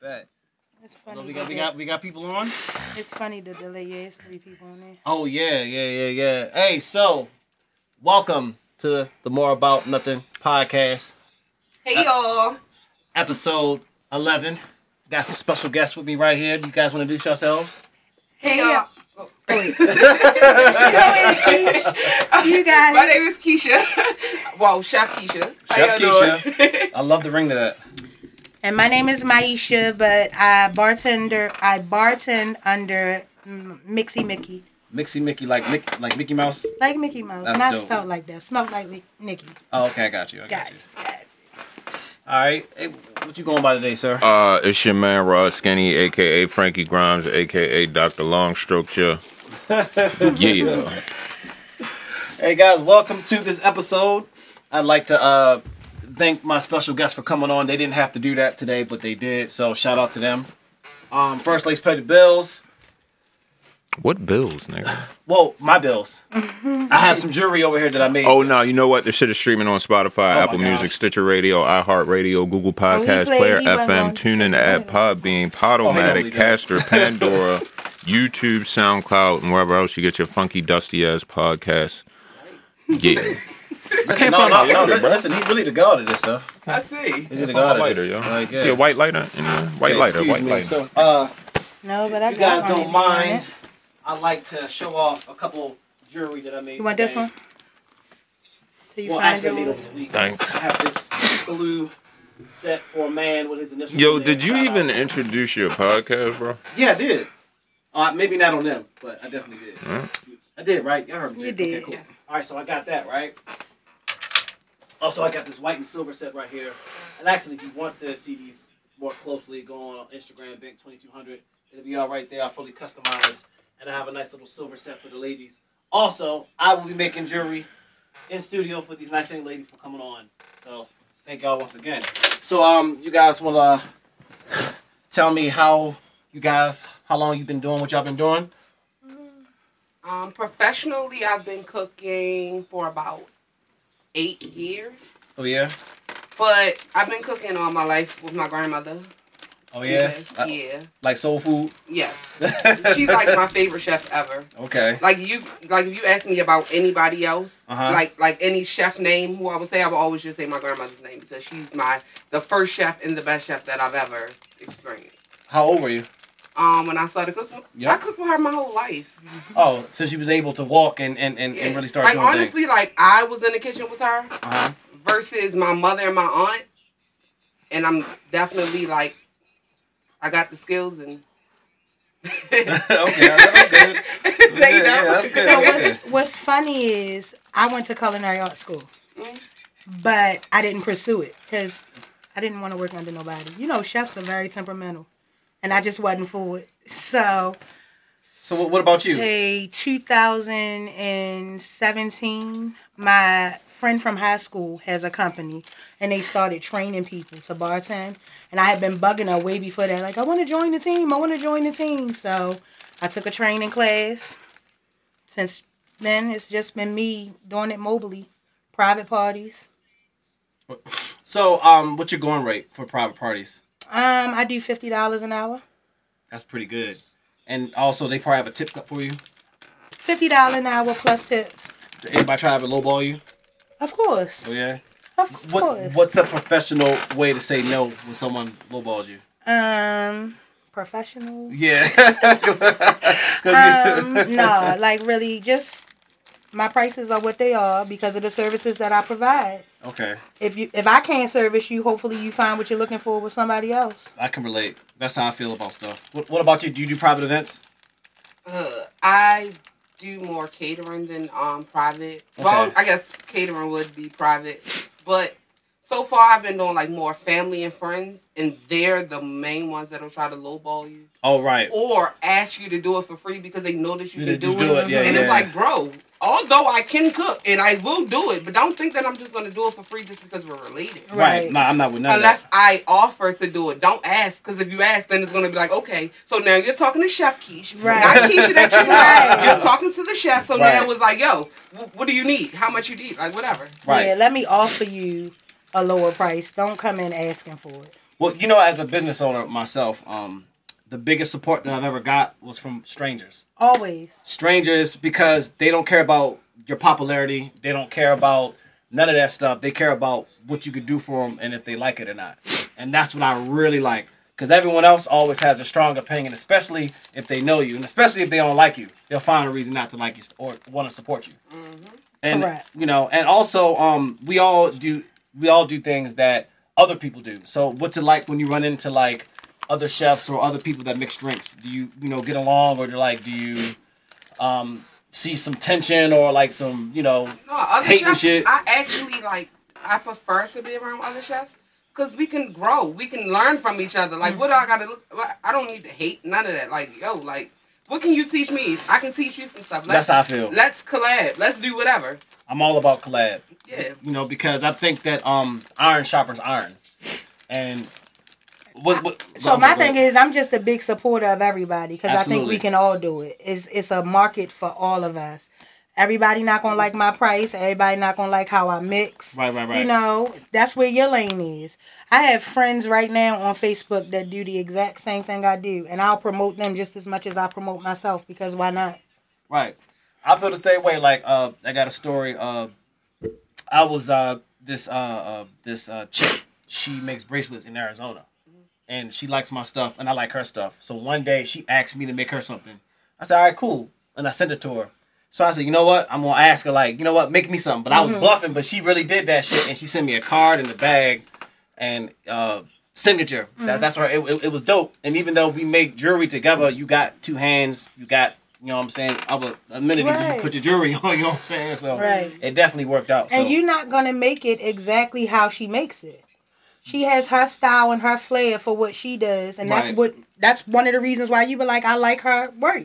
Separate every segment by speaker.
Speaker 1: Bet.
Speaker 2: It's funny.
Speaker 1: Although we
Speaker 2: that
Speaker 1: got we
Speaker 2: they-
Speaker 1: got we got people on.
Speaker 2: It's funny that the lady is three people in there.
Speaker 1: Oh yeah, yeah, yeah, yeah. Hey, so welcome to the More About Nothing podcast,
Speaker 3: Hey y'all.
Speaker 1: episode eleven. Got some special guests with me right here. You guys want to introduce yourselves?
Speaker 3: Hey y'all.
Speaker 2: You guys.
Speaker 3: My name is Keisha. well, Chef Keisha.
Speaker 1: Chef
Speaker 3: y'all doing?
Speaker 1: I love the ring to that.
Speaker 2: And my name is Maisha, but I bartender. I bartend under mm, Mixie Mickey,
Speaker 1: Mixie Mickey, like Mick, like Mickey Mouse.
Speaker 2: like Mickey Mouse,
Speaker 1: That's
Speaker 2: not
Speaker 1: dope.
Speaker 2: spelled like that. Smelled like Mick- Nicky.
Speaker 1: Oh, okay, I got you. I got,
Speaker 2: Got
Speaker 1: you.
Speaker 2: it.
Speaker 1: All right, hey, what you going by today, sir?
Speaker 4: Uh, it's your man Rod Skinny, aka Frankie Grimes, aka Dr. Longstroke. Yeah. yeah.
Speaker 1: Hey guys, welcome to this episode. I'd like to uh, thank my special guests for coming on. They didn't have to do that today, but they did. So shout out to them. Um, first, let's pay the bills.
Speaker 4: What bills, nigga?
Speaker 1: Whoa, my bills. I have some jewelry over here that I made.
Speaker 4: Oh no, you know what? This shit is streaming on Spotify,
Speaker 1: Oh my
Speaker 4: Apple Music,
Speaker 1: gosh. Oh,
Speaker 4: Stitcher Radio, iHeartRadio, Google Podcast,
Speaker 2: played-
Speaker 4: Player
Speaker 2: he wasn't
Speaker 4: FM,
Speaker 2: on-
Speaker 4: TuneIn app, Podbean, Podomatic,
Speaker 1: does.
Speaker 4: Caster, Pandora, YouTube, SoundCloud, and wherever else you get your funky dusty ass podcasts. Yeah.
Speaker 1: listen, no, no, no, no, listen, he's really the god of this stuff.
Speaker 3: I see.
Speaker 1: He's the
Speaker 4: Find
Speaker 1: god
Speaker 4: a
Speaker 1: of
Speaker 4: lighter,
Speaker 1: this.
Speaker 4: yo.
Speaker 1: Like,
Speaker 4: See
Speaker 1: yeah.
Speaker 4: a white lighter? Anyway, white
Speaker 1: Hey,
Speaker 4: lighter,
Speaker 1: excuse
Speaker 4: white
Speaker 1: me.
Speaker 4: lighter.
Speaker 1: So, uh,
Speaker 2: No, but I
Speaker 1: if you
Speaker 2: got
Speaker 1: guys
Speaker 2: one if
Speaker 1: don't
Speaker 2: you want
Speaker 1: mind,
Speaker 2: it.
Speaker 1: I like to show off a couple jewelry that I made.
Speaker 2: You want this
Speaker 1: today.
Speaker 2: one? Till you
Speaker 1: Well,
Speaker 2: find
Speaker 1: actually, I made
Speaker 2: yours.
Speaker 1: over the weekend.
Speaker 4: Thanks.
Speaker 1: I have this blue set for a man with his initials.
Speaker 4: Yo,
Speaker 1: in there.
Speaker 4: did you
Speaker 1: Shout
Speaker 4: even
Speaker 1: out.
Speaker 4: introduce your podcast, bro?
Speaker 1: Yeah, I did. Uh, maybe not on them, but I definitely did. I did, right? Y'all heard me. say
Speaker 2: You
Speaker 1: it. Okay,
Speaker 2: did.
Speaker 1: cool.
Speaker 3: Yes.
Speaker 1: All right, so I got that right. Also, I got this white and silver set right here. And actually, if you want to see these more closely, go on Instagram, Bank Twenty Two Hundred. It'll be all right there. I fully customized, and I have a nice little silver set for the ladies. Also, I will be making jewelry in studio for these nice young ladies for coming on. So, thank y'all once again. So, um, you guys will uh tell me how you guys how long you've been doing what y'all been doing?
Speaker 3: Um, professionally, I've been cooking for about eight years,
Speaker 1: Oh yeah,
Speaker 3: but I've been cooking all my life with my grandmother.
Speaker 1: oh yeah,
Speaker 3: Because-
Speaker 1: Like-
Speaker 3: yeah,
Speaker 1: like soul food.
Speaker 3: yeah. She's like my favorite chef ever.
Speaker 1: okay.
Speaker 3: Like you, like if you ask me about anybody else,
Speaker 1: Uh-huh.
Speaker 3: like like any chef name who I would say, I would always just say my grandmother's name because she's my the first chef and the best chef that I've ever experienced.
Speaker 1: How old were you?
Speaker 3: Um, when I started cooking,
Speaker 1: Yeah.
Speaker 3: I cooked with her my whole life.
Speaker 1: Oh, since you was able to walk and and and,
Speaker 3: Yeah.
Speaker 1: and really start
Speaker 3: like
Speaker 1: doing
Speaker 3: honestly,
Speaker 1: things.
Speaker 3: like I was in the kitchen with her
Speaker 1: Uh-huh.
Speaker 3: versus my mother and my aunt, and I'm definitely like, I got the skills and.
Speaker 1: okay, that's good.
Speaker 3: They
Speaker 1: Yeah, yeah,
Speaker 3: know.
Speaker 1: that's good.
Speaker 2: So
Speaker 1: Yeah.
Speaker 2: what's what's funny is I went to culinary art school,
Speaker 3: Mm.
Speaker 2: but I didn't pursue it because I didn't want to work under nobody. You know, chefs are very temperamental, and I just wasn't for it. So
Speaker 1: So what, what about you?
Speaker 2: say 2017 my friend from high school has a company and they started training people to bartend and i had been bugging her way before that like i want to join the team i want to join the team so i took a training class since then it's just been me doing it mobily private parties
Speaker 1: So um, what's your going rate for private parties?
Speaker 2: um i do $50 an hour
Speaker 1: That's pretty good. And also, they probably have a tip cup for you.
Speaker 2: $50 an hour plus tips
Speaker 1: Did anybody try to have a lowball you?
Speaker 2: of course
Speaker 1: Oh yeah.
Speaker 2: of
Speaker 1: What
Speaker 2: course
Speaker 1: What's a professional way to say no when someone lowballs you?
Speaker 2: um professional
Speaker 1: Yeah.
Speaker 2: um, no, like really, just my prices are what they are because of the services that I provide.
Speaker 1: okay,
Speaker 2: If you if I can't service you, hopefully you find what you're looking for with somebody else.
Speaker 1: I can relate. That's how I feel about stuff. What, what about you? Do you do private events?
Speaker 3: Uh, I do more catering than um private. Well,
Speaker 1: Okay.
Speaker 3: I guess catering would be private, but so far I've been doing like more family and friends, and they're the main ones that'll try to lowball you
Speaker 1: Oh right.
Speaker 3: or ask you to do it for free because they know that you
Speaker 1: Yeah,
Speaker 3: can do,
Speaker 1: just do
Speaker 3: it.
Speaker 1: it, yeah,
Speaker 3: and
Speaker 1: yeah.
Speaker 3: it's like, bro, although I can cook and I will do it, but don't think that I'm just gonna do it for free just because we're related.
Speaker 1: Right.
Speaker 2: Right.
Speaker 1: Nah, I'm not with none
Speaker 3: Unless
Speaker 1: of that.
Speaker 3: I offer to do it, don't ask because if you ask, then it's gonna be like, okay, so now you're talking to Chef Keish,
Speaker 2: Right.
Speaker 3: not Keisha that you know.
Speaker 2: Right.
Speaker 3: You're talking to the chef, so
Speaker 1: Right.
Speaker 3: now it was like, yo, wh- what do you need? How much you need? Like whatever.
Speaker 1: Right.
Speaker 2: Yeah, let me offer you a lower price. Don't come in asking for it.
Speaker 1: Well, you know, as a business owner myself, um, the biggest support that I've ever got was from strangers.
Speaker 2: Always.
Speaker 1: Strangers because they don't care about your popularity. They don't care about none of that stuff. They care about what you could do for them and if they like it or not. And that's what I really like because everyone else always has a strong opinion, especially if they know you and especially if they don't like you. They'll find a reason not to like you or want to support you and
Speaker 2: Correct.
Speaker 1: you know and also um we all do we all do things that other people do so what's it like when you run into like other chefs or other people that mix drinks do you you know get along or do like do you um see some tension or like some you know
Speaker 3: No, other
Speaker 1: Hating
Speaker 3: chefs.
Speaker 1: shit.
Speaker 3: I actually like. I prefer to be around other chefs because we can grow. We can learn from each other. Like, what do I gotta look? what- I don't need to hate none of that. Like, yo, like, what can you teach me? I can teach you some stuff.
Speaker 1: that's how i feel
Speaker 3: Let's collab. Let's do whatever.
Speaker 1: i'm all about collab
Speaker 3: Yeah.
Speaker 1: you know because i think that um iron sharpens iron and what, what oh
Speaker 2: So my thing is, I'm just a big supporter of everybody because I think
Speaker 1: Absolutely.
Speaker 2: we can all do it. It's it's a market for all of us. Everybody not gonna like my price. Everybody not gonna like how I mix.
Speaker 1: Right, right, right.
Speaker 2: You know, that's where your lane is. I have friends right now on Facebook that do the exact same thing I do, and I'll promote them just as much as I promote myself because why not?
Speaker 1: Right. I feel the same way. Like uh, I got a story. Uh, I was uh this uh, uh this uh chick. She makes bracelets in Arizona,
Speaker 2: Mm-hmm.
Speaker 1: and she likes my stuff, and I like her stuff. So one day she asked me to make her something. I said, "All right, cool," and I sent it to her. So I said, "You know what? I'm gonna ask her. Like, you know what? Make me something." But
Speaker 2: Mm-hmm.
Speaker 1: I was bluffing. But she really did that shit, and she sent me a card and a bag, and uh signature.
Speaker 2: Mm-hmm.
Speaker 1: That, that's where it, it, it was dope. And even though we make jewelry together, you got two hands, you got you know what I'm saying, other amenities you can
Speaker 2: Right.
Speaker 1: put your jewelry on. You know what I'm saying? So
Speaker 2: Right.
Speaker 1: it definitely worked out.
Speaker 2: And
Speaker 1: so.
Speaker 2: you're not gonna make it exactly how she makes it. She has her style and her flair for what she does, and
Speaker 1: Right.
Speaker 2: that's what that's one of the reasons why you were like, I like her work.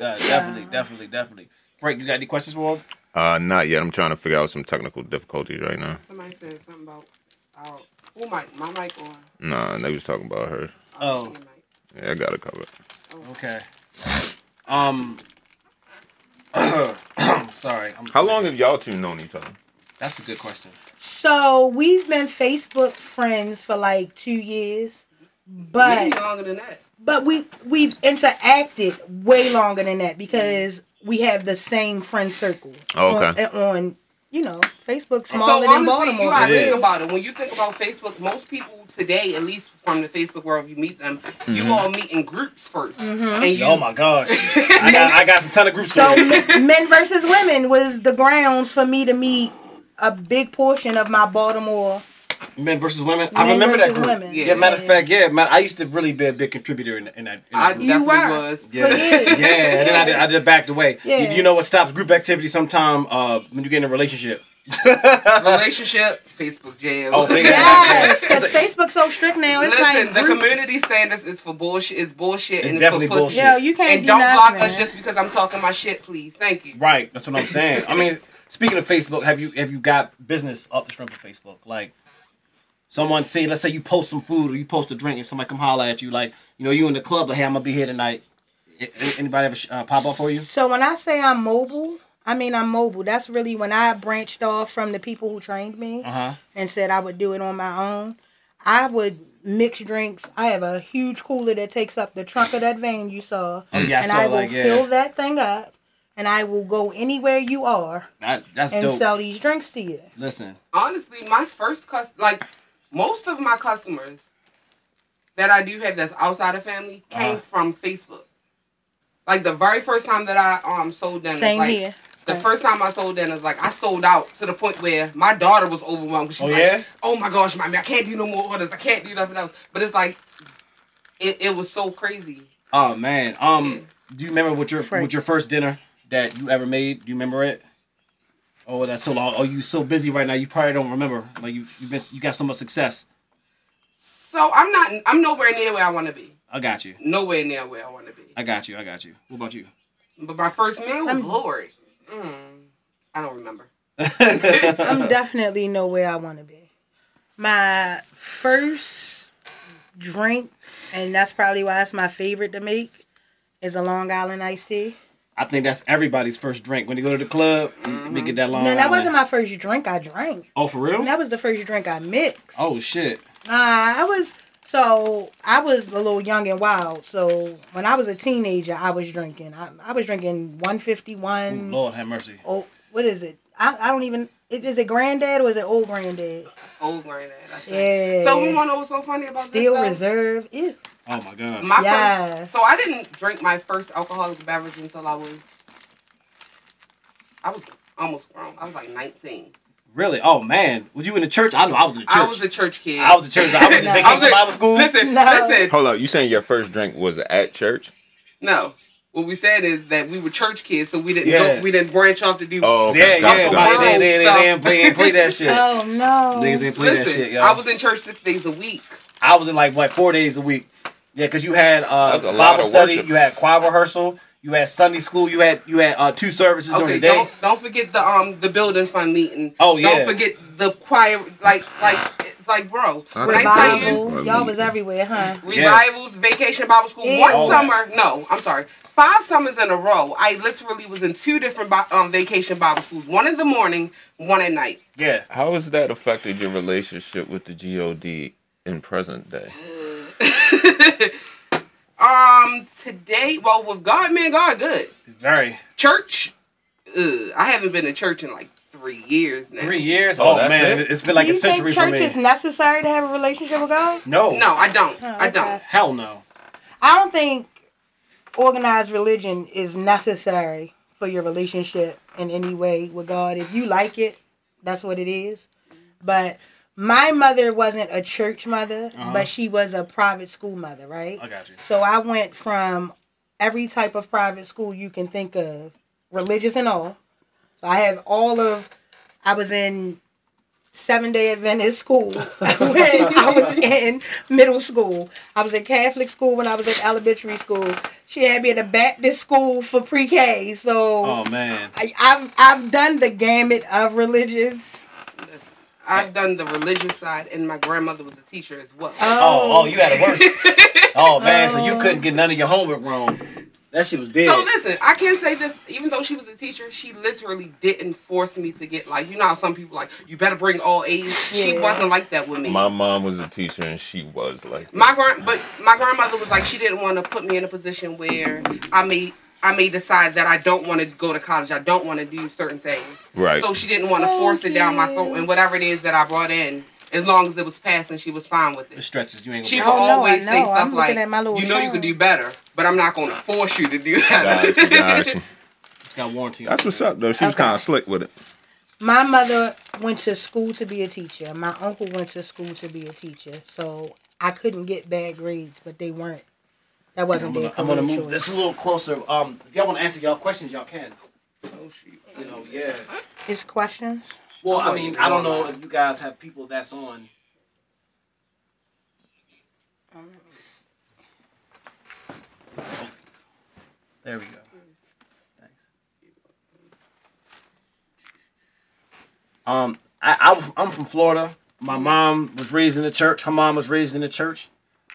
Speaker 1: Uh, definitely, definitely, definitely. Frank, you got any questions for him?
Speaker 4: Uh, not yet. I'm trying to figure out some technical difficulties right now.
Speaker 3: Somebody said something about our who mic, my mic or
Speaker 4: Nah, they was talking about her.
Speaker 1: Oh.
Speaker 3: your mic.
Speaker 4: Yeah, I got it covered.
Speaker 1: Okay. Um. sorry. I'm,
Speaker 4: How long have y'all two known each other?
Speaker 1: That's a good question.
Speaker 2: So we've been Facebook friends for like two years,
Speaker 3: Maybe
Speaker 2: but
Speaker 3: longer than that.
Speaker 2: but we we've interacted way longer than that because we have the same friend circle.
Speaker 4: Okay.
Speaker 2: On, eh, on you know Facebook
Speaker 3: So
Speaker 2: smaller than
Speaker 3: honestly, you
Speaker 2: Baltimore.
Speaker 3: gotta
Speaker 1: It
Speaker 3: think
Speaker 1: is.
Speaker 3: about it. When you think about Facebook, most people today, at least from the Facebook world, you meet them, you all meet in groups 1st
Speaker 2: Mm-hmm.
Speaker 3: and you
Speaker 1: Mm-hmm. Oh my gosh. I got I got some ton of groups.
Speaker 2: So
Speaker 1: for you.
Speaker 2: men, men versus women was the grounds for me to meet a big portion of my Baltimore.
Speaker 1: men versus women. I
Speaker 2: Men
Speaker 1: remember that
Speaker 2: versus
Speaker 1: group.
Speaker 2: women.
Speaker 1: Yeah.
Speaker 3: Yeah.
Speaker 1: Matter of fact, yeah. Man, I used to really be a big contributor in, in that. In that
Speaker 3: I
Speaker 1: group.
Speaker 3: definitely
Speaker 2: were.
Speaker 3: was.
Speaker 1: Yeah,
Speaker 2: For
Speaker 1: yeah.
Speaker 2: years.
Speaker 1: And then I, did, I just backed away. You-
Speaker 2: Yeah.
Speaker 1: You, know what stops group activity sometime uh, when you get in a relationship?
Speaker 3: Relationship, Facebook jail.
Speaker 1: Oh, thank
Speaker 2: Yes, because Facebook's so strict now. It's
Speaker 3: Listen,
Speaker 2: like
Speaker 3: the
Speaker 2: group-
Speaker 3: community standards is for bullshit. It's bullshit
Speaker 1: It's
Speaker 3: and it's for
Speaker 1: definitely
Speaker 3: pussy.
Speaker 1: bullshit.
Speaker 2: Yo, you can't
Speaker 3: and
Speaker 2: do
Speaker 3: don't
Speaker 2: nothing,
Speaker 3: block
Speaker 2: man.
Speaker 3: us just because I'm talking my shit, please. Thank you.
Speaker 1: Right. That's what I'm saying. I mean, speaking of Facebook, have you have you got business off the strength of Facebook? Like, someone say, let's say you post some food or you post a drink, and somebody come holler at you, like, you know, you in the club, like, hey, I'm gonna be here tonight. A- a- Anybody ever sh- uh, pop up for you?
Speaker 2: So when I say I'm mobile, I mean I'm mobile. That's really when I branched off from the people who trained me
Speaker 1: Uh huh.
Speaker 2: and said I would do it on my own. I would mix drinks. I have a huge cooler that takes up the trunk of that van you saw,
Speaker 1: Oh yeah, I
Speaker 2: and
Speaker 1: saw
Speaker 2: I will
Speaker 1: like
Speaker 2: fill
Speaker 1: yeah.
Speaker 2: that thing up, and I will go anywhere you are
Speaker 1: That, that's
Speaker 2: and
Speaker 1: dope.
Speaker 2: sell these drinks to you.
Speaker 1: Listen,
Speaker 3: honestly, my first cus like most of my customers that I do have that's outside of family came
Speaker 1: Uh-huh.
Speaker 3: from Facebook. Like the very first time that I um sold dinners,
Speaker 2: Same
Speaker 3: like
Speaker 2: here.
Speaker 3: the
Speaker 2: Right.
Speaker 3: first time I sold dinners, like I sold out to the point where my daughter was overwhelmed. 'cause She
Speaker 1: Oh,
Speaker 3: was
Speaker 1: yeah?
Speaker 3: like, "Oh my gosh, mommy, I can't do no more orders. I can't do nothing else." But it's like it, it was so crazy.
Speaker 1: oh man, um, do you remember what your
Speaker 2: Frank.
Speaker 1: what your first dinner that you ever made? Do you remember it? Oh, that's so long. Oh, you so busy right now. You probably don't remember. Like you, you been, you got so much success.
Speaker 3: So I'm not. I'm nowhere near where I want to be.
Speaker 1: I got you.
Speaker 3: Nowhere near where I want to be.
Speaker 1: I got you. I got you. What about you?
Speaker 3: But my first meal was
Speaker 2: I'm-
Speaker 3: Lord. Mm, I don't remember.
Speaker 2: I'm definitely nowhere I want to be. My first drink, and that's probably why it's my favorite to make, is a Long Island iced tea.
Speaker 1: I think that's everybody's first drink when they go to the club. We get that long.
Speaker 2: No, that
Speaker 1: Island.
Speaker 2: wasn't my first drink I drank.
Speaker 1: Oh, for real?
Speaker 2: That was the first drink I mixed.
Speaker 1: Oh shit.
Speaker 2: Nah, I was so I was a little young and wild. So when I was a teenager, I was drinking. I, I was drinking one fifty
Speaker 1: Ooh,
Speaker 2: one.
Speaker 1: Lord have mercy.
Speaker 2: Oh, what is it? I, I don't even. It, is it granddad or is it old granddad?
Speaker 3: Old granddad. I think.
Speaker 2: Yeah.
Speaker 3: So we want to know what's so funny about
Speaker 2: Steel
Speaker 3: this. though?
Speaker 2: reserve. Ew.
Speaker 1: Oh my god.
Speaker 3: My
Speaker 2: Yes.
Speaker 3: first, so I didn't drink my first alcoholic beverage until I was, I was almost grown. I was like 19.
Speaker 1: Really? Oh man. Was you in the church? I know I was in the church.
Speaker 3: I was a church kid.
Speaker 1: I was a church. I was in
Speaker 2: No.
Speaker 1: vacation
Speaker 2: I was
Speaker 3: a-
Speaker 1: Bible school.
Speaker 3: Listen,
Speaker 2: No.
Speaker 3: listen.
Speaker 5: Hold up, you saying your first drink was at church?
Speaker 3: No. What we said is that we were church kids, so we didn't
Speaker 1: Yeah.
Speaker 3: go, we didn't branch off to do.
Speaker 5: Oh,
Speaker 1: Yeah,
Speaker 5: okay.
Speaker 1: yeah.
Speaker 5: Gotcha,
Speaker 1: yeah.
Speaker 3: Got
Speaker 5: gotcha.
Speaker 3: it.
Speaker 1: They, they, they, they ain't play, ain't play that shit.
Speaker 2: Oh no.
Speaker 1: Niggas ain't play that
Speaker 3: Listen,
Speaker 1: shit, yo.
Speaker 3: I was in church six days a week.
Speaker 1: I was in like what four days a week. Yeah, because you had uh,
Speaker 5: That's a
Speaker 1: Bible
Speaker 5: lot of
Speaker 1: study,
Speaker 5: worship.
Speaker 1: you had choir rehearsal, you had Sunday school, you had you had uh, two services during
Speaker 3: Okay,
Speaker 1: the day.
Speaker 3: don't don't forget the um the building fund meeting.
Speaker 1: Oh, yeah.
Speaker 3: Don't forget the choir. Like like it's like bro.
Speaker 5: I
Speaker 3: When I
Speaker 5: don't
Speaker 3: tell
Speaker 5: know.
Speaker 3: you
Speaker 2: Revival. Y'all was everywhere, huh?
Speaker 3: revivals, vacation Bible school,
Speaker 2: Yeah.
Speaker 3: one
Speaker 1: All that.
Speaker 3: summer. No, I'm sorry. Five summers in a row, I literally was in two different bi- um, vacation Bible schools. One in the morning, one at night.
Speaker 1: Yeah,
Speaker 5: How has that affected your relationship with the God in present day?
Speaker 3: Um, today, well, with God, man, God, good.
Speaker 1: very
Speaker 3: Church, ugh, I haven't been to church in like three years now.
Speaker 1: three years.
Speaker 5: Oh,
Speaker 1: Oh,
Speaker 5: that's
Speaker 1: man,
Speaker 5: it?
Speaker 1: it? has been like
Speaker 2: Do
Speaker 1: a
Speaker 2: you
Speaker 1: century
Speaker 2: think
Speaker 1: for
Speaker 2: church
Speaker 1: me.
Speaker 2: is necessary to have a relationship with God?
Speaker 1: no,
Speaker 3: No, I don't. I don't.
Speaker 2: okay.
Speaker 1: hell no.
Speaker 2: I don't think organized religion is necessary for your relationship in any way with God. If you like it, that's what it is. But my mother wasn't a church mother,
Speaker 1: Uh-huh.
Speaker 2: but she was a private school mother, right?
Speaker 1: I got you.
Speaker 2: So I went from every type of private school you can think of, religious and all. So I have all of, I was in seven day Adventist school when I was in middle school. I was in Catholic school when I was in elementary school. She had me at a Baptist school for pre K. So
Speaker 1: Oh man,
Speaker 2: I, I've, I've done the gamut of religions.
Speaker 3: I've done the religious side, and my grandmother was a teacher as well.
Speaker 1: oh oh, you had it worse. oh man, so you couldn't get none of your homework wrong. That shit was dead.
Speaker 3: So listen, I can say this, even though she was a teacher, she literally didn't force me to get like you know how some people like you better bring all A's. She
Speaker 2: Yeah.
Speaker 3: wasn't like that with me.
Speaker 5: My mom was a teacher and she was like,
Speaker 3: my grand, but my grandmother was like she didn't want to put me in a position where I may I may decide that I don't want to go to college. I don't want to do certain things.
Speaker 5: Right.
Speaker 3: So she didn't want
Speaker 2: Oh,
Speaker 3: to force it down my throat. And whatever it is that I brought in, as long as it was passing, she was fine with
Speaker 1: the
Speaker 3: it.
Speaker 1: stretches you ain't.
Speaker 3: She
Speaker 1: Gonna
Speaker 3: would
Speaker 2: Oh, no, I
Speaker 3: always say
Speaker 2: know.
Speaker 3: stuff
Speaker 2: I'm looking
Speaker 3: like,
Speaker 2: at my little
Speaker 3: "You know you
Speaker 2: child."
Speaker 3: could do better, but I'm not going to force you to do that."
Speaker 5: gotcha, gotcha.
Speaker 1: got warranty.
Speaker 5: That's what's up, though. She was
Speaker 2: Okay.
Speaker 5: kind of slick with it.
Speaker 2: My mother went to school to be a teacher. My uncle went to school to be a teacher. So I couldn't get bad grades, but they weren't. That wasn't
Speaker 1: I'm
Speaker 2: their
Speaker 1: gonna, I'm
Speaker 2: career
Speaker 1: gonna move
Speaker 2: choice.
Speaker 1: this a little closer. Um, if y'all want to answer y'all questions, y'all can.
Speaker 3: Oh, shoot.
Speaker 4: You know, yeah.
Speaker 2: It's questions.
Speaker 4: Well, I mean, I don't know if you guys have people that's on.
Speaker 1: There we go. Thanks. Um, I, I was- I'm from Florida. My mom was raised in the church. Her mom was raised in the church.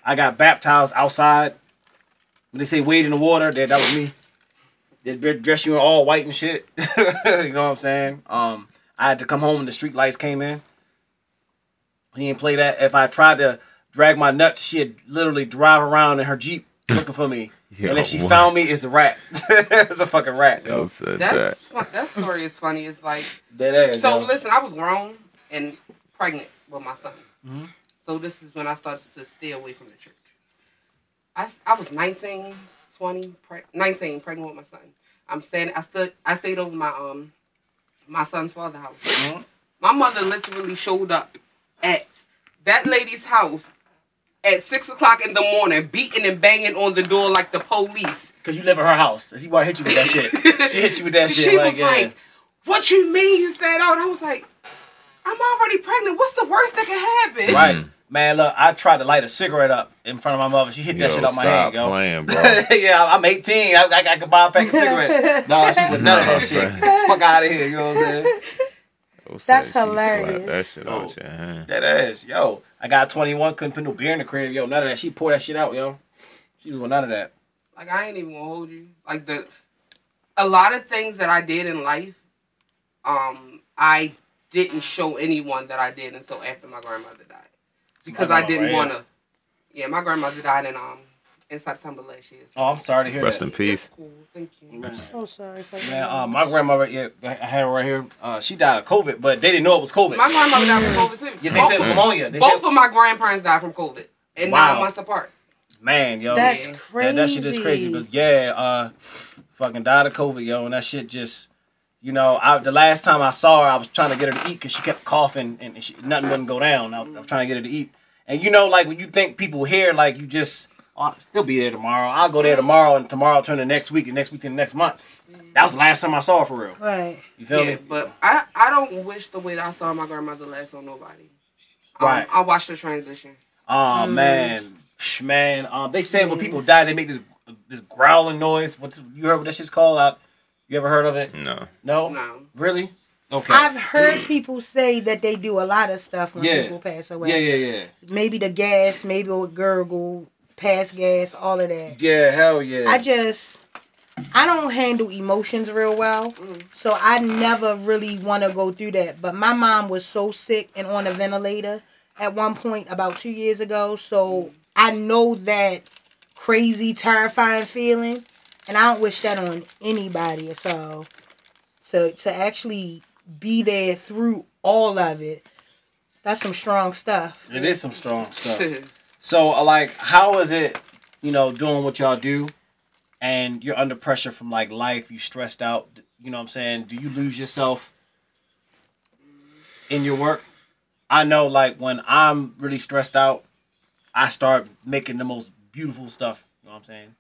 Speaker 1: I got baptized outside. When they say wade in the water, that that was me. They dre- dress you in all white and shit. you know what I'm saying? Um, I had to come home when the street lights came in. He didn't play that. If I tried to drag my nuts, she'd literally drive around in her jeep looking for me.
Speaker 5: Yeah,
Speaker 1: and if she
Speaker 5: what?
Speaker 1: found me, it's a rat. it's a fucking rat. yo.
Speaker 3: That's fu- that story is funny. It's like
Speaker 1: Dead ass.
Speaker 3: so.
Speaker 1: yo.
Speaker 3: Listen, I was grown and pregnant with my son. So this is when I started to stay away from the church. I, s- I was 19, 20, preg 19, pregnant with my son. I'm standing. I stood. I stayed over my um my son's father's house. My mother literally showed up at that lady's house at six o'clock in the morning, beating and banging on the door like the police.
Speaker 1: Cause you live in her house. She wanna hit you with that shit. she hit you with that shit.
Speaker 3: She
Speaker 1: like,
Speaker 3: was
Speaker 1: yeah.
Speaker 3: like, "What you mean you stayed out?" I was like, "I'm already pregnant. What's the worst that could happen?"
Speaker 1: right,
Speaker 5: Mm.
Speaker 1: man. Look, I tried to light a cigarette up in front of my mother. She hit that shit
Speaker 5: Yo,
Speaker 1: out my hand.
Speaker 5: stop
Speaker 1: Yo.
Speaker 5: playing, bro.
Speaker 1: yeah, I'm 18. I, I, I could buy a pack of cigarettes. no, she would none of
Speaker 5: Nah,
Speaker 1: that shit.
Speaker 5: bruh.
Speaker 1: Fuck out of here. You know what I'm saying?
Speaker 5: Don't
Speaker 2: That's
Speaker 5: say she slapped
Speaker 2: hilarious.
Speaker 5: That shit out
Speaker 1: Oh.
Speaker 5: your hand.
Speaker 1: That ass, yo. I got 21. Couldn't put no beer in the crib. Yo, none of that. She poured that shit out. Yo, she was with none of that.
Speaker 3: Like I ain't even gonna hold you. Like the a lot of things that I did in life, um, I didn't show anyone that I did until after my grandmother died, because I
Speaker 1: grandma
Speaker 3: didn't
Speaker 1: right
Speaker 3: want to. Yeah, my grandmother died in um in September last year.
Speaker 1: Oh, I'm sorry to hear
Speaker 5: Rest
Speaker 1: that.
Speaker 5: in peace.
Speaker 3: That's cool. Thank you.
Speaker 2: So Oh, sorry. For
Speaker 1: Man, uh, my grandma right here, I had her right here. Uh, she died of COVID, but they didn't know it was COVID.
Speaker 3: My grandmother died from COVID too.
Speaker 1: yeah, they
Speaker 3: both
Speaker 1: said
Speaker 3: of,
Speaker 1: pneumonia. They
Speaker 3: both
Speaker 1: said,
Speaker 3: of my grandparents died from COVID, and
Speaker 1: Wow.
Speaker 3: nine months apart.
Speaker 1: man, yo,
Speaker 2: That's
Speaker 1: yeah.
Speaker 2: crazy.
Speaker 1: That, that shit is crazy. But yeah, uh, fucking died of COVID, yo, and that shit just, you know, I, the last time I saw her, I was trying to get her to eat because she kept coughing and she, nothing wouldn't go down. I was, I was trying to get her to eat, and you know, like when you think people here, like you just, oh, I'll still be there tomorrow. I'll go there tomorrow, and tomorrow turn to next week, and next week to the next month. That was the last time I saw her for real.
Speaker 2: right.
Speaker 1: You feel
Speaker 3: yeah,
Speaker 1: me?
Speaker 3: but I, I don't wish the way that I saw my grandmother last on nobody. Um,
Speaker 1: Right.
Speaker 3: I watched the transition.
Speaker 1: Oh man, Psh, man. Um, they said when people die, they make this this growling noise. What's you heard what that shit's called? I, you ever heard of it?
Speaker 5: No.
Speaker 1: No.
Speaker 3: No.
Speaker 1: Really? Okay.
Speaker 2: I've heard people say that they do a lot of stuff when
Speaker 1: Yeah.
Speaker 2: people pass away.
Speaker 1: yeah, yeah, yeah,
Speaker 2: Maybe the gas, maybe with gurgle, pass gas, all of that.
Speaker 1: yeah. Hell yeah.
Speaker 2: I just I don't handle emotions real well. So I never really want to go through that. But my mom was so sick and on a ventilator at one point about 2 years ago, so I know that crazy terrifying feeling and I don't wish that on anybody. So to to actually be there through all of it. That's some strong stuff.
Speaker 1: it is some strong stuff. so, uh, like, how is it? You know, doing what y'all do, and you're under pressure from like life. You stressed out. You know what I'm saying? Do you lose yourself in your work? I know, like, when I'm really stressed out, I start making the most beautiful stuff. You know what I'm saying?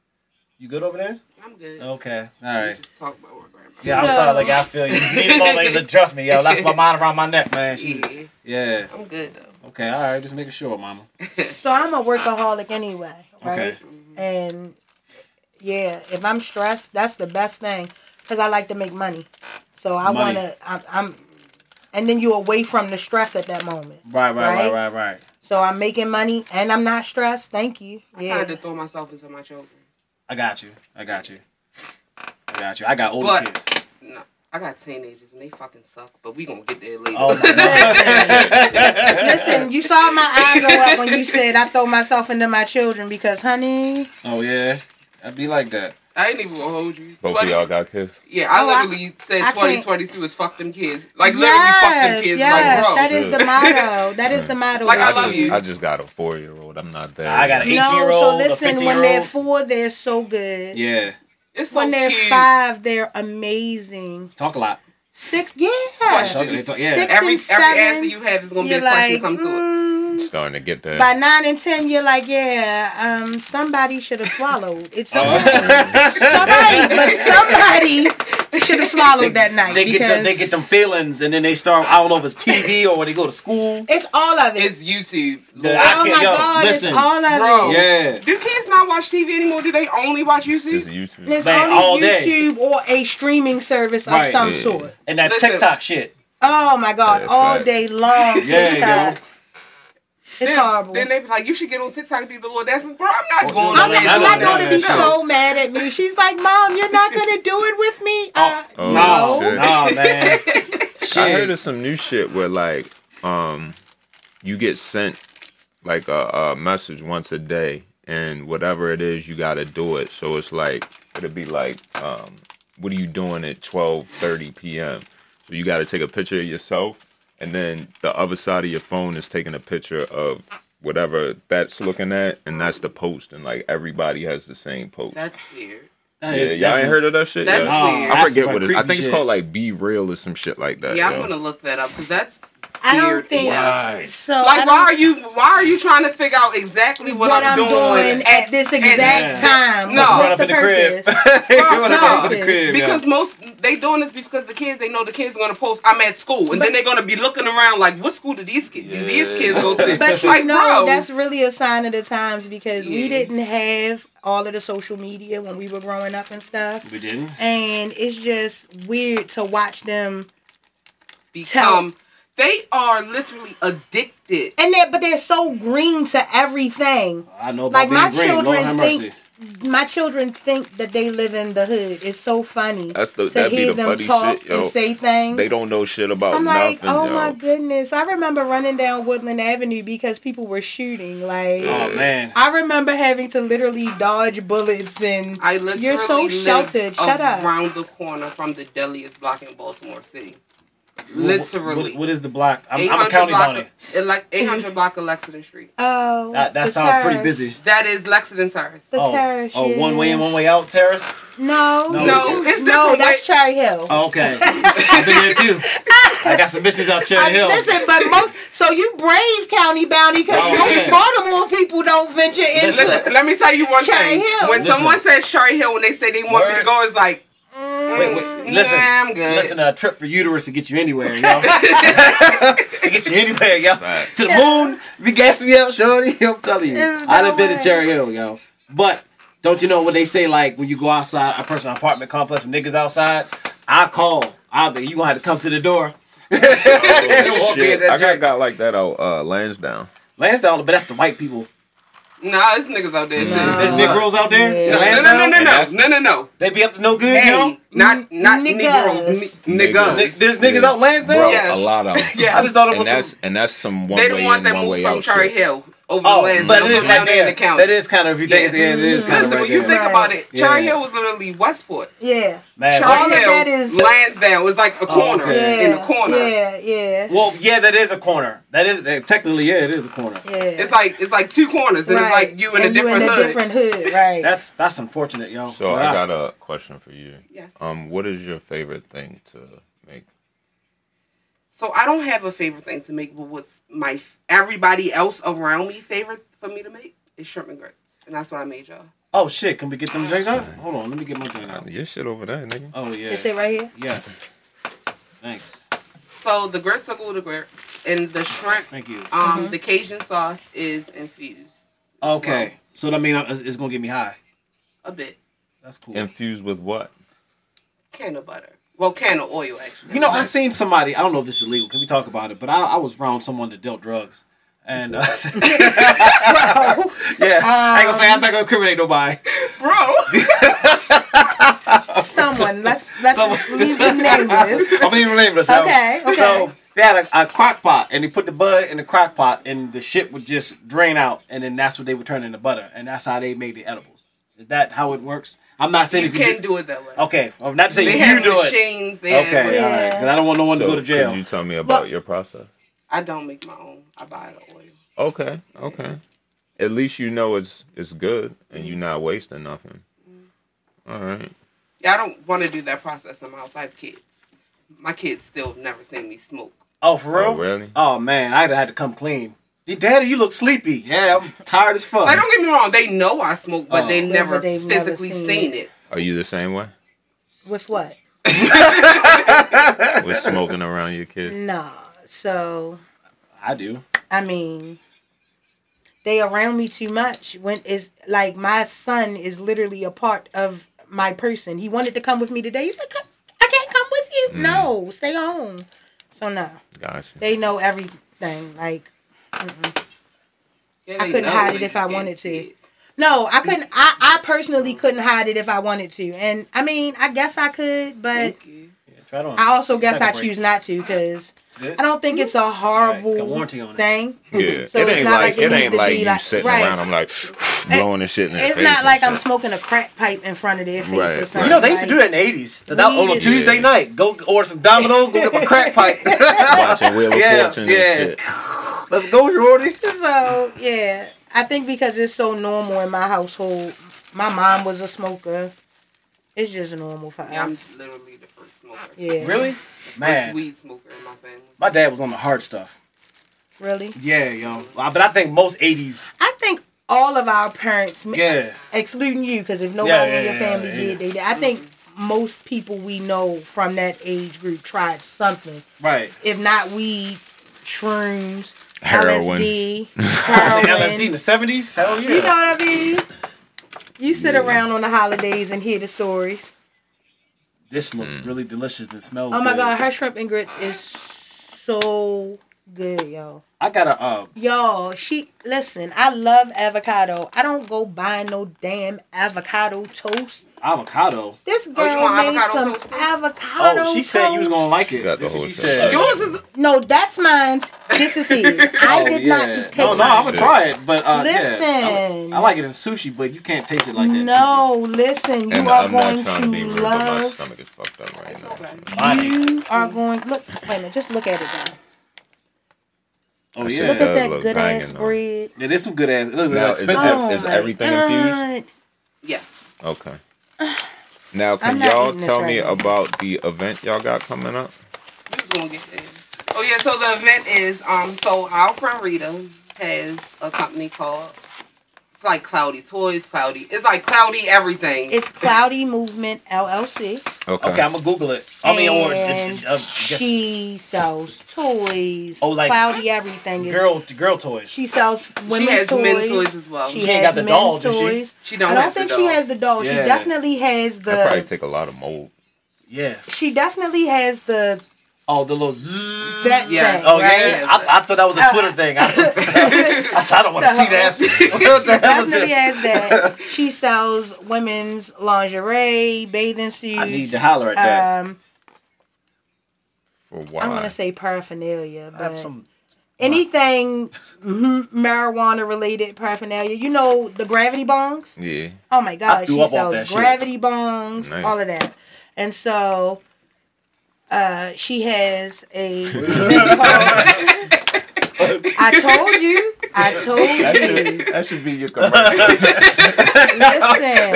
Speaker 1: You good over there?
Speaker 3: I'm good.
Speaker 1: Okay. All
Speaker 3: We
Speaker 1: right.
Speaker 3: Just talk about my grandmother.
Speaker 1: Oh, Yeah, I'm
Speaker 2: So-
Speaker 1: sorry. Like I feel you. You need a moment to trust me, yo. That's my mind around my neck, man. She,
Speaker 3: Yeah,
Speaker 1: yeah.
Speaker 3: I'm good though.
Speaker 1: Okay. All right. Just making sure, Mama.
Speaker 2: So I'm a workaholic anyway, right?
Speaker 1: Okay.
Speaker 2: And yeah, if I'm stressed, that's the best thing because I like to make money. So I
Speaker 1: Money.
Speaker 2: want to. I'm, I'm, and then you're away from the stress at that moment.
Speaker 1: Right. Right. Right.
Speaker 2: Right?
Speaker 1: Right. Right.
Speaker 2: So I'm making money and I'm not stressed. Thank you.
Speaker 3: I
Speaker 2: Yeah.
Speaker 3: tried to throw myself into my children.
Speaker 1: I got you. I got you. I got you. I got older
Speaker 3: But-
Speaker 1: kids.
Speaker 3: No, I got teenagers and they fucking suck. But we gonna get there later.
Speaker 1: Oh my
Speaker 2: Listen, you saw my eye go up when you said I throw myself into my children because, honey,
Speaker 1: Oh yeah. I'd be like that.
Speaker 3: I ain't even gonna hold you.
Speaker 5: Both of
Speaker 3: 20
Speaker 5: y'all got kids.
Speaker 3: Yeah, I
Speaker 2: Oh, I-
Speaker 3: literally said
Speaker 2: I can't-
Speaker 3: 2022 is fuck them kids. Like literally fuck them
Speaker 2: yes,
Speaker 3: kids.
Speaker 2: yes,
Speaker 3: like bro,
Speaker 2: that is the motto. That is the motto.
Speaker 3: Like, I
Speaker 5: just,
Speaker 3: love you.
Speaker 5: I just got a four year old. I'm not there.
Speaker 1: I got an eighteen year
Speaker 2: No, so
Speaker 1: old.
Speaker 2: listen, when they're four, they're so good.
Speaker 1: Yeah.
Speaker 3: it's so
Speaker 2: When they're
Speaker 3: cute.
Speaker 2: five, they're amazing.
Speaker 1: Talk a lot.
Speaker 2: Six, yeah.
Speaker 3: Watch
Speaker 1: Talk, they talk, yeah.
Speaker 2: Six- and
Speaker 3: Every every
Speaker 2: seven,
Speaker 3: answer you have is gonna be a
Speaker 2: You're
Speaker 3: question
Speaker 2: like,
Speaker 3: come to it.
Speaker 2: mm.
Speaker 5: starting to get there.
Speaker 2: by nine and ten, you're like, yeah, um, somebody should have swallowed. It's
Speaker 3: Oh.
Speaker 2: okay. somebody, but somebody should have swallowed that night
Speaker 1: They get
Speaker 2: because
Speaker 1: them, they get them feelings, and then they start. I don't know if it's TV or when they go to school.
Speaker 2: It's all of it.
Speaker 3: It's YouTube.
Speaker 1: The-
Speaker 3: Lord.
Speaker 1: I
Speaker 2: oh
Speaker 1: can't-
Speaker 2: my
Speaker 1: yo,
Speaker 2: god,
Speaker 1: listen,
Speaker 2: it's all of
Speaker 3: Bro.
Speaker 2: it.
Speaker 1: Yeah.
Speaker 3: Do kids not watch TV anymore? Do they only watch
Speaker 5: Just
Speaker 3: YouTube?
Speaker 5: YouTube.
Speaker 2: It's
Speaker 1: Man,
Speaker 2: only
Speaker 1: all day.
Speaker 2: YouTube or a streaming service
Speaker 1: Right.
Speaker 2: of some
Speaker 5: Yeah.
Speaker 2: sort.
Speaker 1: And that
Speaker 3: Listen.
Speaker 1: TikTok shit.
Speaker 2: Oh my god,
Speaker 5: That's
Speaker 2: all
Speaker 5: right.
Speaker 2: day long.
Speaker 1: Yeah, yo.
Speaker 2: TikTok. It's
Speaker 3: then,
Speaker 2: horrible.
Speaker 3: Then they be like, you should get on TikTok and do the little dancing. Bro, I'm not
Speaker 1: Well,
Speaker 3: going
Speaker 1: no,
Speaker 3: on
Speaker 2: I'm
Speaker 1: no,
Speaker 2: like,
Speaker 1: no,
Speaker 2: my
Speaker 1: no,
Speaker 2: daughter
Speaker 1: no,
Speaker 2: be
Speaker 1: no.
Speaker 2: so mad at me. She's like, Mom, you're not gonna do it with me. Uh,
Speaker 5: Oh,
Speaker 1: no,
Speaker 5: shit.
Speaker 1: no, man.
Speaker 5: I
Speaker 1: Shit.
Speaker 5: heard of some new shit where like um you get sent like a, a message once a day and whatever it is you gotta do it. So it's like it'll be like um what are you doing at twelve thirty PM? So you gotta take a picture of yourself and then the other side of your phone is taking a picture of whatever that's looking at and that's the post and like everybody has the same post.
Speaker 3: That's weird.
Speaker 1: That
Speaker 5: yeah,
Speaker 1: is
Speaker 5: y'all ain't
Speaker 1: definitely-
Speaker 5: heard of that shit?
Speaker 3: That's
Speaker 5: Yeah.
Speaker 1: Nah,
Speaker 3: weird.
Speaker 5: I
Speaker 1: that's
Speaker 5: forget
Speaker 1: some
Speaker 5: what it is. I
Speaker 1: creepy
Speaker 5: think it's
Speaker 1: shit.
Speaker 5: called like Be Real or some shit like
Speaker 1: Uh,
Speaker 5: that.
Speaker 3: Yeah, I'm
Speaker 5: yo.
Speaker 3: gonna look that up because that's
Speaker 2: I don't
Speaker 3: weird
Speaker 2: think
Speaker 3: AF.
Speaker 2: so. I
Speaker 3: Like,
Speaker 2: don't-
Speaker 3: why are you? Why are you trying to figure out exactly what,
Speaker 2: what I'm doing at this exact
Speaker 1: Yeah.
Speaker 2: time?
Speaker 3: No.
Speaker 2: What's
Speaker 1: Run
Speaker 2: the
Speaker 1: up in the
Speaker 2: purpose?
Speaker 3: Bro,
Speaker 1: Run up in the
Speaker 2: no.
Speaker 1: crib, yeah.
Speaker 3: Because most they doing this because the kids they know the kids are gonna post I'm at school and then they're gonna be looking around like what school do these kids do these kids go to?
Speaker 2: But you
Speaker 3: like,
Speaker 2: know,
Speaker 3: bro,
Speaker 2: that's really a sign of the times because
Speaker 3: Yeah.
Speaker 2: we didn't have all of the social media when we were growing up and stuff.
Speaker 1: We didn't.
Speaker 2: And it's just weird to watch them.
Speaker 3: become they are literally addicted.
Speaker 2: And they but they're so green to everything.
Speaker 1: I know about
Speaker 2: Like
Speaker 1: being
Speaker 2: my
Speaker 1: green. Lord have
Speaker 2: children
Speaker 1: mercy.
Speaker 2: think my children think that they live in the hood. It's so funny
Speaker 5: That's
Speaker 2: to
Speaker 5: the- that'd be
Speaker 2: hear
Speaker 5: the
Speaker 2: them
Speaker 5: funny
Speaker 2: talk
Speaker 5: shit, yo.
Speaker 2: and say things.
Speaker 5: They don't know shit about
Speaker 2: I'm like,
Speaker 5: nothing.
Speaker 2: oh
Speaker 5: yo.
Speaker 2: my goodness! I remember running down Woodland Avenue because people were shooting. Like,
Speaker 1: Oh man.
Speaker 2: I remember having to literally dodge bullets and
Speaker 3: I literally
Speaker 2: You're so
Speaker 3: live
Speaker 2: sheltered. Shut up.
Speaker 3: around the corner from the deadliest block in Baltimore City.
Speaker 1: What-
Speaker 3: Literally.
Speaker 1: what- what is the block? I'm, I'm
Speaker 3: 800
Speaker 1: a county
Speaker 3: block
Speaker 1: down there.
Speaker 3: of- it like 800 block of Lexington Street.
Speaker 2: oh,
Speaker 1: That, that
Speaker 2: the
Speaker 1: sounds pretty
Speaker 2: terrorists.
Speaker 1: busy.
Speaker 3: That is Lexington Terrace.
Speaker 2: The
Speaker 1: oh,
Speaker 2: terrace.
Speaker 1: oh,
Speaker 2: yeah.
Speaker 1: one way in, one way out terrace.
Speaker 2: No,
Speaker 1: No.
Speaker 3: No, it's
Speaker 2: no,
Speaker 3: different
Speaker 2: that's Cherry Hill.
Speaker 1: Oh, okay, I've been there too. I got some business out Cherry
Speaker 2: I-
Speaker 1: Hill.
Speaker 2: listen, but most so you brave county bounty because
Speaker 1: Oh,
Speaker 2: most
Speaker 1: yeah.
Speaker 2: Baltimore people don't venture into.
Speaker 3: Listen, let me tell you one
Speaker 2: Cherry
Speaker 3: thing.
Speaker 2: Hill.
Speaker 3: When
Speaker 1: Listen.
Speaker 3: someone says Cherry Hill, when they say they want me to
Speaker 1: Word.
Speaker 3: go, it's like,
Speaker 1: Wait, wait,
Speaker 3: mm,
Speaker 1: listen,
Speaker 3: yeah, I'm good.
Speaker 1: listen. A trip for uterus to get you anywhere, yo. it gets you anywhere, yo.
Speaker 5: Right.
Speaker 1: To the moon, you gas me up, shorty. I'm telling you,
Speaker 2: There's
Speaker 1: I
Speaker 2: no
Speaker 1: done been
Speaker 2: way.
Speaker 1: to Cherry Hill, yo. But don't you know what they say? Like when you go outside a personal apartment complex with niggas outside, I call. I'll be. You gonna have to come to the door.
Speaker 5: Oh,
Speaker 1: Walk in
Speaker 5: shit.
Speaker 1: that
Speaker 5: I got a
Speaker 1: joint.
Speaker 5: guy like that out uh, Lansdowne.
Speaker 1: Lansdowne, but that's the white people.
Speaker 3: Nah, there's niggas out there. too.
Speaker 2: Nah.
Speaker 1: Mm, There's
Speaker 2: Uh,
Speaker 1: Nick Rose out there.
Speaker 2: yeah.
Speaker 1: in
Speaker 3: No, no,
Speaker 1: Lansdowne.
Speaker 3: no, no, no,
Speaker 5: That's-
Speaker 3: no, no, no.
Speaker 1: They be up to no good, yo.
Speaker 3: Hey, not not
Speaker 2: Mm-hmm. N-
Speaker 3: Negroes,
Speaker 2: niggas.
Speaker 3: ni- niggas.
Speaker 1: Niggas. There's niggas out Lansdowne?
Speaker 5: Bro,
Speaker 3: Yes.
Speaker 5: a lot of them.
Speaker 3: Yeah.
Speaker 1: I just thought it
Speaker 5: And
Speaker 1: was
Speaker 5: that's
Speaker 1: some.
Speaker 5: and that's some one
Speaker 3: They
Speaker 5: way
Speaker 3: the ones
Speaker 5: in,
Speaker 3: that
Speaker 5: one
Speaker 3: moved
Speaker 5: way
Speaker 3: from
Speaker 5: out.
Speaker 3: Cherry
Speaker 5: shit.
Speaker 3: Hill over
Speaker 1: Oh,
Speaker 3: the land.
Speaker 1: but it is
Speaker 3: down
Speaker 1: right
Speaker 3: there in
Speaker 1: there.
Speaker 3: the county.
Speaker 1: That is kind of if you think
Speaker 3: Yeah.
Speaker 1: yeah. it is kind
Speaker 3: Listen,
Speaker 1: of right
Speaker 3: when you
Speaker 1: there.
Speaker 3: think
Speaker 2: Right.
Speaker 3: about it, Cherry
Speaker 1: Yeah.
Speaker 3: Hill was literally Westport.
Speaker 2: yeah,
Speaker 1: Man,
Speaker 2: All
Speaker 3: Cherry
Speaker 2: of
Speaker 1: West-
Speaker 3: Hill,
Speaker 2: that is-
Speaker 3: Lansdowne was like
Speaker 1: Oh,
Speaker 3: a corner
Speaker 1: okay.
Speaker 2: yeah,
Speaker 3: in the corner.
Speaker 2: Yeah, yeah,
Speaker 1: well, yeah, that is a corner. That is eh, technically, yeah, it is a corner.
Speaker 2: yeah.
Speaker 3: It's like it's like two corners, and it's like you in a
Speaker 2: And you
Speaker 3: different
Speaker 2: in
Speaker 3: hood.
Speaker 2: a different hood, right?
Speaker 1: That's that's unfortunate, Ah. yo.
Speaker 5: So I got a question for you.
Speaker 3: Yes.
Speaker 5: Um, what is your favorite thing to make?
Speaker 3: So I don't have a favorite thing to make, but what's my f- everybody else around me favorite for me to make is shrimp and grits, and that's what I made y'all.
Speaker 1: Oh shit! Can we get them drinks out? Hold on, let me get my drink
Speaker 5: Uh,
Speaker 1: out.
Speaker 5: Your shit over there, nigga.
Speaker 1: Oh
Speaker 2: This it
Speaker 1: yeah.
Speaker 2: right here.
Speaker 1: Yes. Thanks.
Speaker 3: So the gritsicle with the grit and the shrimp, um,
Speaker 1: Thank you.
Speaker 2: Mm-hmm.
Speaker 3: the Cajun sauce is infused
Speaker 1: Okay. So that mean I- it's it's gonna get me high.
Speaker 3: a bit
Speaker 1: That's cool.
Speaker 5: Infused with what?
Speaker 3: can of butter, well can of oil actually.
Speaker 1: You know, I seen somebody. I don't know if this is legal. Can we talk about it? But I, I was around someone that dealt drugs, and uh, yeah, I ain't gonna say I'm not gonna incriminate nobody.
Speaker 3: bro,
Speaker 2: Someone, let's let's
Speaker 1: Someone-
Speaker 2: leave the name this.
Speaker 1: I'm gonna even name this. yo.
Speaker 2: Okay, okay.
Speaker 1: So they had a, a crock pot, and they put the bud in the crock pot, and the shit would just drain out, and then that's what they would turn into butter, and that's how they made the edibles. Is that how it works? I'm not saying
Speaker 3: you
Speaker 1: if
Speaker 3: can
Speaker 1: did-
Speaker 3: do it that way.
Speaker 1: Okay, I'm not saying
Speaker 3: They
Speaker 1: you
Speaker 3: have
Speaker 1: do it.
Speaker 3: machines. They
Speaker 1: Okay,
Speaker 3: have whatever.
Speaker 1: all right. 'cause I don't want no one
Speaker 5: so
Speaker 1: to go to jail.
Speaker 5: Could you tell me about
Speaker 2: Well-
Speaker 5: your process?
Speaker 3: I don't make my own. I buy the oil.
Speaker 5: Okay, okay. At least you know it's it's good and you're not wasting nothing.
Speaker 2: Mm.
Speaker 5: All right.
Speaker 3: Yeah, I don't want to do that process in my house. I have kids. My kids still have never seen me smoke.
Speaker 1: oh, for real?
Speaker 5: Oh, really?
Speaker 1: Oh, man, I'd have had to come clean. Hey, Daddy, you look sleepy. Yeah, I'm tired as fuck.
Speaker 3: Like, don't get me wrong, they know I smoke, but
Speaker 1: Oh.
Speaker 3: they
Speaker 2: but
Speaker 3: never
Speaker 2: they've never
Speaker 3: physically
Speaker 2: seen
Speaker 3: seen
Speaker 2: it.
Speaker 3: it.
Speaker 5: Are you the same way
Speaker 2: With what?
Speaker 5: with smoking around your kids?
Speaker 2: Nah. So
Speaker 1: I do.
Speaker 2: I mean, they around me too much. When is like my son is literally a part of my person. He wanted to come with me today. He's like, "Come- I can't come with you.
Speaker 3: Mm.
Speaker 2: No, stay home. So no,
Speaker 5: Gotcha.
Speaker 2: they know everything. Like, mm-mm.
Speaker 3: Yeah,
Speaker 2: I
Speaker 3: they
Speaker 2: couldn't
Speaker 3: know,
Speaker 2: hide
Speaker 3: they
Speaker 2: it if
Speaker 3: just
Speaker 2: I
Speaker 3: can't
Speaker 2: wanted
Speaker 3: see
Speaker 2: to. no, I couldn't. I I personally couldn't hide it if I wanted to. And I mean, I guess I could, but
Speaker 3: Thank you.
Speaker 1: Yeah, try it on.
Speaker 2: I also guess
Speaker 1: Take a
Speaker 2: I
Speaker 1: break.
Speaker 2: choose not to because
Speaker 1: It's good.
Speaker 2: I don't think it's a
Speaker 1: right, it's got
Speaker 2: horrible
Speaker 1: warranty on it.
Speaker 2: thing.
Speaker 5: Yeah,
Speaker 2: So
Speaker 5: it
Speaker 2: it's
Speaker 5: ain't
Speaker 2: not like
Speaker 5: like,
Speaker 2: it
Speaker 5: it
Speaker 2: needs
Speaker 5: ain't
Speaker 2: to
Speaker 5: like
Speaker 2: be
Speaker 5: you
Speaker 2: like-
Speaker 5: sitting
Speaker 2: right.
Speaker 5: around. I'm like blowing the shit in their
Speaker 2: It's
Speaker 5: face
Speaker 2: not
Speaker 5: and
Speaker 2: like I'm
Speaker 5: shit.
Speaker 2: smoking a crack pipe in front of their face
Speaker 5: Right,
Speaker 2: or
Speaker 5: right.
Speaker 2: something.
Speaker 1: You know, they used to do that in the 80s. That was on a
Speaker 2: Yeah.
Speaker 1: Tuesday night. Go order some Domino's, go get my crack pipe.
Speaker 5: watching Wheel of
Speaker 1: Yeah,
Speaker 5: Fortune
Speaker 1: yeah.
Speaker 5: and shit.
Speaker 1: Let's go, Jordy.
Speaker 2: So yeah, I think because it's so normal in my household, my mom was a smoker. It's just normal for us.
Speaker 3: Yeah,
Speaker 2: Yeah.
Speaker 3: I'm literally the first smoker.
Speaker 1: Really?
Speaker 3: First
Speaker 1: Man,
Speaker 3: weed smoker in my family.
Speaker 1: my dad was on the hard stuff.
Speaker 2: Really?
Speaker 1: Yeah, yo. But I think most 80s.
Speaker 2: I think all of our parents, m-
Speaker 1: Yeah.
Speaker 2: excluding you, because if nobody
Speaker 1: Yeah, yeah,
Speaker 2: in your
Speaker 1: yeah,
Speaker 2: family
Speaker 1: yeah.
Speaker 2: did, they did. I think most people we know from that age group tried something.
Speaker 1: Right.
Speaker 2: If not weed, shrooms,
Speaker 5: Heroin.
Speaker 2: LSD,
Speaker 1: LSD in
Speaker 2: heroin.
Speaker 1: the 70s? Hell yeah.
Speaker 2: You know what I mean? You sit around on the holidays and hear the stories.
Speaker 5: Mm.
Speaker 1: this looks really delicious and smells
Speaker 2: Oh my
Speaker 1: good.
Speaker 2: god, her shrimp and grits is so good, yo.
Speaker 1: I got a uh,
Speaker 2: Yo, she listen. I love avocado. I don't go buy no damn avocado toast.
Speaker 1: avocado.
Speaker 2: This
Speaker 3: Oh,
Speaker 2: girl
Speaker 3: you want
Speaker 2: made
Speaker 3: avocado
Speaker 2: some
Speaker 3: toast too?
Speaker 2: avocado.
Speaker 1: Oh, she said you was gonna
Speaker 2: toast.
Speaker 1: like
Speaker 5: She
Speaker 1: it.
Speaker 5: got the
Speaker 1: This is
Speaker 5: whole
Speaker 1: she
Speaker 5: thing.
Speaker 1: said.
Speaker 3: Yours is
Speaker 2: No, that's mine. This is his. I
Speaker 1: Oh,
Speaker 2: did
Speaker 1: yeah.
Speaker 2: not take
Speaker 1: No, no, I'm
Speaker 2: mine.
Speaker 1: gonna try it, but uh,
Speaker 2: Listen.
Speaker 1: yeah, I, I like it in sushi, but you can't taste it like that.
Speaker 2: no, listen. You
Speaker 5: And
Speaker 2: are
Speaker 5: I'm
Speaker 2: going
Speaker 5: not
Speaker 2: to,
Speaker 5: trying to be rude, but my
Speaker 2: love.
Speaker 5: stomach is fucked up right now.
Speaker 3: okay.
Speaker 1: Mine
Speaker 2: You are going. Look, wait a minute. Just look at it. Though.
Speaker 1: Oh
Speaker 5: I
Speaker 1: yeah.
Speaker 5: said
Speaker 2: Look at
Speaker 5: does
Speaker 2: that
Speaker 5: look
Speaker 2: good ass
Speaker 5: banging, though.
Speaker 2: bread. Oh
Speaker 1: Yeah, there's some good ass. It looks
Speaker 5: Now, is
Speaker 1: expensive.
Speaker 5: that- is
Speaker 2: my
Speaker 5: everything infused?
Speaker 2: God.
Speaker 3: yeah.
Speaker 5: Okay. Now,
Speaker 2: I'm
Speaker 5: can
Speaker 2: not
Speaker 5: y'all
Speaker 2: eating this
Speaker 5: tell
Speaker 2: right
Speaker 5: me
Speaker 2: now.
Speaker 5: about the event y'all got coming up?
Speaker 3: We was gonna get there. Oh yeah, so the event is um so our friend Rita has a company called it's like Cloudy Toys, Cloudy. It's like Cloudy everything.
Speaker 2: It's Cloudy Movement LLC.
Speaker 5: Okay.
Speaker 1: Okay, I'm gonna Google it. I mean, or
Speaker 2: Oh. And
Speaker 1: uh, uh, just
Speaker 2: She sells toys.
Speaker 1: Oh, like-
Speaker 2: Cloudy everything. Is,
Speaker 1: girl, girl toys.
Speaker 2: She sells women's
Speaker 3: she has
Speaker 2: toys.
Speaker 3: men's toys as well.
Speaker 2: She,
Speaker 1: She
Speaker 2: has
Speaker 1: ain't got the
Speaker 2: men's
Speaker 1: doll, does she?
Speaker 2: toys.
Speaker 3: She don't
Speaker 2: I don't
Speaker 3: have the
Speaker 2: think she
Speaker 3: doll.
Speaker 2: has the doll. She
Speaker 1: Yeah.
Speaker 2: definitely has
Speaker 5: That probably
Speaker 2: the.
Speaker 5: take a lot of mold.
Speaker 1: Yeah.
Speaker 2: She definitely has the
Speaker 1: Oh, the little zzz.
Speaker 2: that
Speaker 3: Yeah.
Speaker 2: set.
Speaker 1: Oh
Speaker 2: right?
Speaker 1: yeah, I, I thought that was a Twitter thing. I, said, I, said, I don't want to see that. what the hell is
Speaker 2: Definitely
Speaker 1: this?
Speaker 2: has that. She sells women's lingerie, bathing suits.
Speaker 1: I need to holler at that.
Speaker 2: Um,
Speaker 5: For why?
Speaker 2: I'm gonna say paraphernalia,
Speaker 1: I have
Speaker 2: but
Speaker 1: some.
Speaker 2: anything mhm, marijuana related paraphernalia. You know the gravity bongs.
Speaker 5: yeah.
Speaker 2: Oh my
Speaker 1: I
Speaker 2: god,
Speaker 1: threw
Speaker 2: she
Speaker 1: up off that
Speaker 2: sells
Speaker 1: shit.
Speaker 2: gravity bongs,
Speaker 5: Nice.
Speaker 2: all of that. And so uh she has a event called I told you. I told you.
Speaker 5: that should be your commercial.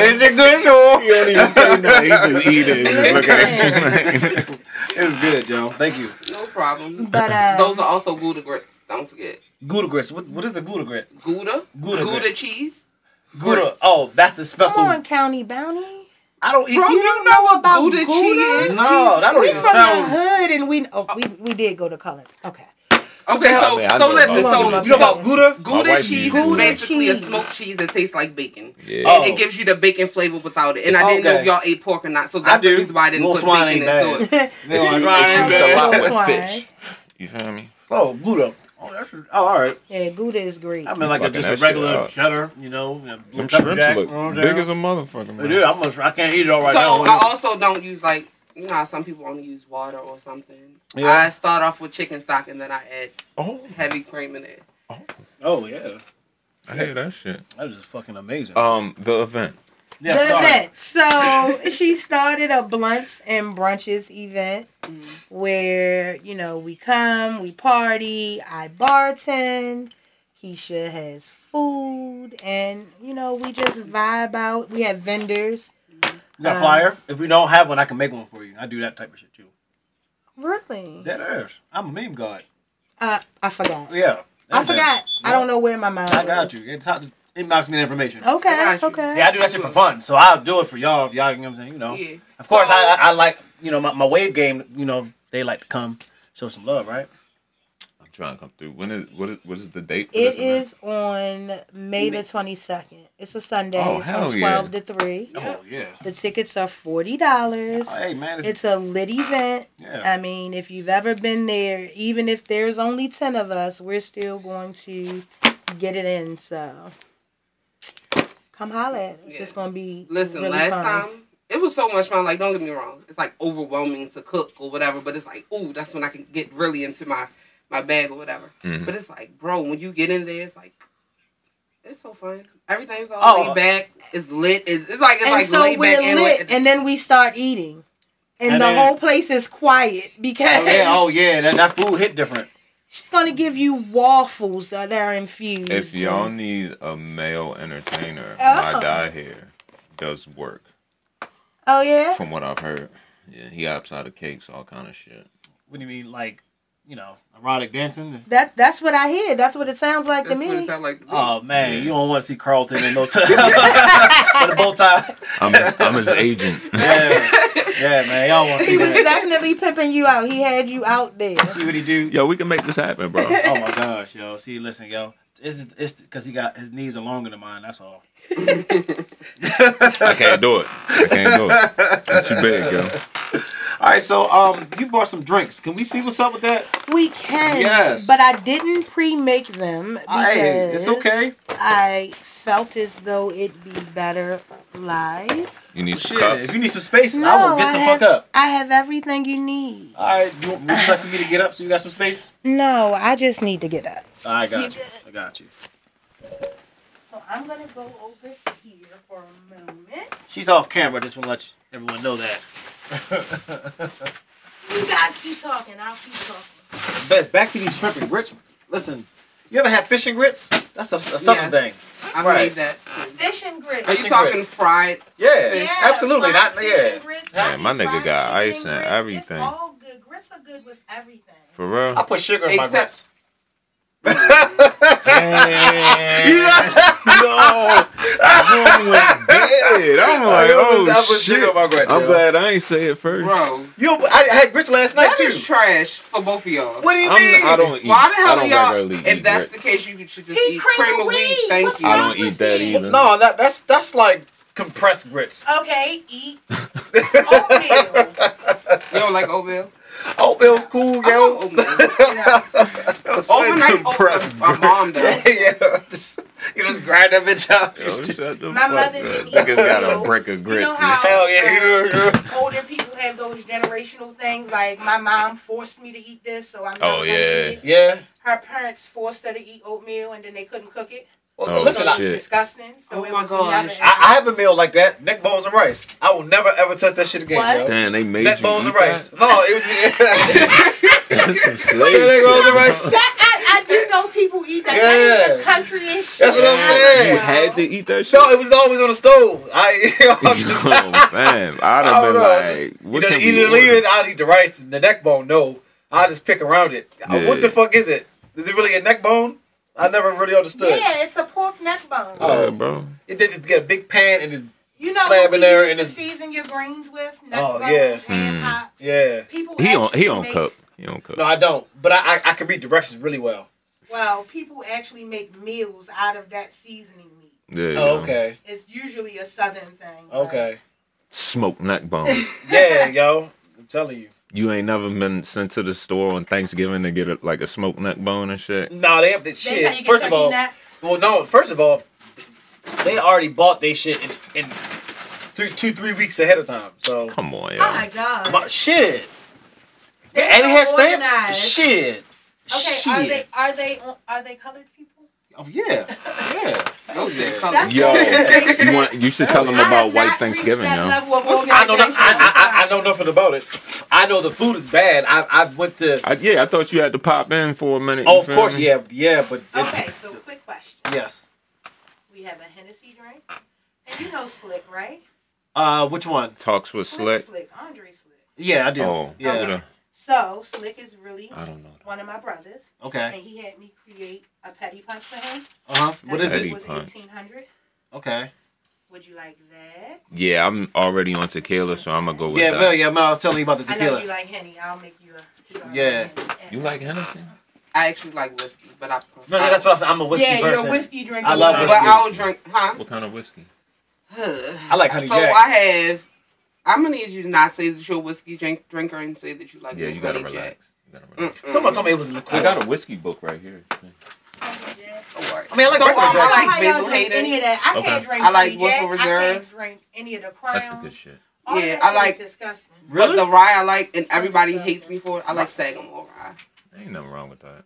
Speaker 2: Listen.
Speaker 5: it good, Joel? You don't even say nothing. You just eat it and just look
Speaker 2: Listen.
Speaker 5: at it.
Speaker 1: It's good, Joe. Thank you.
Speaker 3: no problem.
Speaker 2: But um,
Speaker 3: Those are also Gouda grits. Don't forget
Speaker 1: Gouda grits. What, what is a Gouda grit?
Speaker 3: Gouda,
Speaker 1: Gouda
Speaker 3: Gouda,
Speaker 1: grit.
Speaker 3: cheese.
Speaker 1: Gouda. Oh, that's a special.
Speaker 2: come on, County Bounty.
Speaker 1: I don't eat.
Speaker 3: Bro, you, know what Gouda, cheese is?
Speaker 1: no, that don't
Speaker 2: We
Speaker 1: even
Speaker 2: from the
Speaker 1: sound.
Speaker 2: hood and we oh, we we did go to Cullen. Okay.
Speaker 3: Okay,
Speaker 5: I
Speaker 3: so
Speaker 5: mean,
Speaker 3: so
Speaker 5: I know
Speaker 3: listen,
Speaker 5: about
Speaker 3: so
Speaker 5: Gouda.
Speaker 1: You know about Gouda?
Speaker 5: My
Speaker 3: Gouda
Speaker 5: wife
Speaker 3: cheese
Speaker 5: uses
Speaker 3: is
Speaker 5: Gouda
Speaker 3: basically a
Speaker 2: cheese.
Speaker 3: smoked cheese that tastes like bacon.
Speaker 5: Yeah.
Speaker 1: Oh.
Speaker 3: It gives you the bacon flavor without it. And I didn't know
Speaker 1: Okay.
Speaker 3: if y'all ate pork or not, so
Speaker 1: I
Speaker 3: that's the
Speaker 1: do.
Speaker 3: reason why I didn't
Speaker 1: Lil
Speaker 3: put
Speaker 1: Swine
Speaker 3: bacon
Speaker 1: ain't
Speaker 3: into
Speaker 1: bad.
Speaker 3: it.
Speaker 5: It
Speaker 1: Oh,
Speaker 5: shoots-
Speaker 1: right.
Speaker 5: it shoots a lot
Speaker 2: Swine.
Speaker 5: with fish. You feel me?
Speaker 1: Oh, Gouda. Oh, that's oh, all right.
Speaker 2: Yeah, Gouda is great.
Speaker 1: I
Speaker 5: You
Speaker 1: mean, like a,
Speaker 5: fucking
Speaker 1: just
Speaker 5: that
Speaker 1: a
Speaker 5: shit
Speaker 1: regular
Speaker 5: up.
Speaker 1: cheddar, you know. you know,
Speaker 5: Them
Speaker 1: pepper
Speaker 5: shrimps
Speaker 1: jack,
Speaker 5: look
Speaker 1: you know what I'm
Speaker 5: big
Speaker 1: saying?
Speaker 5: as a motherfucker, man.
Speaker 1: Dude, I'm gonna, I can't eat it all right
Speaker 3: so uh,
Speaker 1: now.
Speaker 3: I also don't use like you know how some people only use water or something.
Speaker 1: Yeah.
Speaker 3: I start off with chicken stock and then I add
Speaker 5: Oh,
Speaker 3: heavy cream in it.
Speaker 1: oh yeah,
Speaker 5: I hate that shit.
Speaker 1: that was just fucking amazing.
Speaker 5: Um, the event.
Speaker 1: yeah,
Speaker 2: the
Speaker 1: sorry.
Speaker 2: event. So she started a blunts and brunches event
Speaker 1: Mm.
Speaker 3: Mhm.
Speaker 2: where, you know, we come, we party, I bartend, Keisha has food, and, you know, we just vibe out. We have vendors.
Speaker 1: You got a
Speaker 2: Um,
Speaker 1: flyer? If we don't have one, I can make one for you. I do that type of shit too.
Speaker 2: Really?
Speaker 1: That ass. I'm a meme god.
Speaker 2: Uh, I forgot.
Speaker 1: Yeah.
Speaker 2: I
Speaker 1: Everything.
Speaker 2: forgot. I don't know where my mind
Speaker 1: I got
Speaker 2: was.
Speaker 1: you. It's hot. It knocks me the information.
Speaker 2: Okay,
Speaker 3: I got you.
Speaker 2: okay.
Speaker 1: Yeah, I do that shit for fun. So I'll do it for y'all if y'all, you know what I'm saying? You know.
Speaker 3: Yeah.
Speaker 1: Of course,
Speaker 3: So-
Speaker 1: I, I I like, you know, my, my wave game, you know, they like to come show some love, right?
Speaker 5: I'm trying to come through. When is what is what is the date? for
Speaker 2: It
Speaker 5: this event?
Speaker 2: is on May the 22nd. It's a Sunday.
Speaker 5: Oh,
Speaker 2: it's
Speaker 5: hell
Speaker 2: from
Speaker 5: yeah.
Speaker 2: 12 to 3.
Speaker 1: Oh, yeah.
Speaker 2: The tickets are $40.
Speaker 1: Oh, hey, man. It's,
Speaker 2: It's a lit
Speaker 3: Ah,
Speaker 2: event.
Speaker 1: yeah.
Speaker 2: I mean, if you've ever been there, even if there's only 10 of us, we're still going to get it in. So come holla at us. It's going to be
Speaker 3: Listen,
Speaker 2: really
Speaker 3: last
Speaker 2: fun.
Speaker 3: time it was so much fun. Like, don't get me wrong, it's like overwhelming to cook or whatever. But it's like, ooh, that's when I can get really into my my bag or whatever.
Speaker 1: Mm.
Speaker 5: Mhm.
Speaker 3: But it's like, bro, when you get in there, it's like, it's so fun. Everything's all
Speaker 1: Oh.
Speaker 3: laid back. It's lit. It's, it's like it's
Speaker 2: And
Speaker 3: like
Speaker 2: so
Speaker 3: laid
Speaker 2: we're
Speaker 3: back
Speaker 2: lit,
Speaker 3: and lit.
Speaker 2: and then we start eating. And,
Speaker 1: And
Speaker 2: the
Speaker 1: then-
Speaker 2: whole place is quiet because
Speaker 1: Oh, yeah. Oh, yeah. That, that food hit different.
Speaker 2: she's going to give you waffles that that are infused.
Speaker 5: If y'all
Speaker 2: and-
Speaker 5: need a male entertainer,
Speaker 2: Oh.
Speaker 5: my guy here does work.
Speaker 2: Oh, yeah?
Speaker 5: From what I've heard, yeah, he outside of cakes, all kind of shit.
Speaker 1: What do you mean, like, you know, erotic dancing?
Speaker 2: That That's what I hear. That's what it sounds like
Speaker 3: That's
Speaker 2: to me.
Speaker 3: what it sounded like. To me.
Speaker 1: Oh, man.
Speaker 5: Yeah.
Speaker 1: You don't want to see Carlton in no time. With a bow tie.
Speaker 5: I'm his, I'm his agent.
Speaker 1: Yeah. Yeah, man. Y'all want to see
Speaker 2: He was
Speaker 1: that.
Speaker 2: definitely pimping you out. He had you out there.
Speaker 1: See what he do?
Speaker 5: Yo, we can make this happen, bro.
Speaker 1: Oh my gosh, yo. See, listen, yo. It's it's because he got his knees are longer than mine. That's all.
Speaker 5: I can't do it. I can't do it. I'm too big, yo.
Speaker 1: All All right, so um, you brought some drinks. Can we see what's up with that?
Speaker 2: We can.
Speaker 1: Yes.
Speaker 2: But I didn't pre-make them because
Speaker 1: Uh, Hey, it's okay.
Speaker 2: I felt as though it'd be better live.
Speaker 4: You need some
Speaker 1: Shit,
Speaker 4: cups.
Speaker 1: if you need some space, I will get the
Speaker 2: have,
Speaker 1: fuck up.
Speaker 2: I have everything you need.
Speaker 1: All right, you, would you like for me to get up so you got some space?
Speaker 2: No, I just need to get up.
Speaker 1: I got you. I got you.
Speaker 2: So I'm gonna go over here for a moment.
Speaker 1: She's off camera. I just want to let you, everyone know that.
Speaker 2: You guys keep talking. I'll keep talking.
Speaker 1: Best back to these shrimp and grits. Listen, you ever had fish and grits? That's a, a southern thing.
Speaker 3: Yes. I
Speaker 1: Right.
Speaker 3: made that.
Speaker 2: Fish and grits.
Speaker 3: Are
Speaker 1: Fish
Speaker 3: you
Speaker 1: and
Speaker 3: talking
Speaker 1: grits.
Speaker 3: fried?
Speaker 1: Yeah,
Speaker 2: Yeah,
Speaker 1: absolutely.
Speaker 2: fried
Speaker 1: Not
Speaker 2: fish
Speaker 1: yeah.
Speaker 2: and grits,
Speaker 4: Man,
Speaker 2: I
Speaker 4: my
Speaker 2: eat
Speaker 4: nigga
Speaker 2: fried
Speaker 4: got
Speaker 2: chicken
Speaker 4: ice and
Speaker 2: grits.
Speaker 4: everything.
Speaker 2: It's all good. Grits are good with everything.
Speaker 4: For real?
Speaker 1: I put sugar in my
Speaker 3: Except-
Speaker 1: grits. no.
Speaker 4: Dead. I'm like,
Speaker 1: I
Speaker 4: oh
Speaker 1: put sugar
Speaker 4: shit.
Speaker 1: in my grits.
Speaker 4: I'm
Speaker 1: yo.
Speaker 4: glad I ain't say it first.
Speaker 3: Bro,
Speaker 1: You, don't put- I had grits last night
Speaker 3: that
Speaker 1: too.
Speaker 3: is trash for both of y'all.
Speaker 1: what do you mean?
Speaker 4: I'm, I don't eat.
Speaker 3: Why the hell
Speaker 4: I
Speaker 3: do
Speaker 4: don't
Speaker 3: y'all?
Speaker 4: regularly
Speaker 3: If
Speaker 4: eat
Speaker 3: that's
Speaker 4: grits.
Speaker 3: the case, you could- should just
Speaker 2: Eat
Speaker 3: eat
Speaker 2: cream
Speaker 3: cream
Speaker 2: of
Speaker 3: of wheat.
Speaker 2: wheat.
Speaker 3: Thank
Speaker 2: What's
Speaker 3: you.
Speaker 4: I
Speaker 2: wrong?
Speaker 4: don't eat that either.
Speaker 1: No, that, that's that's like compressed grits.
Speaker 2: Okay, eat oatmeal.
Speaker 3: You don't like oatmeal?
Speaker 1: Oatmeal's cool,
Speaker 3: I
Speaker 2: Oh,
Speaker 1: yo.
Speaker 3: love oatmeal. Overnight oh, oats are- are bomb though.
Speaker 1: yeah, just you just grind that bitch up.
Speaker 4: Yo, shut the
Speaker 2: My
Speaker 4: fuck
Speaker 2: mother
Speaker 4: up.
Speaker 2: didn't eat
Speaker 4: Niggas got
Speaker 2: oatmeal.
Speaker 4: a brick of
Speaker 2: You
Speaker 4: grits.
Speaker 2: know how
Speaker 1: Hell yeah,
Speaker 2: uh,
Speaker 1: you know,
Speaker 2: older people have those generational things. Like my mom forced me to eat this, so I'm. Not
Speaker 4: Oh,
Speaker 2: gonna
Speaker 4: yeah.
Speaker 2: eat it.
Speaker 1: yeah.
Speaker 2: Her parents forced her to eat oatmeal, and then they couldn't cook it.
Speaker 1: Well,
Speaker 4: Oh,
Speaker 1: listen,
Speaker 2: so
Speaker 1: I,
Speaker 2: it was
Speaker 4: shit.
Speaker 2: disgusting. So
Speaker 3: Oh,
Speaker 2: it
Speaker 3: my
Speaker 2: was
Speaker 3: gosh.
Speaker 2: never.
Speaker 1: I, I have a meal like that: neck bones and rice. I will never ever touch that shit again,
Speaker 2: What?
Speaker 1: yo.
Speaker 4: Damn, they made
Speaker 1: Neck
Speaker 4: you
Speaker 1: bones
Speaker 4: eat
Speaker 1: and rice. No, it was
Speaker 4: that. That's some slave
Speaker 1: neck bones and
Speaker 4: shit.
Speaker 1: rice.
Speaker 2: I, I, I do know people eat that. That is
Speaker 1: Yeah.
Speaker 2: the country and shit.
Speaker 1: That's what I'm saying.
Speaker 4: You had to eat that shit.
Speaker 1: No, it was always on the stove. I, I'm just,
Speaker 4: Yo, fam, I'd
Speaker 1: I
Speaker 4: have
Speaker 1: don't
Speaker 4: been
Speaker 1: know.
Speaker 4: like,
Speaker 1: just, you
Speaker 4: what
Speaker 1: know,
Speaker 4: can
Speaker 1: eat
Speaker 4: we
Speaker 1: it, or leave
Speaker 4: order?
Speaker 1: it. I'll eat the rice, the neck bone. No, I'll just pick around it. Uh, What
Speaker 4: Yeah.
Speaker 1: the fuck is it? Is it really a neck bone? I never really understood.
Speaker 2: Yeah, it's a pork neck bone.
Speaker 1: Oh.
Speaker 4: Yeah, bro.
Speaker 1: It did just get a big pan and it,
Speaker 2: you know
Speaker 1: slab
Speaker 2: what
Speaker 1: in
Speaker 2: we
Speaker 1: there
Speaker 2: used
Speaker 1: and
Speaker 2: to
Speaker 1: it's-
Speaker 2: season your greens with neck
Speaker 1: Oh,
Speaker 2: bones,
Speaker 1: yeah.
Speaker 2: ham
Speaker 4: Mm.
Speaker 2: hocks.
Speaker 1: yeah.
Speaker 2: People
Speaker 4: He don't. He
Speaker 2: actually
Speaker 4: don't
Speaker 2: make-
Speaker 4: cook. He don't cook.
Speaker 1: No, I don't. But I, I, I can read directions really well.
Speaker 2: Well, people actually make meals out of that seasoning meat.
Speaker 4: yeah, you
Speaker 1: Oh,
Speaker 4: know.
Speaker 1: okay.
Speaker 2: It's usually a southern thing. but-
Speaker 1: Okay.
Speaker 4: Smoked neck bone.
Speaker 1: Yeah, yo. I'm telling you.
Speaker 4: you ain't never been sent to the store on Thanksgiving to get a, like a smoked neck bone and shit.
Speaker 1: No, they have this
Speaker 2: That's how you
Speaker 1: shit.
Speaker 2: get
Speaker 1: First of
Speaker 2: turkey
Speaker 1: all,
Speaker 2: necks.
Speaker 1: well, no. First of all, they already bought their shit in, in three, two, three weeks ahead of time. So
Speaker 4: Come on,
Speaker 2: Oh my
Speaker 4: y'all.
Speaker 2: god.
Speaker 1: my, shit.
Speaker 2: They
Speaker 1: and it has
Speaker 2: so
Speaker 1: stamps.
Speaker 2: organized.
Speaker 1: Shit.
Speaker 2: Okay,
Speaker 1: shit.
Speaker 2: are they are they are they colored people?
Speaker 1: Oh yeah, yeah. Hell
Speaker 3: Those shit
Speaker 1: yeah.
Speaker 3: colours.
Speaker 2: That's
Speaker 4: Yo,
Speaker 2: the
Speaker 4: you want? You should tell them
Speaker 2: I have
Speaker 4: about
Speaker 2: not
Speaker 4: White
Speaker 2: reached
Speaker 4: Thanksgiving,
Speaker 2: that
Speaker 4: yo.
Speaker 2: level
Speaker 1: I
Speaker 2: of
Speaker 1: know, I,
Speaker 2: organization.
Speaker 1: I, I, I know nothing about it. I know the food is bad. I, I went to.
Speaker 4: I, yeah, I thought you had to pop in for a minute.
Speaker 1: Oh,
Speaker 4: you
Speaker 1: of
Speaker 4: feel
Speaker 1: course,
Speaker 4: me?
Speaker 1: yeah, yeah, but it-
Speaker 2: Okay, so quick question.
Speaker 1: yes.
Speaker 2: We have a Hennessy drink, and you know Slick, right?
Speaker 1: Uh, which one?
Speaker 4: Talks with Slick.
Speaker 2: Slick, Andre Slick.
Speaker 1: Yeah, I do.
Speaker 4: Oh,
Speaker 1: yeah.
Speaker 4: who the-
Speaker 2: So Slick is really
Speaker 4: I don't know.
Speaker 2: one of my brothers, and
Speaker 1: Okay.
Speaker 2: he had me create a petty punch for him.
Speaker 1: Uh huh. What is
Speaker 4: Petty
Speaker 1: it?
Speaker 2: Was
Speaker 4: punch.
Speaker 2: eighteen hundred.
Speaker 1: Okay.
Speaker 2: Would you like that?
Speaker 4: Yeah, I'm already on tequila, so I'm gonna go with
Speaker 1: Yeah,
Speaker 4: that.
Speaker 1: well, yeah. I was telling you about the
Speaker 2: I know you
Speaker 1: tequila.
Speaker 2: like Henny. I'll make you a. you are a
Speaker 1: Yeah.
Speaker 2: Henny.
Speaker 4: You like Hennessy?
Speaker 3: I actually like whiskey, but I
Speaker 1: No, no, that's what I'm saying. I'm a whiskey
Speaker 2: yeah,
Speaker 1: person.
Speaker 2: you're a whiskey drinker.
Speaker 1: I love
Speaker 3: But
Speaker 1: whiskey.
Speaker 3: I'll drink, huh?
Speaker 4: What kind of whiskey?
Speaker 1: I like Honey
Speaker 3: so
Speaker 1: Jack.
Speaker 3: I have. I'm gonna need you to not say that you're a whiskey drink, drinker and say that you like
Speaker 4: Yeah,
Speaker 3: Honey
Speaker 4: you gotta
Speaker 3: Jack.
Speaker 4: relax. You gotta relax.
Speaker 3: Mm-mm.
Speaker 1: Someone told me it was liqueur.
Speaker 4: I got a whiskey book right here.
Speaker 3: Don't worry.
Speaker 1: I mean, I like
Speaker 3: so, um,
Speaker 1: regular Jack.
Speaker 3: I
Speaker 2: I don't know how
Speaker 3: like
Speaker 2: y'all
Speaker 3: Basil
Speaker 2: drink any
Speaker 3: Hayden.
Speaker 2: of that. I
Speaker 4: Okay.
Speaker 2: can't drink.
Speaker 3: I like
Speaker 2: Honey Jack.
Speaker 3: Woodford
Speaker 2: I
Speaker 3: Reserve.
Speaker 2: can't drink any of the
Speaker 4: That's the good
Speaker 2: crowns.
Speaker 4: shit.
Speaker 2: All
Speaker 3: Yeah,
Speaker 2: that
Speaker 3: I
Speaker 2: shit is
Speaker 3: like-
Speaker 2: disgusting.
Speaker 1: Really?
Speaker 3: But the rye I like, and everybody hates me for it. I like Sagamore rye.
Speaker 4: Ain't nothing wrong with that.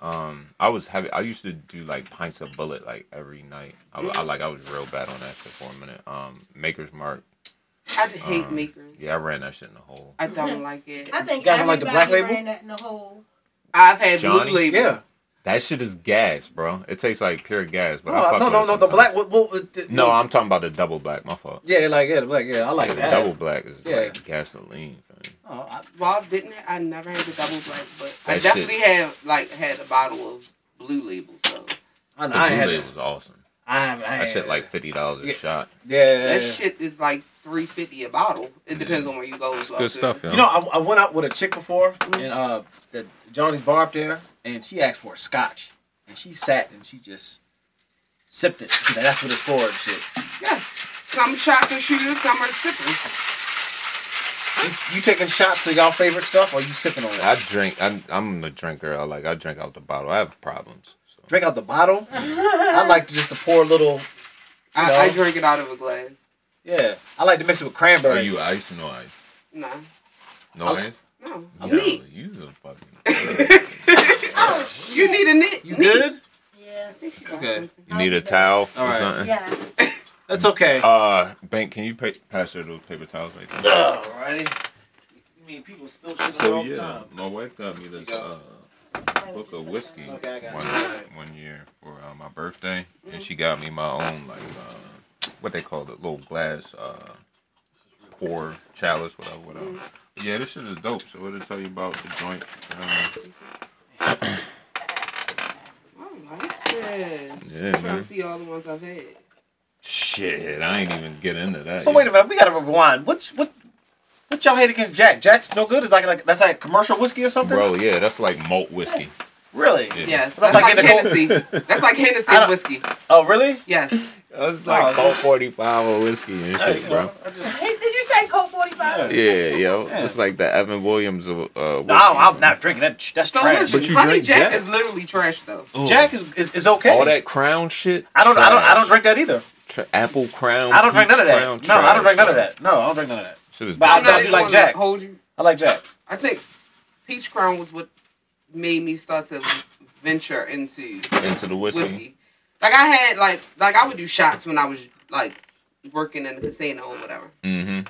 Speaker 4: Um, I was having. I used to do like pints of bullet like every night. I, wa- I like I was real bad on that shit for a minute. Um, Maker's Mark.
Speaker 3: I just hate
Speaker 1: Uh,
Speaker 4: Um,
Speaker 3: makers.
Speaker 4: Yeah, I ran that shit in the hole.
Speaker 3: I don't like it.
Speaker 2: I think
Speaker 1: You guys don't like the black
Speaker 2: everybody
Speaker 1: label?
Speaker 2: ran that in the whole.
Speaker 3: I've had
Speaker 4: Johnny?
Speaker 3: blue label.
Speaker 1: Yeah.
Speaker 4: That shit is gas, bro. It tastes like pure gas. But I
Speaker 1: No, no,
Speaker 4: fuck with
Speaker 1: no, no.
Speaker 4: it
Speaker 1: The
Speaker 4: sometimes.
Speaker 1: black. What, what, what, the,
Speaker 4: No, I'm talking about the double black. My fault.
Speaker 1: Yeah, like yeah, the black. Yeah, I like
Speaker 4: Yeah, the
Speaker 1: that.
Speaker 4: double black is
Speaker 1: Yeah.
Speaker 4: like gasoline. fam.
Speaker 1: Oh, I,
Speaker 3: Well, I didn't ha- I never had the double black, but I
Speaker 4: That shit-
Speaker 3: definitely have like had a bottle of blue label. So
Speaker 1: I, know,
Speaker 4: The
Speaker 1: I
Speaker 4: blue
Speaker 1: had.
Speaker 4: label was awesome.
Speaker 1: I have. I
Speaker 4: That
Speaker 1: had-
Speaker 4: shit like fifty dollars a
Speaker 1: Yeah.
Speaker 4: shot.
Speaker 1: Yeah.
Speaker 3: that shit is like three fifty a bottle. It depends on where you go. as well,
Speaker 4: Good
Speaker 3: too.
Speaker 4: stuff, yo.
Speaker 1: You know, I, I went out with a chick before,
Speaker 4: Mm-hmm.
Speaker 1: and uh, the Johnny's bar up there, and she asked for a scotch, and she sat and she just sipped it. She's like, That's what it's for and shit.
Speaker 3: Yeah. Some shots are shooters, some are sippers.
Speaker 1: You, you taking shots of y'all favorite stuff, or you sipping on
Speaker 4: I
Speaker 1: it?
Speaker 4: drink. I'm, I'm a drinker. I like. I drink out the bottle. I have problems. So.
Speaker 1: Drink out the bottle.
Speaker 2: Oh,
Speaker 1: I like to just to pour a little.
Speaker 3: I,
Speaker 1: No.
Speaker 3: I drink it out of a glass.
Speaker 1: Yeah, I like to mix it with
Speaker 4: Are
Speaker 1: cranberry.
Speaker 4: you ice? No ice.
Speaker 3: No,
Speaker 4: No
Speaker 1: Okay.
Speaker 4: ice.
Speaker 3: no,
Speaker 4: Yo,
Speaker 3: neat.
Speaker 4: you a fucking.
Speaker 3: You need a knit.
Speaker 1: You
Speaker 3: knit.
Speaker 1: good?
Speaker 2: Yeah.
Speaker 1: Okay,
Speaker 4: you need a towel.
Speaker 1: All
Speaker 4: or
Speaker 1: right.
Speaker 4: something?
Speaker 2: Yeah.
Speaker 1: that's okay.
Speaker 4: Uh, bank. Can you pay, pass her those paper towels right there?
Speaker 6: Alrighty. I mean, people spill shit all
Speaker 4: So
Speaker 6: the
Speaker 4: yeah,
Speaker 6: time.
Speaker 4: my wife got me this uh, book of whiskey
Speaker 6: Okay, I got
Speaker 4: one,
Speaker 6: you.
Speaker 4: one year for uh, my birthday, and she got me my own like uh, what they call it, little glass uh, pour chalice, whatever, whatever.
Speaker 1: Mm-hmm.
Speaker 4: Yeah, this shit is dope. So it'll tell you about the joints. Um,
Speaker 3: I like this.
Speaker 4: Yeah,
Speaker 3: I'm trying
Speaker 4: man.
Speaker 3: to see all the ones I've had.
Speaker 4: shit, I ain't even get into that.
Speaker 1: So
Speaker 4: yet.
Speaker 1: wait a minute, we gotta rewind. What what what y'all hate against Jack? Jack's no good. It's like like that's like commercial whiskey or something.
Speaker 4: bro. Yeah, that's like malt whiskey.
Speaker 1: Really?
Speaker 4: Yeah.
Speaker 3: Yes,
Speaker 1: That's
Speaker 3: that's,
Speaker 1: like
Speaker 3: like,
Speaker 1: getting
Speaker 3: Hennessy. That's like Hennessy
Speaker 1: I don't-
Speaker 3: whiskey.
Speaker 1: Oh really?
Speaker 3: Yes,
Speaker 4: That's
Speaker 1: like
Speaker 4: Uh, like
Speaker 1: Colt
Speaker 4: Colt 45 or whiskey and shit,
Speaker 1: Hey,
Speaker 4: bro.
Speaker 1: bro. I just
Speaker 2: Did you say Colt 45?
Speaker 4: Yeah, yo,
Speaker 1: Yeah.
Speaker 4: it's like the Evan Williams of uh, whiskey.
Speaker 1: no, I'm I'm
Speaker 4: man.
Speaker 1: not drinking that. That's
Speaker 3: so
Speaker 1: trash.
Speaker 4: But
Speaker 3: listen,
Speaker 4: you
Speaker 3: Honey
Speaker 4: drink
Speaker 3: Jack
Speaker 4: Jack.
Speaker 3: is literally trash though.
Speaker 1: Jack is, is, is okay.
Speaker 4: All that crown shit.
Speaker 1: I don't I don't I
Speaker 4: trash.
Speaker 1: don't drink that either.
Speaker 4: Tra- apple crown.
Speaker 1: I don't drink
Speaker 4: peach
Speaker 1: none of that.
Speaker 4: crown,
Speaker 1: No, I don't
Speaker 4: trash,
Speaker 1: drink none of
Speaker 4: bro.
Speaker 1: that. No, I don't drink none of that.
Speaker 4: Shit is
Speaker 1: But I
Speaker 4: dope.
Speaker 1: thought you like
Speaker 3: gonna
Speaker 1: Jack.
Speaker 3: Hold you.
Speaker 1: I like Jack.
Speaker 3: I think Peach Crown was what made me start to venture into
Speaker 4: into the whiskey.
Speaker 3: whiskey. Like I had like like I would do shots when I was like working in a casino or whatever.
Speaker 4: Mm-hmm.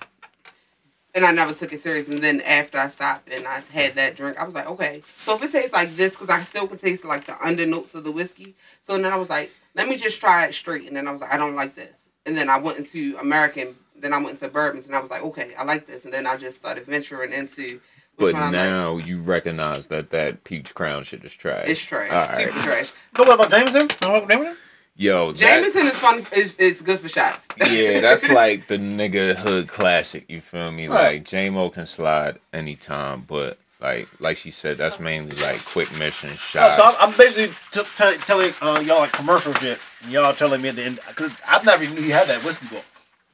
Speaker 3: And I never took it serious. And then after I stopped and I had that drink, I was like, okay. So if it tastes like this, because I still could taste like the under notes of the whiskey. So then I was like, let me just try it straight. And then I was like, I don't like this. And then I went into American. Then I went into bourbons, and I was like, okay, I like this. And then I just started venturing into.
Speaker 4: But
Speaker 3: Which one I like.
Speaker 4: now you recognize that that peach crown shit is trash.
Speaker 3: It's trash,
Speaker 4: All right.
Speaker 3: super trash.
Speaker 1: No, what about Jameson? No, what about Jameson?
Speaker 4: Yo, that,
Speaker 3: Jameson is fun. Is, is good for shots.
Speaker 4: yeah, that's like the nigga hood classic. You feel me?
Speaker 1: Right.
Speaker 4: Like JMO can slide anytime, but like like she said, that's mainly like quick mission
Speaker 1: Oh,
Speaker 4: shots.
Speaker 1: so I'm, I'm basically t- t- telling uh, y'all like commercial shit. and Y'all telling me at the end because I never even knew you had that whiskey book.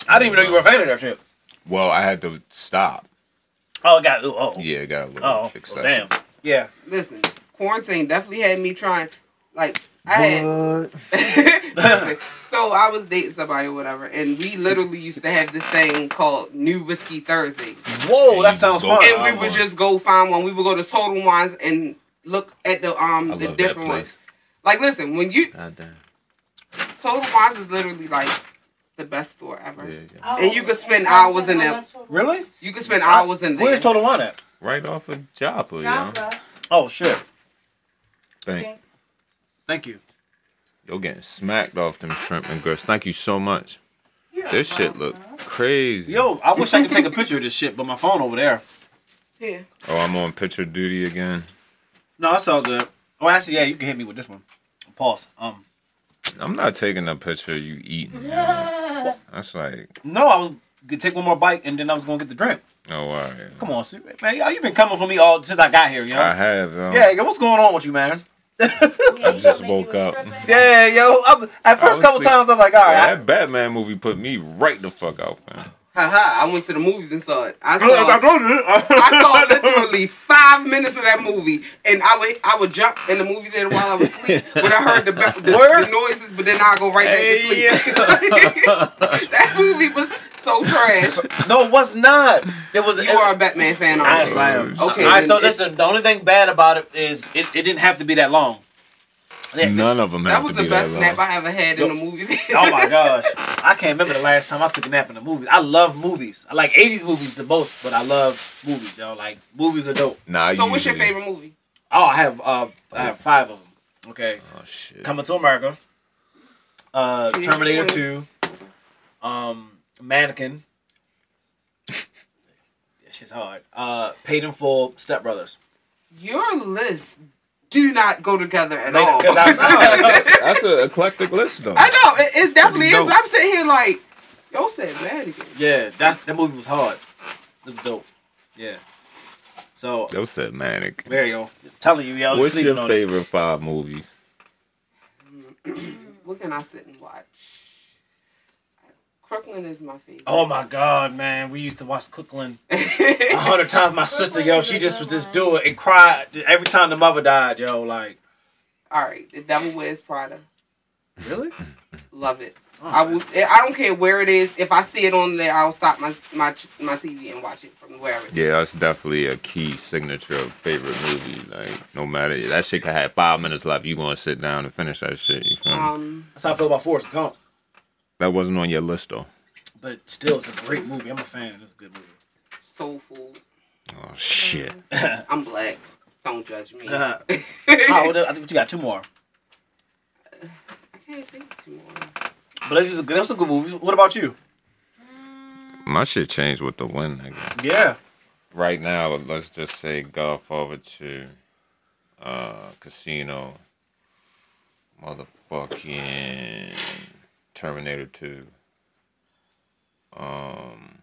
Speaker 1: I didn't even know you were a fan of that shit.
Speaker 4: well, I had to stop.
Speaker 1: Oh, God. Ooh, oh,
Speaker 4: Yeah, it got a little
Speaker 1: oh, well,
Speaker 4: excessive.
Speaker 1: damn. Yeah.
Speaker 3: Listen, quarantine definitely had me trying. Like I had. Listen, so I was dating somebody or whatever, and we literally used to have this thing called New Whiskey Thursday,
Speaker 1: Whoa,
Speaker 4: Mm-hmm. you
Speaker 1: that
Speaker 4: just
Speaker 1: sounds
Speaker 4: go
Speaker 1: fun.
Speaker 4: for
Speaker 3: and we
Speaker 4: Wow.
Speaker 3: would just go find one. We would go to Total Wines and look at the um
Speaker 4: I
Speaker 3: the
Speaker 4: love that
Speaker 3: different ones.
Speaker 4: place.
Speaker 3: Like, listen, when you
Speaker 4: God damn.
Speaker 3: Total Wines is literally like the best store ever.
Speaker 4: Yeah, yeah.
Speaker 2: Oh,
Speaker 3: And you could spend
Speaker 2: and
Speaker 3: hours in
Speaker 2: I
Speaker 3: there.
Speaker 2: love Total
Speaker 1: Really?
Speaker 3: You could spend hours in there.
Speaker 1: Where's Total Wine at?
Speaker 4: Right off of Joppa, yo.
Speaker 2: Java.
Speaker 1: Oh shit!
Speaker 4: Thank
Speaker 1: Thank you.
Speaker 4: You're getting smacked off them shrimp and grits. Thank you so much.
Speaker 2: Yeah.
Speaker 4: This shit look crazy.
Speaker 1: Yo, I wish I could take a picture of this shit, but my phone over there.
Speaker 3: Yeah.
Speaker 4: Oh, I'm on picture duty again.
Speaker 1: No, that's all good. Oh, actually, yeah, you can hit me with this one. Pause. Um,
Speaker 4: I'm not taking a picture of you eating.
Speaker 2: Yeah.
Speaker 4: That's like,
Speaker 1: no, I was gonna take one more bite and then I was gonna get the drink.
Speaker 4: oh, all right.
Speaker 1: Come on, Sue. man, y'all, you been coming for me all since I got here, yo.
Speaker 4: I have. Um,
Speaker 1: Yeah, yo, what's going on with you, man?
Speaker 2: Yeah, you gonna
Speaker 4: just
Speaker 2: make
Speaker 4: woke
Speaker 2: you a
Speaker 4: up.
Speaker 2: stripper?
Speaker 1: Yeah, yo. I'm, at first couple
Speaker 4: Honestly,
Speaker 1: times, I'm like, all right.
Speaker 4: That Batman movie put me right the fuck out, man.
Speaker 3: Haha, I went to the movies and saw it.
Speaker 1: I-
Speaker 3: I
Speaker 1: I- I
Speaker 3: saw,
Speaker 1: told you.
Speaker 3: I saw literally five minutes of that movie, and I would I would jump in the movie theater while I was asleep when I heard the, ba- the,
Speaker 1: Word?
Speaker 3: the noises, but then I go right back
Speaker 4: Hey,
Speaker 3: to sleep. that movie was so trash.
Speaker 1: No, it was not. It was.
Speaker 3: You
Speaker 1: it-
Speaker 3: are a Batman fan,
Speaker 1: I
Speaker 3: aren't
Speaker 1: am.
Speaker 3: you?
Speaker 1: I am.
Speaker 3: Okay,
Speaker 1: All right. So
Speaker 3: then it-
Speaker 1: listen, the only thing bad about it is it, it didn't have to be that long. Yeah.
Speaker 4: None of them
Speaker 3: That
Speaker 4: have
Speaker 3: was the
Speaker 4: to be that
Speaker 3: best
Speaker 4: long.
Speaker 3: nap I ever had in a movie. theater.
Speaker 1: Oh my gosh. I can't remember the last time I took a nap in a movie. I love movies. I like 80s movies the most, but I love movies, y'all. Like, movies are dope.
Speaker 4: Nah,
Speaker 3: So, what's your
Speaker 4: usually-
Speaker 3: favorite movie?
Speaker 1: Oh, I have uh, I have five of them. Okay.
Speaker 4: Oh shit.
Speaker 1: Coming to America. Uh,
Speaker 3: Jeez.
Speaker 1: Terminator 2. Um, Mannequin. That shit's hard. Uh, Paid in Full, Step Brothers.
Speaker 3: Your list do not go together at all.
Speaker 1: Because I-
Speaker 4: Nah, that's, that's an eclectic list, though.
Speaker 3: I know it, it definitely is.
Speaker 4: dope.
Speaker 3: But I'm sitting here like, yo, said mad again.
Speaker 1: yeah, that, that movie was hard. It was dope. Yeah. So,
Speaker 4: That was manic.
Speaker 1: there you go. Telling you, y'all.
Speaker 4: What's
Speaker 1: sleeping
Speaker 4: your
Speaker 1: on it.
Speaker 4: favorite five movies?
Speaker 3: what can I sit and watch? Crooklyn is my favorite.
Speaker 1: Oh my God, man! We used to watch Cookland a hundred times. My sister, yo, she just would just do it and cry every time the mother died, yo. Like,
Speaker 3: All right, The Devil Wears Prada.
Speaker 1: really?
Speaker 3: Love it.
Speaker 1: Oh,
Speaker 3: I will. I don't care where it is. If I see it on there, I'll stop my my ch- my TV and watch it from wherever.
Speaker 5: Yeah, that's definitely a key signature of favorite movie. Like, no matter that shit could have five minutes left, you gonna sit down and finish that shit. You feel me?
Speaker 3: Um,
Speaker 1: That's how I feel about Forrest Gump.
Speaker 5: that wasn't on your list though.
Speaker 1: But still, it's a great movie. I'm a fan. It's a good movie.
Speaker 3: soul food.
Speaker 5: Oh shit!
Speaker 3: I'm black. Don't judge me.
Speaker 1: Uh-huh.
Speaker 3: I
Speaker 1: Oh, well, I think you got two more.
Speaker 3: can't think of two more.
Speaker 1: But that was a good, that was a good movie. What about you?
Speaker 5: My shit changed with the wind, nigga.
Speaker 1: Yeah.
Speaker 5: Right now, let's just say Godfather Two, uh, Casino, motherfucking Terminator Two. Um,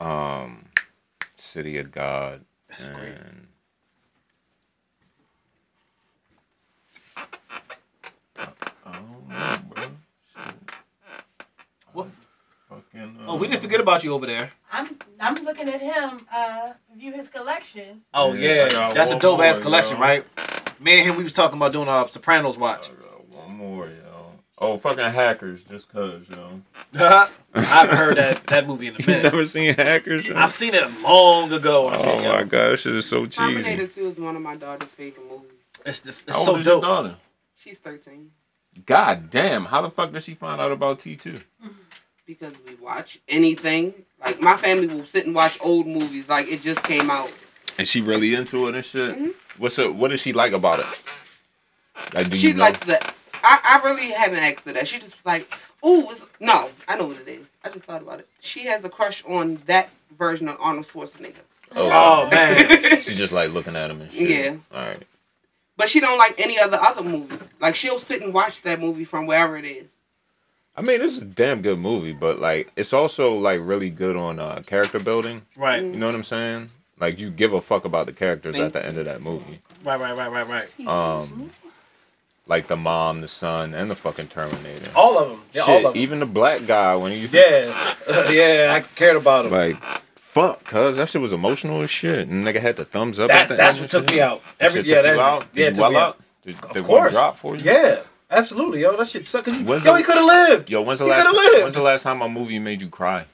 Speaker 5: um, City of God.
Speaker 1: That's great.
Speaker 5: and Oh, bro.
Speaker 1: What?
Speaker 5: Fucking. uh,
Speaker 1: Oh, we didn't forget about you over there.
Speaker 2: I'm I'm looking at him, uh, view his collection.
Speaker 1: Oh
Speaker 5: Yeah,
Speaker 1: yeah,
Speaker 5: I got
Speaker 1: that's a
Speaker 5: one
Speaker 1: dope ass
Speaker 5: more,
Speaker 1: collection,
Speaker 5: yo.
Speaker 1: right? Me and him, we was talking about doing a Sopranos watch.
Speaker 5: One more, yo. Oh, fucking hackers, just cause, yo.
Speaker 1: I haven't heard that that movie in a
Speaker 5: You
Speaker 1: minute.
Speaker 5: never seen hackers? Yo?
Speaker 1: I've seen it long ago. I
Speaker 5: Oh
Speaker 1: think, yo.
Speaker 5: my god, that shit is so cheesy.
Speaker 3: Terminator Two is one of my daughter's favorite movies.
Speaker 1: It's, the, it's
Speaker 5: How old
Speaker 1: so
Speaker 5: is your
Speaker 1: dope.
Speaker 5: daughter?
Speaker 3: She's 13
Speaker 5: God damn, how the fuck did she find out about T2?
Speaker 3: because we watch anything. Like my family will sit and watch old movies. Like it just came out.
Speaker 5: And she really into it and shit?
Speaker 3: Mm-hmm.
Speaker 5: What's up? What does she like about it? Like, do
Speaker 3: She
Speaker 5: you know?
Speaker 3: like the. I, I really haven't asked her that. She just was like, ooh, it's, no, I know what it is. I just thought about it. She has a crush on that version of Arnold Schwarzenegger.
Speaker 1: Oh man,
Speaker 5: She just like looking at him and shit.
Speaker 3: Yeah.
Speaker 5: All right.
Speaker 3: But she don't like any of the other movies. Like she'll sit and watch that movie from wherever it is.
Speaker 5: I mean, this is a damn good movie, but like, it's also like really good on uh, character building.
Speaker 1: right,
Speaker 5: You know what I'm saying? Like, you give a fuck about the characters at the end of that movie.
Speaker 1: right, right, right, right, right.
Speaker 5: Um, like the mom, the son, and the fucking Terminator.
Speaker 1: All of them. Yeah,
Speaker 5: Shit,
Speaker 1: all of them.
Speaker 5: even the black guy when you
Speaker 1: Yeah, yeah, I cared about him.
Speaker 5: like fuck, cuz Uh, that shit was emotional as shit. And nigga had the thumbs up. at
Speaker 1: That
Speaker 5: the
Speaker 1: that's
Speaker 5: end
Speaker 1: what
Speaker 5: and
Speaker 1: took
Speaker 5: shit.
Speaker 1: me out.
Speaker 5: That
Speaker 1: Every
Speaker 5: shit
Speaker 1: yeah,
Speaker 5: took
Speaker 1: that
Speaker 5: you out?
Speaker 1: yeah, it
Speaker 5: Did you
Speaker 1: took
Speaker 5: well
Speaker 1: me out.
Speaker 5: out? Did, did
Speaker 1: Of
Speaker 5: one
Speaker 1: course,
Speaker 5: drop for you?
Speaker 1: yeah, absolutely, yo, that shit sucked. Cause he,
Speaker 5: When's
Speaker 1: yo,
Speaker 5: the-
Speaker 1: he could have lived.
Speaker 5: Yo, when's the
Speaker 1: You
Speaker 5: last
Speaker 1: coulda lived.
Speaker 5: when's the last time a movie made you cry?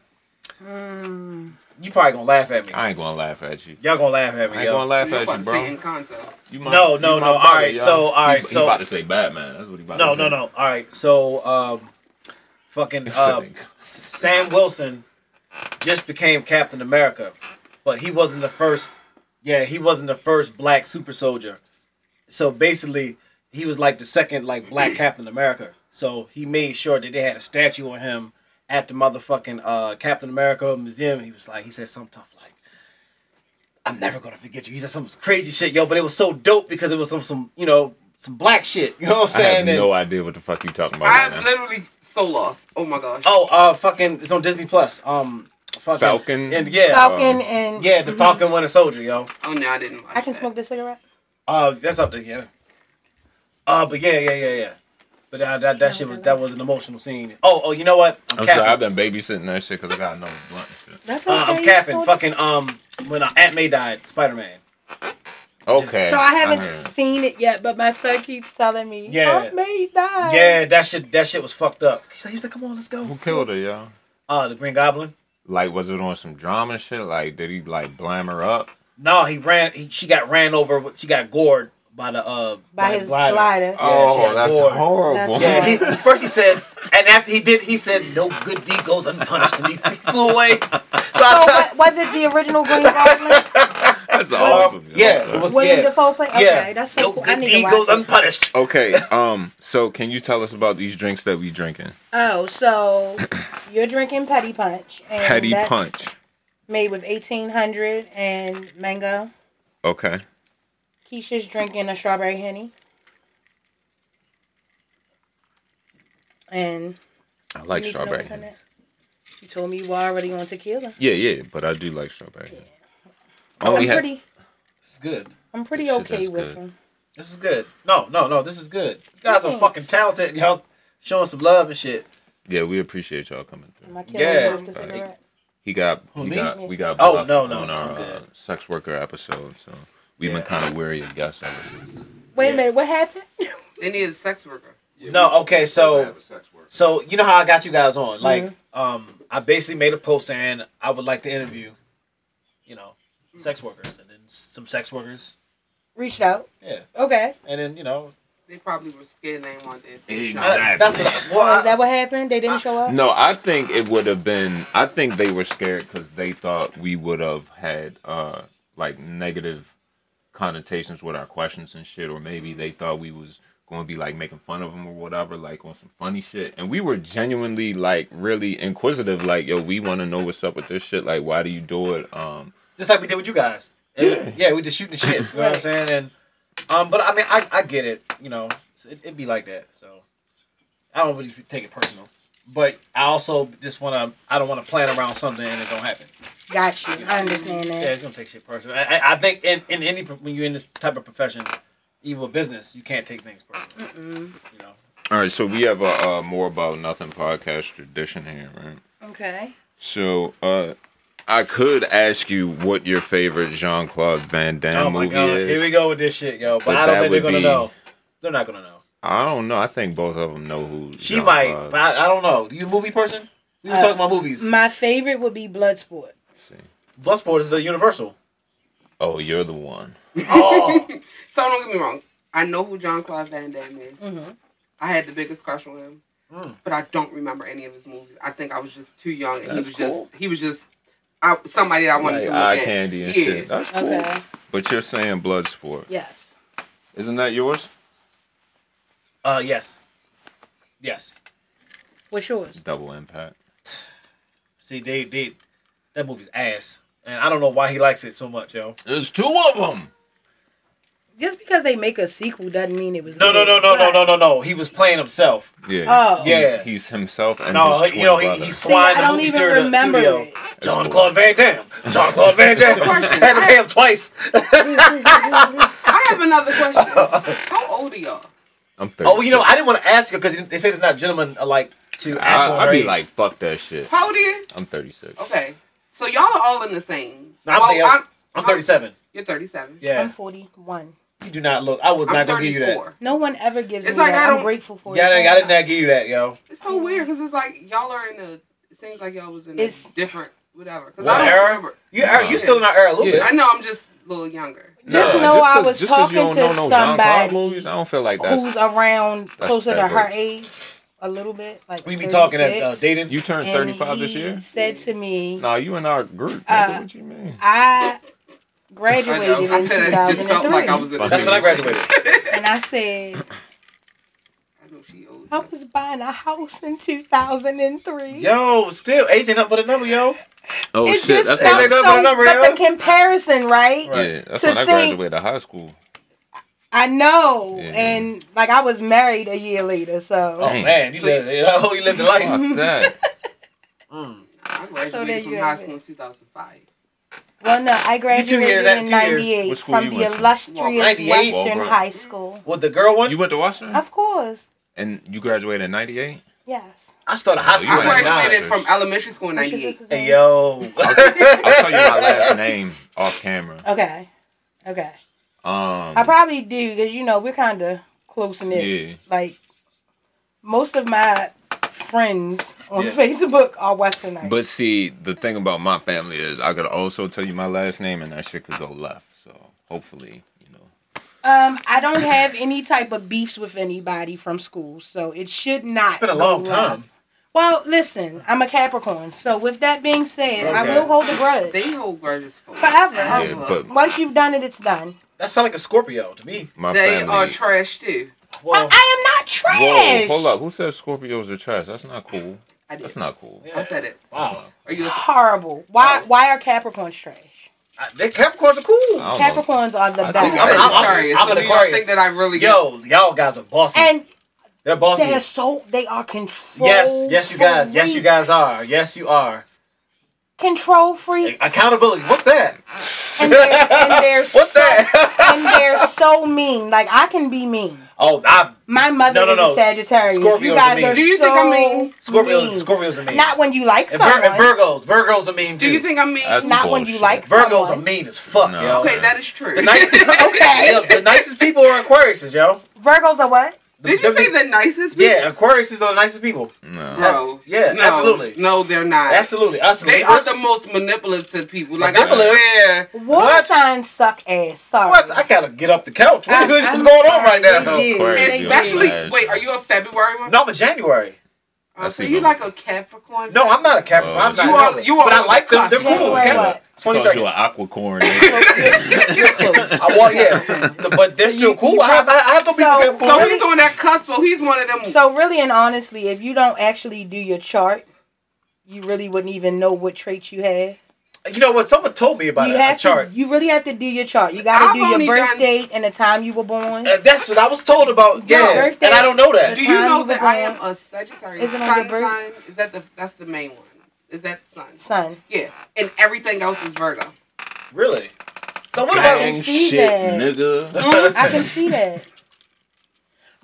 Speaker 1: You probably gonna laugh at me.
Speaker 5: I ain't gonna laugh at you.
Speaker 1: Y'all gonna laugh at
Speaker 5: I
Speaker 1: me,
Speaker 5: ain't
Speaker 1: yo.
Speaker 5: gonna laugh
Speaker 3: You
Speaker 5: at
Speaker 3: about
Speaker 5: you,
Speaker 3: to say
Speaker 5: bro. Oh,
Speaker 3: Encanto.
Speaker 5: You my-
Speaker 1: No,
Speaker 5: you
Speaker 1: no,
Speaker 5: my
Speaker 1: no.
Speaker 5: brother,
Speaker 1: All right,
Speaker 5: yo.
Speaker 1: so, all
Speaker 5: He-
Speaker 1: right,
Speaker 5: he
Speaker 1: so-
Speaker 5: about to say Batman. That's what he about
Speaker 1: No,
Speaker 5: to
Speaker 1: no,
Speaker 5: say.
Speaker 1: no. All right, so um, fucking uh, Sam Wilson just became Captain America, but he wasn't the first. Yeah, he wasn't the first black super soldier. So basically, he was like the second like black Captain America. So he made sure that they had a statue of him at the motherfucking uh, Captain America museum. He was like, he said something tough like, "I'm never gonna forget you." He said some crazy shit, yo. But it was so dope because it was some some you know some black shit. You know what I'm
Speaker 5: I
Speaker 1: saying?
Speaker 5: have
Speaker 1: And-
Speaker 5: no idea what the fuck you talking about.
Speaker 3: I'm
Speaker 5: right now.
Speaker 3: literally so lost. Oh my gosh.
Speaker 1: Oh, uh, fucking, it's on Disney Plus. Um, fucking
Speaker 5: Falcon?
Speaker 1: and yeah, Um,
Speaker 2: Falcon and
Speaker 1: yeah, the Falcon Winter Soldier, yo.
Speaker 3: Oh no, I didn't watch
Speaker 2: I can
Speaker 3: that.
Speaker 2: smoke this cigarette.
Speaker 1: Uh, that's up there, yeah. Uh, but yeah, yeah, yeah, yeah. But uh, that that shit was that was an emotional scene. Oh, oh, you know what? I'm,
Speaker 5: I'm
Speaker 1: capping.
Speaker 5: sorry, I've been babysitting that shit because I got another blunt and shit.
Speaker 2: That's okay.
Speaker 1: Uh, I'm
Speaker 2: you
Speaker 1: capping.
Speaker 2: told-
Speaker 1: Fucking um, when uh, Aunt May died, Spider Man.
Speaker 5: Okay.
Speaker 2: So I haven't
Speaker 5: heard.
Speaker 2: seen it yet, but my son keeps telling me,
Speaker 1: Yeah.
Speaker 2: "I may die."
Speaker 1: Yeah, that shit that shit was fucked up. He's like, he's like, come on, let's go.
Speaker 5: Who killed her, yo?
Speaker 1: Uh, the Green Goblin.
Speaker 5: Like, was it on some drama shit? Like, did he like blam her up?
Speaker 1: No, he ran. He, she got ran over. with- She got gored by the uh
Speaker 2: by his glider.
Speaker 1: she
Speaker 5: oh,
Speaker 1: got
Speaker 5: that's
Speaker 1: bored.
Speaker 5: horrible.
Speaker 1: Yeah, he, first he said, and after he did, he said, "No good deed goes unpunished," and he flew away. So,
Speaker 2: So
Speaker 1: I
Speaker 2: what, was it the original Green Goblin?
Speaker 5: that's
Speaker 1: tried.
Speaker 5: awesome. yo.
Speaker 1: yeah, it was
Speaker 2: William
Speaker 1: yeah,
Speaker 2: Defoe played. Okay,
Speaker 1: yeah.
Speaker 2: that's so
Speaker 1: no
Speaker 2: cool. I
Speaker 1: good
Speaker 2: need to
Speaker 1: deed
Speaker 2: watch
Speaker 1: goes
Speaker 2: it.
Speaker 1: unpunished.
Speaker 5: Okay. Um. So, can you tell us about these drinks that we drinking?
Speaker 2: Oh, so you're drinking Petty Punch. And
Speaker 5: Petty
Speaker 2: that's
Speaker 5: punch.
Speaker 2: Made with 1800 and mango.
Speaker 5: Okay.
Speaker 2: Keisha's drinking a strawberry henny. And
Speaker 5: I like
Speaker 2: you need to know
Speaker 5: strawberry.
Speaker 2: what's in
Speaker 5: Henny.
Speaker 2: it. You told me you were already on tequila.
Speaker 5: Yeah, yeah, but I do like strawberry. Henny.
Speaker 2: I'm
Speaker 5: Only Oh, had-
Speaker 2: pretty.
Speaker 1: It's good.
Speaker 2: I'm pretty
Speaker 5: Shit,
Speaker 2: okay
Speaker 5: that's
Speaker 2: with
Speaker 5: good.
Speaker 2: them.
Speaker 1: This is good. No, no, no. This is good. You guys are fucking talented. Y'all showing some love and shit.
Speaker 5: Yeah, we appreciate y'all coming through.
Speaker 2: My
Speaker 1: Yeah.
Speaker 2: kid moved the
Speaker 5: Right.
Speaker 2: cigarette.
Speaker 5: He got
Speaker 1: Who,
Speaker 5: he
Speaker 1: me?
Speaker 5: got we got
Speaker 1: Oh,
Speaker 5: buffed
Speaker 1: no, no,
Speaker 5: on
Speaker 1: no,
Speaker 5: our
Speaker 1: I'm
Speaker 5: uh,
Speaker 1: good.
Speaker 5: sex worker episode, so we've been
Speaker 1: Yeah.
Speaker 5: kind of wary of guests ever since. then.
Speaker 2: Wait a minute, what happened?
Speaker 3: They need a sex worker.
Speaker 1: No, okay, so-
Speaker 7: Have a sex worker.
Speaker 1: So you know how I got you guys
Speaker 2: Mm-hmm.
Speaker 1: on? Like, um, I basically made a post saying I would like to interview, you know, sex workers and then s- some sex workers.
Speaker 2: Reached out.
Speaker 1: Yeah,
Speaker 2: Okay.
Speaker 1: and then you know,
Speaker 3: They probably were scared they didn't want their face shot.
Speaker 5: Exactly.
Speaker 1: I- that's what. I, well,
Speaker 2: Oh,
Speaker 1: I-
Speaker 2: is that what happened? They didn't show up.
Speaker 5: No, I think it would have been. I think they were scared because they thought we would have had uh like negative connotations with our questions and shit, or maybe they thought we was going to be like making fun of them or whatever, like on some funny shit. And we were genuinely like really inquisitive, like yo, we want to know what's up with this shit. Like, why do you do it? Um,
Speaker 1: just like we did with you guys. And, yeah, we just shooting the shit. You know what I'm
Speaker 2: Right.
Speaker 1: saying? And um, but I mean, I, I get it. You know, it, it be like that. So I don't really take it personal. But I also just want to. I don't want to plan around something and it don't happen.
Speaker 2: Got you. I understand
Speaker 1: Yeah,
Speaker 2: that.
Speaker 1: it's gonna take shit personal. I, I- I think in, in any pro- when you're in this type of profession, even with business, you can't take things personal. You know,
Speaker 5: all right, so we have a, uh more about nothing podcast tradition here, right?
Speaker 2: Okay.
Speaker 5: So, uh, I could ask you what your favorite Jean Claude Van Damme
Speaker 1: oh my
Speaker 5: movie
Speaker 1: gosh,
Speaker 5: is.
Speaker 1: here we go with this shit, yo. But,
Speaker 5: But
Speaker 1: I
Speaker 5: that
Speaker 1: don't think they're
Speaker 5: would
Speaker 1: gonna
Speaker 5: be-
Speaker 1: know. They're not gonna know.
Speaker 5: I don't know. I think both of them know who
Speaker 1: She
Speaker 5: Jean
Speaker 1: might,
Speaker 5: Claude-
Speaker 1: but I, I don't know. You a movie person? We were
Speaker 2: Uh,
Speaker 1: talking about movies.
Speaker 2: My favorite would be Bloodsport.
Speaker 1: Bloodsport is the universal.
Speaker 5: Oh, you're the one.
Speaker 1: Oh,
Speaker 3: So don't get me wrong. I know who John Claude Van Damme is. I had the biggest crush on him,
Speaker 1: Mm.
Speaker 3: but I don't remember any of his movies. I think I was just too young, and
Speaker 5: That's
Speaker 3: he was
Speaker 5: cool.
Speaker 3: just he was just I, somebody that I wanted
Speaker 5: Like
Speaker 3: to look
Speaker 5: eye
Speaker 3: at.
Speaker 5: candy and
Speaker 3: yeah.
Speaker 5: shit. That's cool.
Speaker 2: Okay.
Speaker 5: But you're saying Bloodsport.
Speaker 2: Yes.
Speaker 5: Isn't that yours?
Speaker 1: uh, yes, yes.
Speaker 2: What's yours?
Speaker 5: Double impact.
Speaker 1: See, they did that movie's ass, and I don't know why he likes it so much, yo.
Speaker 5: There's two of them.
Speaker 2: Just because they make a sequel doesn't mean it was.
Speaker 1: No, no,
Speaker 2: good.
Speaker 1: no, no, no,
Speaker 2: Right.
Speaker 1: no, no, no. He was playing himself.
Speaker 5: Yeah.
Speaker 2: Oh.
Speaker 5: He's-
Speaker 1: Yeah.
Speaker 5: He's, himself and
Speaker 1: No,
Speaker 5: his
Speaker 1: you know he,
Speaker 5: brother.
Speaker 1: he
Speaker 2: See, I
Speaker 1: swine the
Speaker 2: don't
Speaker 1: movie
Speaker 2: even
Speaker 1: steer to the
Speaker 2: remember
Speaker 1: studio.
Speaker 2: it.
Speaker 1: John Claude Van Damme. John Claude Van Damme.
Speaker 3: Question.
Speaker 1: Had to pay him twice.
Speaker 3: I have another question. How old are y'all?
Speaker 5: I'm 30.
Speaker 1: Oh, you know, I didn't want to ask you because they said it's not gentlemen alike to
Speaker 5: I,
Speaker 1: ask
Speaker 5: would be like, fuck that shit.
Speaker 3: How old are you?
Speaker 5: I'm 36.
Speaker 3: Okay, so y'all are all in the same.
Speaker 1: No, I'm
Speaker 3: well,
Speaker 1: thinking-
Speaker 3: I'm,
Speaker 1: I'm 37.
Speaker 3: You're 37.
Speaker 2: I'm
Speaker 1: Yeah,
Speaker 2: 41.
Speaker 1: you do not look. I was
Speaker 3: I'm
Speaker 1: not gonna give you
Speaker 3: 34.
Speaker 1: that.
Speaker 2: No one ever gives
Speaker 3: It's
Speaker 2: me
Speaker 3: like
Speaker 2: that.
Speaker 3: I
Speaker 2: I'm
Speaker 3: don't-
Speaker 2: grateful for
Speaker 1: Yeah, I
Speaker 2: it.
Speaker 1: did I did not give you that, yo.
Speaker 3: It's so weird because it's like y'all are in a. It seems like y'all was in
Speaker 2: It's-
Speaker 3: a different whatever. Because
Speaker 1: What
Speaker 3: I don't
Speaker 1: era?
Speaker 3: remember.
Speaker 1: You are you still in our era a little
Speaker 5: Yeah.
Speaker 3: I know I'm just a little younger.
Speaker 2: Just
Speaker 5: Nah,
Speaker 2: know I
Speaker 5: 'cause-
Speaker 2: was
Speaker 5: just 'cause you
Speaker 2: talking
Speaker 5: don't
Speaker 2: to
Speaker 5: know no Jean Claude
Speaker 2: somebody
Speaker 5: movies, I don't feel like
Speaker 2: Who's
Speaker 5: that's.
Speaker 2: around closer to her
Speaker 5: diverse.
Speaker 2: age, a little bit. Like
Speaker 1: bit. We be talking at uh,
Speaker 2: 36.
Speaker 1: dating.
Speaker 5: You turned
Speaker 2: And
Speaker 5: 35 this
Speaker 2: he
Speaker 5: year?
Speaker 2: Said to me,
Speaker 5: Nah, you in our group. nigga.
Speaker 2: Uh,
Speaker 5: what you mean?
Speaker 2: I
Speaker 3: I
Speaker 2: graduated
Speaker 3: know.
Speaker 2: in
Speaker 3: I said I just felt
Speaker 2: 2003,
Speaker 3: like I was in. a-
Speaker 1: That's when I graduated.
Speaker 2: and I said
Speaker 3: I know she old.
Speaker 2: I was buying a house in 2003.
Speaker 1: Yo, still age ain't nothing but a number, yo.
Speaker 5: oh,
Speaker 2: it
Speaker 5: shit.
Speaker 2: just
Speaker 5: That's
Speaker 2: felt
Speaker 5: when I-
Speaker 1: Ain't
Speaker 2: so.
Speaker 1: nothing but a number,
Speaker 2: but the
Speaker 1: yo.
Speaker 2: comparison, right?
Speaker 1: Right.
Speaker 5: Yeah, that's
Speaker 2: To
Speaker 5: when I
Speaker 2: think-
Speaker 5: graduated high school.
Speaker 2: I know,
Speaker 5: Yeah.
Speaker 2: and like I was married a year later, so.
Speaker 1: Oh
Speaker 5: Dang.
Speaker 1: man, you lived, yo, you lived the life.
Speaker 5: Fuck that.
Speaker 1: Mm.
Speaker 2: So
Speaker 3: I
Speaker 2: there
Speaker 3: graduated
Speaker 2: you
Speaker 3: from high
Speaker 2: have
Speaker 3: school in 2005.
Speaker 2: Well, no, I
Speaker 1: two
Speaker 2: graduated
Speaker 1: years, that
Speaker 2: in
Speaker 1: two years.
Speaker 2: '98
Speaker 5: What school
Speaker 2: from
Speaker 5: you
Speaker 2: the
Speaker 5: went to?
Speaker 2: illustrious
Speaker 1: 98?
Speaker 2: Western
Speaker 5: Walbrook.
Speaker 2: High School.
Speaker 1: With the girl one,
Speaker 5: You went to Washington?
Speaker 2: Of course,
Speaker 5: And you graduated in 98?
Speaker 2: yes.
Speaker 1: I started high school.
Speaker 5: Oh,
Speaker 1: at
Speaker 3: I
Speaker 5: You
Speaker 1: nine.
Speaker 5: ain't
Speaker 3: graduated
Speaker 5: nine.
Speaker 3: from elementary school in
Speaker 2: What's your
Speaker 3: 98.
Speaker 2: sister's
Speaker 1: Hey
Speaker 2: name?
Speaker 1: yo,
Speaker 5: I'll tell you my last name off camera.
Speaker 2: Okay, okay.
Speaker 5: Um,
Speaker 2: I probably do because you know we're kind of close in it.
Speaker 5: yeah.
Speaker 2: Like most of my friends on
Speaker 5: Yeah.
Speaker 2: Facebook are Westernites.
Speaker 5: But see, the thing about my family is I could also tell you my last name and that shit could go left. So hopefully, you know.
Speaker 2: um, I don't have any type of beefs with anybody from school, so it should not.
Speaker 1: it's been a long
Speaker 2: go well.
Speaker 1: time.
Speaker 2: Well, listen, I'm a Capricorn, so with that being said, I
Speaker 1: Okay.
Speaker 2: will hold a grudge
Speaker 3: They hold grudges for
Speaker 2: forever.
Speaker 5: Yeah, but
Speaker 2: Once you've done it, it's done.
Speaker 1: That sound like a Scorpio to me.
Speaker 5: my
Speaker 3: They
Speaker 5: family.
Speaker 3: are trash too.
Speaker 2: I,
Speaker 1: Well,
Speaker 2: I am not
Speaker 5: Whoa,
Speaker 2: trash.
Speaker 5: hold up. Who says Scorpios are trash? That's not cool.
Speaker 3: I did.
Speaker 5: That's not cool.
Speaker 1: Yeah.
Speaker 3: I said it.
Speaker 1: wow,
Speaker 3: Are
Speaker 2: It's
Speaker 3: you?
Speaker 2: horrible.
Speaker 1: Oh.
Speaker 2: Why? Why are Capricorns trash?
Speaker 1: I, they Capricorns are cool.
Speaker 5: I don't know.
Speaker 2: Capricorns are
Speaker 5: I
Speaker 2: the
Speaker 3: I'm,
Speaker 5: think
Speaker 1: I'm-
Speaker 2: best,
Speaker 1: I'm-
Speaker 3: sorry.
Speaker 1: I'm
Speaker 3: so
Speaker 1: an
Speaker 3: do y'all
Speaker 1: Aquarius.
Speaker 3: think that I really
Speaker 1: Yo, y'all guys are bossy.
Speaker 2: and
Speaker 1: They're bossy.
Speaker 2: they're so they are controlled.
Speaker 1: Yes, yes, you guys, yes, you guys are, yes, you are.
Speaker 2: control freaks.
Speaker 1: Accountability. What's that?
Speaker 2: And they're, and they're
Speaker 5: What's
Speaker 2: so,
Speaker 5: that?
Speaker 2: and they're so mean. Like I can be mean.
Speaker 1: Oh, I,
Speaker 2: My
Speaker 1: No,
Speaker 2: mother
Speaker 1: no,
Speaker 2: is
Speaker 1: no.
Speaker 2: a Sagittarius.
Speaker 1: Scorpios
Speaker 2: you
Speaker 1: are
Speaker 2: guys
Speaker 1: mean.
Speaker 2: are
Speaker 1: Do
Speaker 3: you
Speaker 2: so
Speaker 3: think I'm mean?
Speaker 1: Scorpios.
Speaker 2: mean.
Speaker 1: Scorpios are mean.
Speaker 2: Not when you like
Speaker 1: and, Vir-
Speaker 2: someone.
Speaker 1: and Virgos. Virgos are mean too.
Speaker 3: Do you think I'm mean?
Speaker 5: That's-
Speaker 2: not when you
Speaker 5: Bullshit.
Speaker 2: like
Speaker 1: Virgos
Speaker 2: someone.
Speaker 1: are mean as fuck,
Speaker 5: No.
Speaker 1: yo?
Speaker 3: okay, that is true.
Speaker 1: The, nice-
Speaker 2: Okay.
Speaker 1: Yo, the nicest people are Aquariuses, yo.
Speaker 2: Virgos are what?
Speaker 1: The-
Speaker 3: Did you
Speaker 1: the-
Speaker 3: say the nicest? People?
Speaker 1: Yeah, Aquariuses are the nicest people.
Speaker 5: No.
Speaker 3: bro.
Speaker 1: Yeah,
Speaker 3: no,
Speaker 1: absolutely.
Speaker 3: No, they're not.
Speaker 1: Absolutely. Us
Speaker 3: They are
Speaker 1: Libras.
Speaker 3: the most manipulative people. Like
Speaker 1: Manipulative?
Speaker 3: I swear.
Speaker 2: Water
Speaker 1: What?
Speaker 2: signs suck ass. Sorry.
Speaker 1: What? I gotta get up the couch.
Speaker 2: I-
Speaker 1: What is
Speaker 2: I'm
Speaker 1: going on right
Speaker 2: sorry.
Speaker 1: now?
Speaker 2: They do.
Speaker 5: Aquarius,
Speaker 2: They
Speaker 5: you
Speaker 2: do.
Speaker 3: Especially,
Speaker 5: guys.
Speaker 3: wait, are you a February one?
Speaker 1: No, but January.
Speaker 3: Oh, so
Speaker 5: That's
Speaker 3: you
Speaker 5: even-
Speaker 3: like a Capricorn?
Speaker 1: No, I'm not a Capricorn.
Speaker 5: Oh,
Speaker 1: I'm not.
Speaker 5: You
Speaker 1: a
Speaker 5: are-
Speaker 1: Capricorn.
Speaker 3: you are
Speaker 1: But I
Speaker 3: on
Speaker 1: like
Speaker 3: the
Speaker 1: them. They're
Speaker 3: cusp.
Speaker 1: cool.
Speaker 2: January
Speaker 1: Cap-
Speaker 2: what?
Speaker 1: Twenty
Speaker 5: Calls you
Speaker 1: seconds.
Speaker 5: an aquacorn.
Speaker 2: You're close.
Speaker 1: I want yeah, The- but they're still
Speaker 2: You-
Speaker 1: cool.
Speaker 2: you
Speaker 1: I have, I have those people.
Speaker 2: So-
Speaker 1: Capricorn.
Speaker 3: So
Speaker 2: Really?
Speaker 3: he's on that cusp. So he's one of them.
Speaker 2: So really and honestly, if you don't actually do your chart, you really wouldn't even know what traits you have.
Speaker 1: you know what? Someone told me about
Speaker 2: You
Speaker 1: a- a,
Speaker 2: have
Speaker 1: chart.
Speaker 2: to. You really have to do your chart. You got
Speaker 3: I've
Speaker 2: to do your
Speaker 3: only
Speaker 2: birth
Speaker 3: done-
Speaker 2: date and the time you were born.
Speaker 1: And that's what I was told about.
Speaker 2: Your
Speaker 1: Yeah,
Speaker 2: birthday.
Speaker 1: and I don't know that.
Speaker 2: The
Speaker 3: Do you
Speaker 2: time
Speaker 3: know
Speaker 2: you
Speaker 3: that
Speaker 2: were
Speaker 3: I am
Speaker 2: born.
Speaker 3: a Sagittarius
Speaker 2: Isn't on your
Speaker 3: sun
Speaker 2: birth-
Speaker 3: sign? Is that the that's the main one? Is that sun?
Speaker 2: Son,
Speaker 3: Yeah, and everything else is Virgo.
Speaker 1: Really? So what
Speaker 5: Gang
Speaker 1: about?
Speaker 2: Dang. see
Speaker 5: shit,
Speaker 2: that.
Speaker 5: nigga.
Speaker 2: I can see that.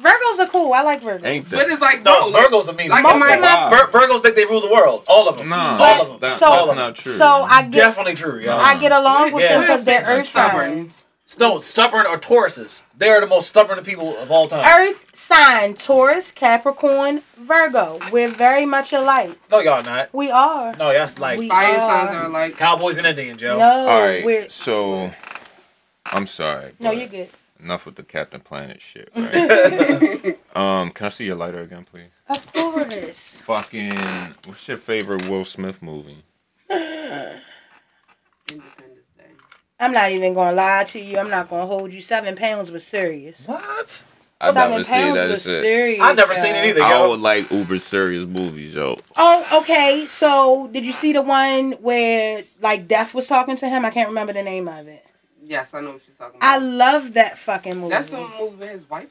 Speaker 2: Virgos are cool. I like Virgos.
Speaker 5: Ain't
Speaker 3: But
Speaker 5: that?
Speaker 3: it's like
Speaker 1: No,
Speaker 3: bro, like,
Speaker 1: Virgos are mean.
Speaker 3: like
Speaker 1: Most
Speaker 3: in my-
Speaker 5: Wow.
Speaker 1: Vir- Virgos think they rule the world. All of them.
Speaker 5: No,
Speaker 1: all of them.
Speaker 5: that-
Speaker 2: So-
Speaker 1: all
Speaker 5: that's
Speaker 1: of them.
Speaker 5: not true.
Speaker 2: So I get
Speaker 1: Definitely true, y'all.
Speaker 2: I get along with them
Speaker 1: Yeah.
Speaker 2: because they're
Speaker 3: They're
Speaker 2: earth
Speaker 3: stubborn.
Speaker 2: signs.
Speaker 1: No, stubborn or Tauruses. They are the most stubborn people of all time.
Speaker 2: Earth sign Taurus, Capricorn, Virgo. We're very much alike.
Speaker 1: No, y'all not.
Speaker 2: We are.
Speaker 1: No, y'all's like
Speaker 2: We-
Speaker 3: fire
Speaker 2: Uh,
Speaker 3: signs are like
Speaker 1: cowboys and Indians, yo.
Speaker 2: No,
Speaker 5: all
Speaker 2: we're
Speaker 5: right. So I'm sorry.
Speaker 2: no.
Speaker 5: but
Speaker 2: You're good.
Speaker 5: Enough with the Captain Planet shit. Right? um, can I see your lighter again, please?
Speaker 2: Of course.
Speaker 5: Fucking. What's your favorite Will Smith movie?
Speaker 3: Independence Day.
Speaker 2: I'm not even gonna lie to you. I'm not gonna hold you. Seven pounds was serious.
Speaker 1: What?
Speaker 5: I've
Speaker 2: Seven
Speaker 5: never seen
Speaker 2: pounds
Speaker 5: that
Speaker 2: was
Speaker 5: shit.
Speaker 2: serious.
Speaker 1: I've never seen
Speaker 2: y'all.
Speaker 1: it either,
Speaker 5: I
Speaker 1: yo.
Speaker 5: would like uber serious movies, yo.
Speaker 2: Oh, okay. So did you see the one where like Death was talking to him? I can't remember the name of it.
Speaker 3: Yes, I know what you're talking
Speaker 2: I
Speaker 3: about.
Speaker 2: love that fucking movie.
Speaker 3: That's the movie with his wife.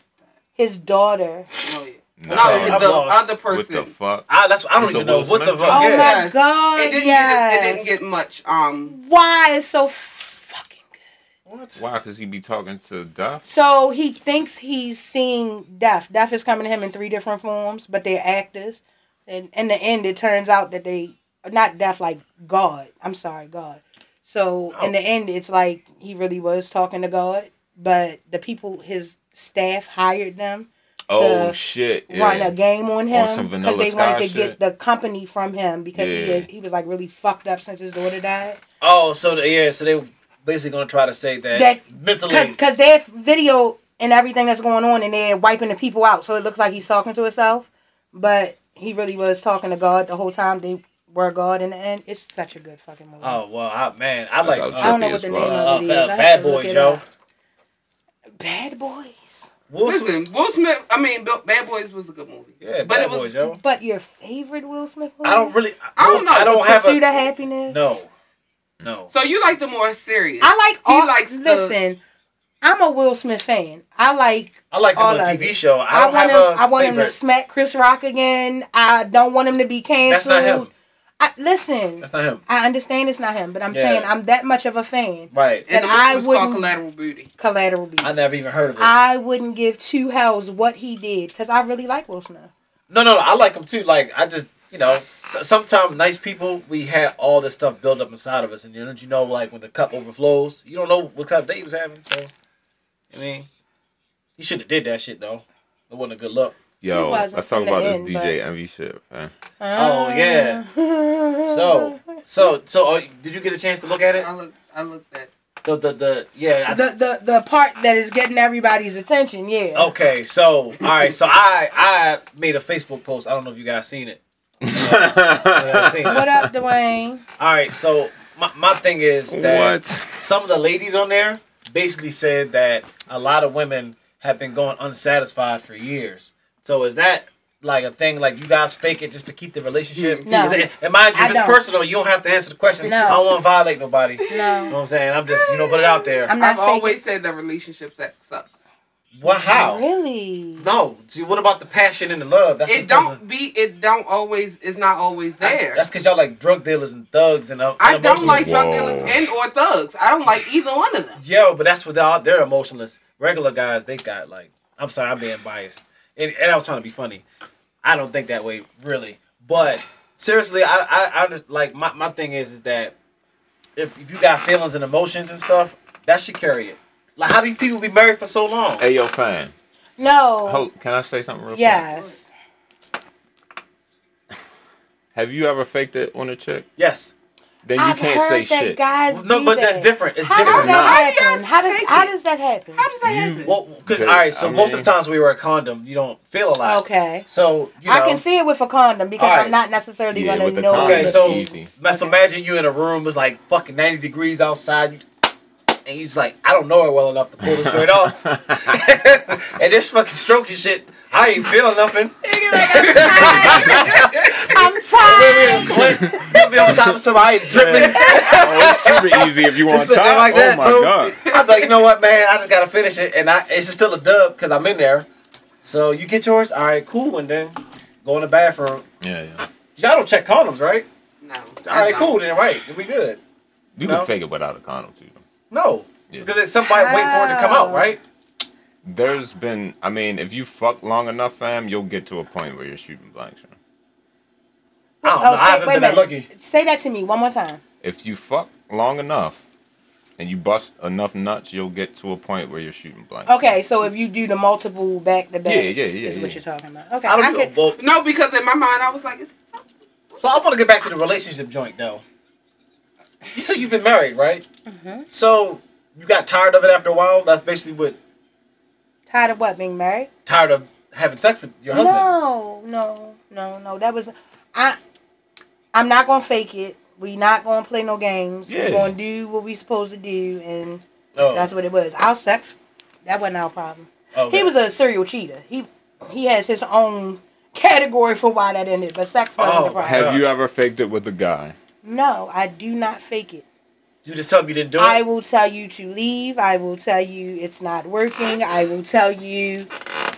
Speaker 2: His daughter.
Speaker 3: Oh, yeah.
Speaker 5: No,
Speaker 3: No,
Speaker 1: Okay.
Speaker 3: the
Speaker 1: I'm lost.
Speaker 3: other
Speaker 5: what
Speaker 3: person.
Speaker 5: the fuck?
Speaker 1: I, Ah, that's, I don't
Speaker 5: It's a
Speaker 1: even know
Speaker 5: Will
Speaker 1: what the
Speaker 5: Smith
Speaker 1: fuck.
Speaker 2: Oh
Speaker 1: yeah.
Speaker 2: my
Speaker 3: Yes.
Speaker 2: god.
Speaker 3: it didn't
Speaker 2: yes.
Speaker 3: get it didn't get much. Um,
Speaker 2: Why it's so fucking good. Oh
Speaker 1: What?
Speaker 5: Why? Cause he be talking to Duff.
Speaker 2: So he thinks he's seeing death. Death is coming to him in three different forms, but they're actors. And in the end, it turns out that they not death like God. I'm sorry, God. So in the
Speaker 5: Oh.
Speaker 2: end, it's like he really was talking to God, but the people his staff hired them
Speaker 5: Oh
Speaker 2: to
Speaker 5: shit!
Speaker 2: run
Speaker 5: yeah.
Speaker 2: a game on him
Speaker 5: some
Speaker 2: because
Speaker 5: Vanilla
Speaker 2: they wanted to
Speaker 5: Sky
Speaker 2: get
Speaker 5: shit.
Speaker 2: the company from him because he
Speaker 5: Yeah.
Speaker 2: had, he was like really fucked up since his daughter died.
Speaker 1: Oh, so the, yeah, so they basically gonna try to say that,
Speaker 2: That- Cause,
Speaker 1: mentally.
Speaker 2: cause their video and everything that's going on, and they're wiping the people out, so it looks like he's talking to himself, but he really was talking to God the whole time. They were God in the end. It's such a good fucking movie.
Speaker 1: Oh well, I, man, I
Speaker 5: That's
Speaker 1: like.
Speaker 5: how
Speaker 1: Uh,
Speaker 2: I don't know
Speaker 5: trippy
Speaker 2: what the
Speaker 5: as
Speaker 2: name
Speaker 5: fuck.
Speaker 2: of it is.
Speaker 1: Uh,
Speaker 2: I have
Speaker 1: Bad
Speaker 2: to look
Speaker 1: Boys,
Speaker 2: it
Speaker 1: yo.
Speaker 2: up. Bad boys.
Speaker 1: Will Smith.
Speaker 3: Listen, Will Smith. I mean, Bill- Bad Boys was a good movie.
Speaker 1: Yeah,
Speaker 3: but
Speaker 1: Bad
Speaker 3: it was.
Speaker 1: Boys, yo.
Speaker 2: But your favorite Will Smith movie?
Speaker 1: I don't really.
Speaker 3: I don't know.
Speaker 1: I don't have
Speaker 2: Pursuit
Speaker 1: a.
Speaker 2: of Happiness.
Speaker 1: No, no.
Speaker 3: So you like the more serious?
Speaker 2: I like
Speaker 3: He
Speaker 2: all.
Speaker 3: likes the-
Speaker 2: listen, I'm a Will Smith fan. I like
Speaker 1: I like him
Speaker 2: all
Speaker 1: on a
Speaker 2: of
Speaker 1: TV
Speaker 2: it.
Speaker 1: show. I
Speaker 2: I,
Speaker 1: don't
Speaker 2: want him.
Speaker 1: have a
Speaker 2: I want him
Speaker 1: favorite.
Speaker 2: to smack Chris Rock again. I don't want him to be
Speaker 1: That's
Speaker 2: canceled.
Speaker 1: not him.
Speaker 2: I, listen,
Speaker 1: That's not him.
Speaker 2: I understand it's not him, but I'm
Speaker 1: Yeah.
Speaker 2: saying I'm that much of a fan.
Speaker 1: Right.
Speaker 3: and the
Speaker 2: that I
Speaker 3: movie was called
Speaker 2: wouldn't-
Speaker 3: Collateral Beauty.
Speaker 2: Collateral Beauty.
Speaker 1: I
Speaker 2: I,
Speaker 1: never even heard of it.
Speaker 2: wouldn't give two hells what he did because I really like Will Smith.
Speaker 1: No, no, no. I like them too. Like I just, you know, so, sometimes nice people, we have all this stuff built up inside of us, and you don't you know, like when the cup overflows, you don't know what kind of day he was having. So, I mean, he should have did that shit though. It wasn't a good look.
Speaker 5: Yo,
Speaker 2: It wasn't
Speaker 5: let's talk
Speaker 2: in the
Speaker 5: about this
Speaker 2: end,
Speaker 5: DJ Envy shit, man.
Speaker 1: Oh, yeah. So, so, so, uh, did you get a chance to look at it?
Speaker 3: I look. I looked at.
Speaker 1: The, the, the yeah. I-
Speaker 2: the the the part that is getting everybody's attention, yeah.
Speaker 1: okay, so all right, so I I made a Facebook post. I don't know if you guys seen it. You guys seen it.
Speaker 2: What up, Dwayne?
Speaker 1: All right, so my, my thing is that
Speaker 5: what?
Speaker 1: some of the ladies on there basically said that a lot of women have been going unsatisfied for years. So is that like a thing? Like you guys fake it just to keep the relationship?
Speaker 2: No.
Speaker 1: Is it- and mind you,
Speaker 2: I
Speaker 1: if it's
Speaker 2: don't.
Speaker 1: personal, you don't have to answer the question.
Speaker 2: No.
Speaker 1: I don't want to violate nobody. You know
Speaker 2: No,
Speaker 1: what I'm saying? I'm just you know put it out there.
Speaker 2: I'm not
Speaker 3: I've
Speaker 2: faking-
Speaker 3: always said that relationship sex sucks.
Speaker 1: What? How?
Speaker 2: Really?
Speaker 1: No. See, what about the passion and the love? That's
Speaker 3: It
Speaker 1: what doesn't-
Speaker 3: don't be. It don't always. It's not always
Speaker 1: That's-
Speaker 3: there.
Speaker 1: That's because y'all like drug dealers and thugs and. Uh,
Speaker 3: I
Speaker 1: and
Speaker 3: don't like
Speaker 1: emotionalists.
Speaker 3: drug dealers and or thugs. I don't like either one of them.
Speaker 1: Yo, but that's what they're, they're emotionless. Regular guys, they got like. I'm sorry, I'm being biased, and, and I was trying to be funny. I don't think that way really, but seriously, I I, I just, like my, my thing is is that if, if you got feelings and emotions and stuff, that should carry it. Like how these people be married for so long?
Speaker 5: Hey, yo, fan.
Speaker 2: No.
Speaker 5: Hold, can I say something real quick?
Speaker 2: yes.
Speaker 5: Have you ever faked it on a chick?
Speaker 1: Yes.
Speaker 5: Then you
Speaker 2: I've
Speaker 5: can't
Speaker 2: heard
Speaker 5: say
Speaker 2: that
Speaker 5: shit.
Speaker 2: guys
Speaker 1: No,
Speaker 2: do
Speaker 1: but
Speaker 2: that.
Speaker 1: that's different. It's
Speaker 2: How does
Speaker 1: different.
Speaker 5: Nah.
Speaker 2: that happen?
Speaker 3: Nah.
Speaker 2: How does
Speaker 3: Take
Speaker 2: how
Speaker 3: it.
Speaker 2: does that happen?
Speaker 3: How does that
Speaker 5: You-
Speaker 3: happen?
Speaker 1: Well, because
Speaker 5: Okay,
Speaker 1: all right, so
Speaker 5: I
Speaker 1: most of
Speaker 5: mean-
Speaker 1: the times we wear a condom, you don't feel a lot.
Speaker 2: Okay.
Speaker 1: So you know,
Speaker 2: I can see it with a condom because
Speaker 1: Alright.
Speaker 2: I'm not necessarily
Speaker 5: Yeah, with
Speaker 2: gonna
Speaker 5: the
Speaker 2: know.
Speaker 5: condom,
Speaker 1: Okay,
Speaker 2: that-
Speaker 1: so
Speaker 5: easy.
Speaker 1: so imagine you in a room it's like fucking ninety degrees outside, you, and you's like, I don't know her well enough to pull this joint off, and this fucking stroking shit, I ain't feeling nothing.
Speaker 2: I'm tired.
Speaker 1: You'll be on top of somebody dripping.
Speaker 5: oh, it's super easy if you want
Speaker 1: It's something
Speaker 5: top.
Speaker 1: like that.
Speaker 5: oh my
Speaker 1: so
Speaker 5: god.
Speaker 1: I'm like, you know what, man? I just gotta finish it, and I it's just still a dub because I'm in there. So you get yours, all right, cool, and then go in the bathroom.
Speaker 5: Yeah, yeah.
Speaker 1: Y'all don't check condoms, right?
Speaker 3: no.
Speaker 1: All right, cool, then right, then we good.
Speaker 5: You
Speaker 1: No.
Speaker 5: can fake it without a condom too.
Speaker 1: No,
Speaker 5: Yeah.
Speaker 1: because it's somebody waiting for it to come out, right?
Speaker 5: There's been, I mean, if you fuck long enough, fam, you'll get to a point where you're shooting blanks. Right?
Speaker 1: I
Speaker 2: Oh,
Speaker 1: don't know. I haven't been that lucky.
Speaker 2: Say that to me one more time.
Speaker 5: If you fuck long enough and you bust enough nuts, you'll get to a point where you're shooting blanks.
Speaker 2: Okay, so if you do the multiple back to back,
Speaker 5: Yeah, yeah,
Speaker 2: is-
Speaker 5: yeah,
Speaker 2: is
Speaker 5: yeah.
Speaker 2: what you're talking about. Okay,
Speaker 1: I
Speaker 2: I,
Speaker 1: don't do
Speaker 2: could,
Speaker 1: a bulk.
Speaker 3: No, because in my mind I was like, it's
Speaker 1: So I want to get back to the relationship joint though. You said you've been married, right?
Speaker 2: Mm-hmm.
Speaker 1: So you got tired of it after a while. That's basically what
Speaker 2: tired of what being married.
Speaker 1: tired of having sex with your husband.
Speaker 2: No, no, no, no. That was I. I'm not gonna fake it. We not gonna play no games.
Speaker 5: Yeah.
Speaker 2: We're gonna do what we supposed to do, and
Speaker 1: Oh,
Speaker 2: that's what it was. Our sex, that wasn't our problem.
Speaker 1: okay.
Speaker 2: He was a serial cheater. He he has his own category for why that ended, but sex wasn't
Speaker 1: Oh,
Speaker 2: the problem.
Speaker 5: Have you
Speaker 1: Gosh.
Speaker 5: ever faked it with a guy?
Speaker 2: No, I do not fake it.
Speaker 1: You just tell me you didn't do it.
Speaker 2: I will tell you to leave. I will tell you it's not working. I will tell you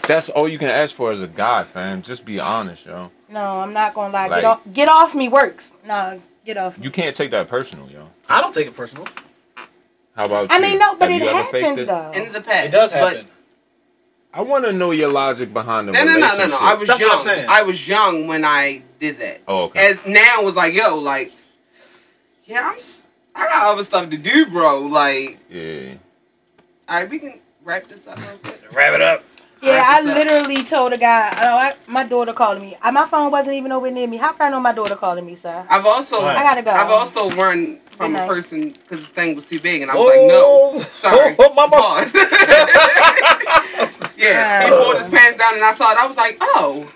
Speaker 5: That's all you can ask for as a guy, fam. Just be honest, yo.
Speaker 2: no. I'm not gonna lie.
Speaker 5: Like-
Speaker 2: get off. Get off me works. No, get off. Me.
Speaker 5: You can't take that personal, yo.
Speaker 1: I don't take it personal.
Speaker 5: How about
Speaker 2: I
Speaker 5: you?
Speaker 2: mean, no, but
Speaker 5: Have
Speaker 2: it
Speaker 5: you ever faked
Speaker 2: happens
Speaker 5: it?
Speaker 2: though.
Speaker 3: in the past.
Speaker 1: It does
Speaker 3: but-
Speaker 1: happen.
Speaker 5: I want to know your logic behind the
Speaker 3: No, no, no, no, no. I was
Speaker 1: That's what I'm saying.
Speaker 3: young. I was young when I did that.
Speaker 5: Oh, okay.
Speaker 3: And now was like, yo, like, yeah, I'm. s- I got other stuff to do, bro. Like,
Speaker 5: yeah.
Speaker 3: all right, we can wrap this up real quick.
Speaker 1: Wrap it up.
Speaker 2: yeah, I
Speaker 3: Practice that.
Speaker 2: literally told a guy. Oh, I, my daughter calling me. Uh, My phone wasn't even over near me. How can I know my daughter calling me, sir?
Speaker 3: I've also,
Speaker 1: All right.
Speaker 2: I gotta go.
Speaker 3: I've also run from
Speaker 2: Good
Speaker 3: a
Speaker 2: night.
Speaker 3: person because the thing was too big, and I was like, no, sorry,
Speaker 1: Oh, mama.
Speaker 3: Pause. yeah, he
Speaker 2: Oh.
Speaker 3: pulled his pants down, and I saw it. I was like, oh,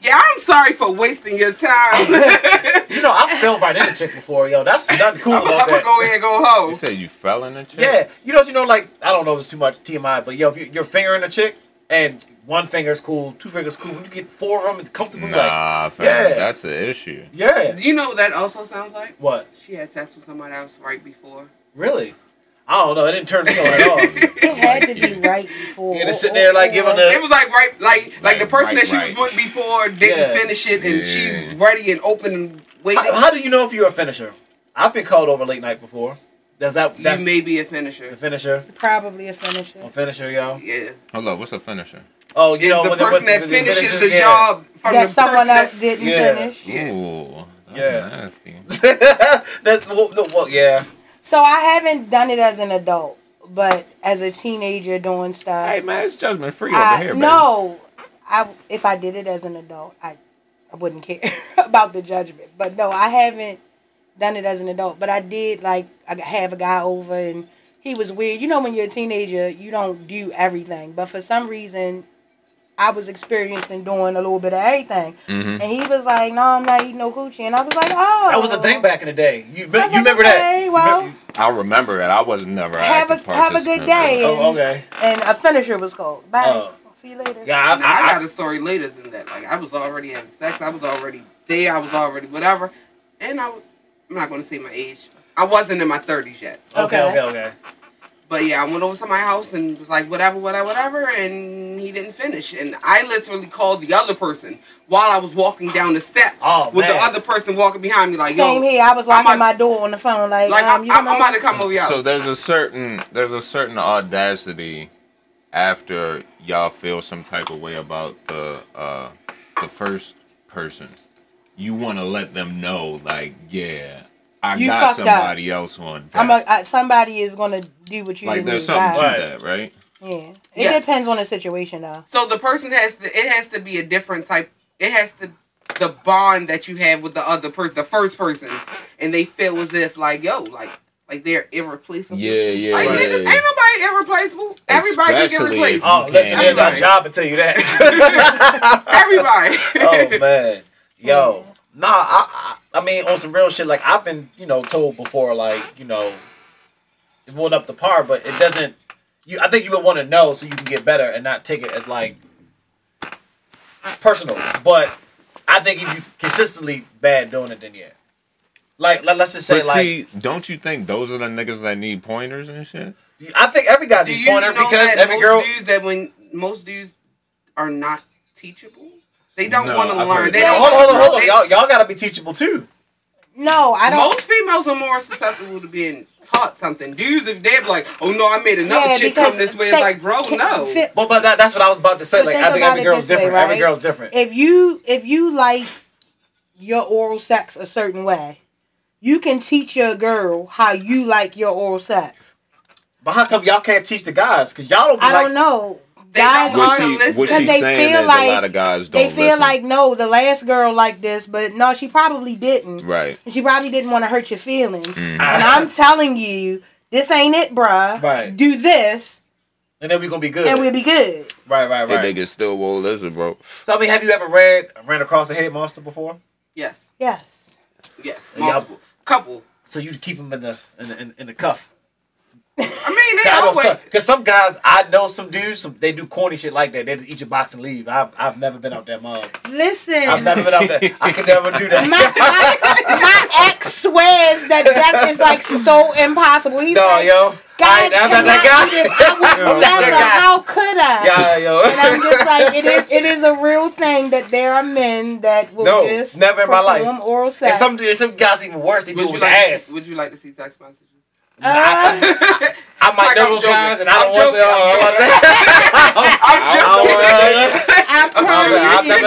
Speaker 3: yeah, I'm sorry for wasting your time.
Speaker 1: You know, I fell right in the chick before, yo. That's nothing cool
Speaker 3: I'm
Speaker 1: about
Speaker 3: gonna
Speaker 1: that.
Speaker 3: go in and go home.
Speaker 5: You said you fell in a chick?
Speaker 1: Yeah, you know, you know, like I don't know, if it's too much TMI, but yo, if you, you're fingering a chick and one finger's cool, two fingers cool, when you get four of them comfortably, like,
Speaker 5: Nah, fam.
Speaker 1: Yeah.
Speaker 5: That's an issue.
Speaker 1: yeah,
Speaker 3: Do you know what that also sounds like?
Speaker 1: what?
Speaker 3: She had sex with somebody else right before.
Speaker 1: Really? I don't know. It didn't turn me on at all.
Speaker 2: It had to be right before.
Speaker 1: You had to sit there, like, giving the-
Speaker 3: It was like right, like like, the
Speaker 5: Right,
Speaker 3: person
Speaker 5: right,
Speaker 3: that she
Speaker 5: right.
Speaker 3: was with before didn't
Speaker 1: Yeah.
Speaker 3: finish it, and
Speaker 5: Yeah.
Speaker 3: she's ready and open and waiting.
Speaker 1: how, how do you know if you're a finisher? I've been called over late night before. Does that that's
Speaker 3: you may be a
Speaker 1: a
Speaker 3: finisher.
Speaker 1: finisher?
Speaker 2: probably a finisher.
Speaker 1: A finisher, yo.
Speaker 3: Yeah,
Speaker 5: Hold up. What's a finisher?
Speaker 1: Oh, you
Speaker 3: it's
Speaker 1: know
Speaker 3: the
Speaker 1: when they-
Speaker 3: person
Speaker 1: when
Speaker 3: that
Speaker 1: they
Speaker 3: finishes
Speaker 1: finishes,
Speaker 3: the
Speaker 1: yeah.
Speaker 3: job from
Speaker 2: That
Speaker 3: the
Speaker 2: someone
Speaker 3: person
Speaker 2: else
Speaker 3: that-
Speaker 2: didn't
Speaker 1: Yeah.
Speaker 2: finish.
Speaker 3: Yeah.
Speaker 5: Ooh. That's
Speaker 1: Yeah.
Speaker 5: nasty.
Speaker 1: that's well, no, well, yeah.
Speaker 2: So I haven't done it as an adult, but as a teenager doing stuff.
Speaker 5: hey, man, it's judgment free over
Speaker 2: I,
Speaker 5: here, man.
Speaker 2: no, I if I did it as an adult, I I wouldn't care about the judgment. But no, I haven't done it as an adult. But I did like I have a guy over and he was weird. You know, when you're a teenager, you don't do everything. But for some reason, I was experienced in doing a little bit of everything. And
Speaker 5: Mm-hmm.
Speaker 2: he was like, "No, I'm not eating no coochie," and I was like, "Oh,
Speaker 1: That was a thing back in the day. You,
Speaker 2: I
Speaker 1: you
Speaker 2: was like,
Speaker 1: remember that?
Speaker 2: okay, well,
Speaker 5: I remember it. I was never an
Speaker 2: Have a-
Speaker 5: active
Speaker 2: have a good
Speaker 5: participant,
Speaker 2: day.
Speaker 5: but-
Speaker 1: Oh, okay.
Speaker 2: and a finisher was called. Bye.
Speaker 1: Oh.
Speaker 2: See you later.
Speaker 1: Yeah, I,
Speaker 3: Nah, I,
Speaker 1: I,
Speaker 3: got a story later than that. Like I was already having sex. I was already there. I was already whatever, and I, w- I'm not gonna say my age. I wasn't in my 30s yet.
Speaker 1: I, okay, okay, okay.
Speaker 3: But yeah, I went over to my house and was like, whatever, whatever, whatever, and he didn't finish. And I literally called the other person while I was walking down the steps
Speaker 1: Oh,
Speaker 3: with the
Speaker 1: man.
Speaker 3: other person walking behind me, like,
Speaker 2: Same
Speaker 3: yo,
Speaker 2: here. I was
Speaker 3: I'm
Speaker 2: locking
Speaker 3: out-
Speaker 2: my door on the phone. Like,
Speaker 3: like
Speaker 2: um,
Speaker 3: I'm,
Speaker 2: you
Speaker 3: I'm, I'm
Speaker 2: remember?
Speaker 3: about to come over y'all.
Speaker 5: So there's a certain there's a certain audacity after y'all feel some type of way about the uh the first person. You want to let them know, like, yeah, I
Speaker 2: You
Speaker 5: got
Speaker 2: fucked up.
Speaker 5: somebody else on deck.
Speaker 2: I'm a, I, somebody is gonna do what you
Speaker 5: like,
Speaker 2: did
Speaker 5: there's something
Speaker 1: Right.
Speaker 5: to that, right?
Speaker 2: Yeah, it
Speaker 3: Yes.
Speaker 2: depends on the situation though.
Speaker 3: So the person has to. It has to be a different type. It has to the bond that you have with the other person, the first person, and they feel as if like yo, like like they're irreplaceable.
Speaker 5: Yeah, yeah,
Speaker 3: Like
Speaker 5: right.
Speaker 3: niggas, ain't nobody irreplaceable. Everybody can get
Speaker 5: Especially
Speaker 3: replaced.
Speaker 5: if- Oh,
Speaker 1: Oh, listen,
Speaker 3: man.
Speaker 1: man, that job will tell you that.
Speaker 3: Everybody.
Speaker 1: oh man, yo,
Speaker 3: Mm-hmm.
Speaker 1: nah, I, I, I mean, on some real shit. Like I've been, you know, told before, like you know, it went up the par, but it doesn't. You, I think you would want to know so you can get better and not take it as like personal. But I think if you consistently bad doing it, then yeah. Like let, us just say,
Speaker 5: But
Speaker 1: like
Speaker 5: see, don't you think those are the niggas that need pointers and shit?
Speaker 1: I think every guy
Speaker 3: Do
Speaker 1: needs
Speaker 3: you know
Speaker 1: pointer because
Speaker 3: that
Speaker 1: every
Speaker 3: most
Speaker 1: girl.
Speaker 3: dudes that when most dudes are not teachable, they don't
Speaker 5: No,
Speaker 3: want to
Speaker 5: I've
Speaker 3: learn.
Speaker 5: heard
Speaker 3: They
Speaker 5: that.
Speaker 3: don't.
Speaker 1: hold on, hold on, hold on.
Speaker 3: they-
Speaker 1: Y'all, y'all gotta be teachable too.
Speaker 2: No, I don't.
Speaker 3: Most females are more susceptible to being taught something. Dudes, if they're like, "Oh no, I made another
Speaker 2: yeah,
Speaker 3: chick
Speaker 2: because
Speaker 3: come this way,"
Speaker 2: say-
Speaker 3: it's like, "Bro,
Speaker 2: can-
Speaker 3: no."
Speaker 2: fit-
Speaker 1: But but that, that's what I was about to say.
Speaker 2: But
Speaker 1: Like
Speaker 2: think
Speaker 1: I think
Speaker 2: about
Speaker 1: every
Speaker 2: it
Speaker 1: girl's
Speaker 2: this way,
Speaker 1: different. Every
Speaker 2: right?
Speaker 1: girl's different.
Speaker 2: if you if you like your oral sex a certain way, you can teach your girl how you like your oral sex.
Speaker 1: But how come y'all can't teach the guys? Cause y'all don't be
Speaker 2: I
Speaker 1: like,
Speaker 2: don't know.
Speaker 3: They
Speaker 2: Guys
Speaker 3: don't
Speaker 5: What
Speaker 2: aren't.
Speaker 3: wanna
Speaker 5: she,
Speaker 3: listen.
Speaker 5: what
Speaker 2: Because
Speaker 5: she
Speaker 2: they
Speaker 5: saying
Speaker 2: feel
Speaker 5: is a lot
Speaker 2: like-
Speaker 5: of guys don't
Speaker 2: They feel
Speaker 5: listen.
Speaker 2: like no, the last girl like this, but no, she probably didn't.
Speaker 5: right.
Speaker 2: She probably didn't want to hurt your feelings.
Speaker 5: Mm.
Speaker 2: And I'm telling you, this ain't it, bruh.
Speaker 1: Right.
Speaker 2: Do this,
Speaker 1: and then we gonna be good.
Speaker 2: and we'll be good.
Speaker 1: right, right,
Speaker 5: They
Speaker 1: right.
Speaker 5: That nigga still won't listen, bro.
Speaker 1: so I mean, have you ever read ran across a head monster before?
Speaker 3: Yes,
Speaker 2: Yes.
Speaker 3: yes,
Speaker 1: Yeah, y'all-
Speaker 3: multiple, couple.
Speaker 1: So you keep them in the in the, in, in the cuff.
Speaker 3: I mean, they
Speaker 1: God, don't
Speaker 3: always.
Speaker 1: suck. Cause some guys, I know some dudes, some, they do corny shit like that. They just eat your box and leave. I've I've never been out that mug.
Speaker 2: Listen.
Speaker 1: I've never been out that. I could never do
Speaker 2: my,
Speaker 1: that.
Speaker 2: my, my ex swears that that is like so impossible. He's
Speaker 1: no,
Speaker 2: like,
Speaker 1: yo, I
Speaker 2: guys,
Speaker 1: ain't- I'm not
Speaker 2: cannot
Speaker 1: that
Speaker 2: do
Speaker 1: guy.
Speaker 2: this. I would
Speaker 1: I'm not
Speaker 2: never.
Speaker 1: that
Speaker 2: How could I?
Speaker 1: Yeah, yo.
Speaker 2: And I'm just like, it is. It is a real thing that there are men that will
Speaker 1: No,
Speaker 2: just
Speaker 1: never in my life.
Speaker 2: perform Oral
Speaker 1: And
Speaker 2: sex.
Speaker 1: some and some guys even worse. They do
Speaker 3: Would
Speaker 1: it
Speaker 3: you
Speaker 1: with
Speaker 3: like?
Speaker 1: the ass.
Speaker 3: Would you like to see text messages?
Speaker 2: Uh,
Speaker 1: I might
Speaker 3: Like, I'm
Speaker 1: know those
Speaker 3: joking.
Speaker 1: guys, and I
Speaker 3: I'm
Speaker 1: don't want to.
Speaker 3: joking. I'm I'm joking.
Speaker 2: I
Speaker 1: I'm sorry, I'm
Speaker 2: promise
Speaker 1: not,
Speaker 2: you.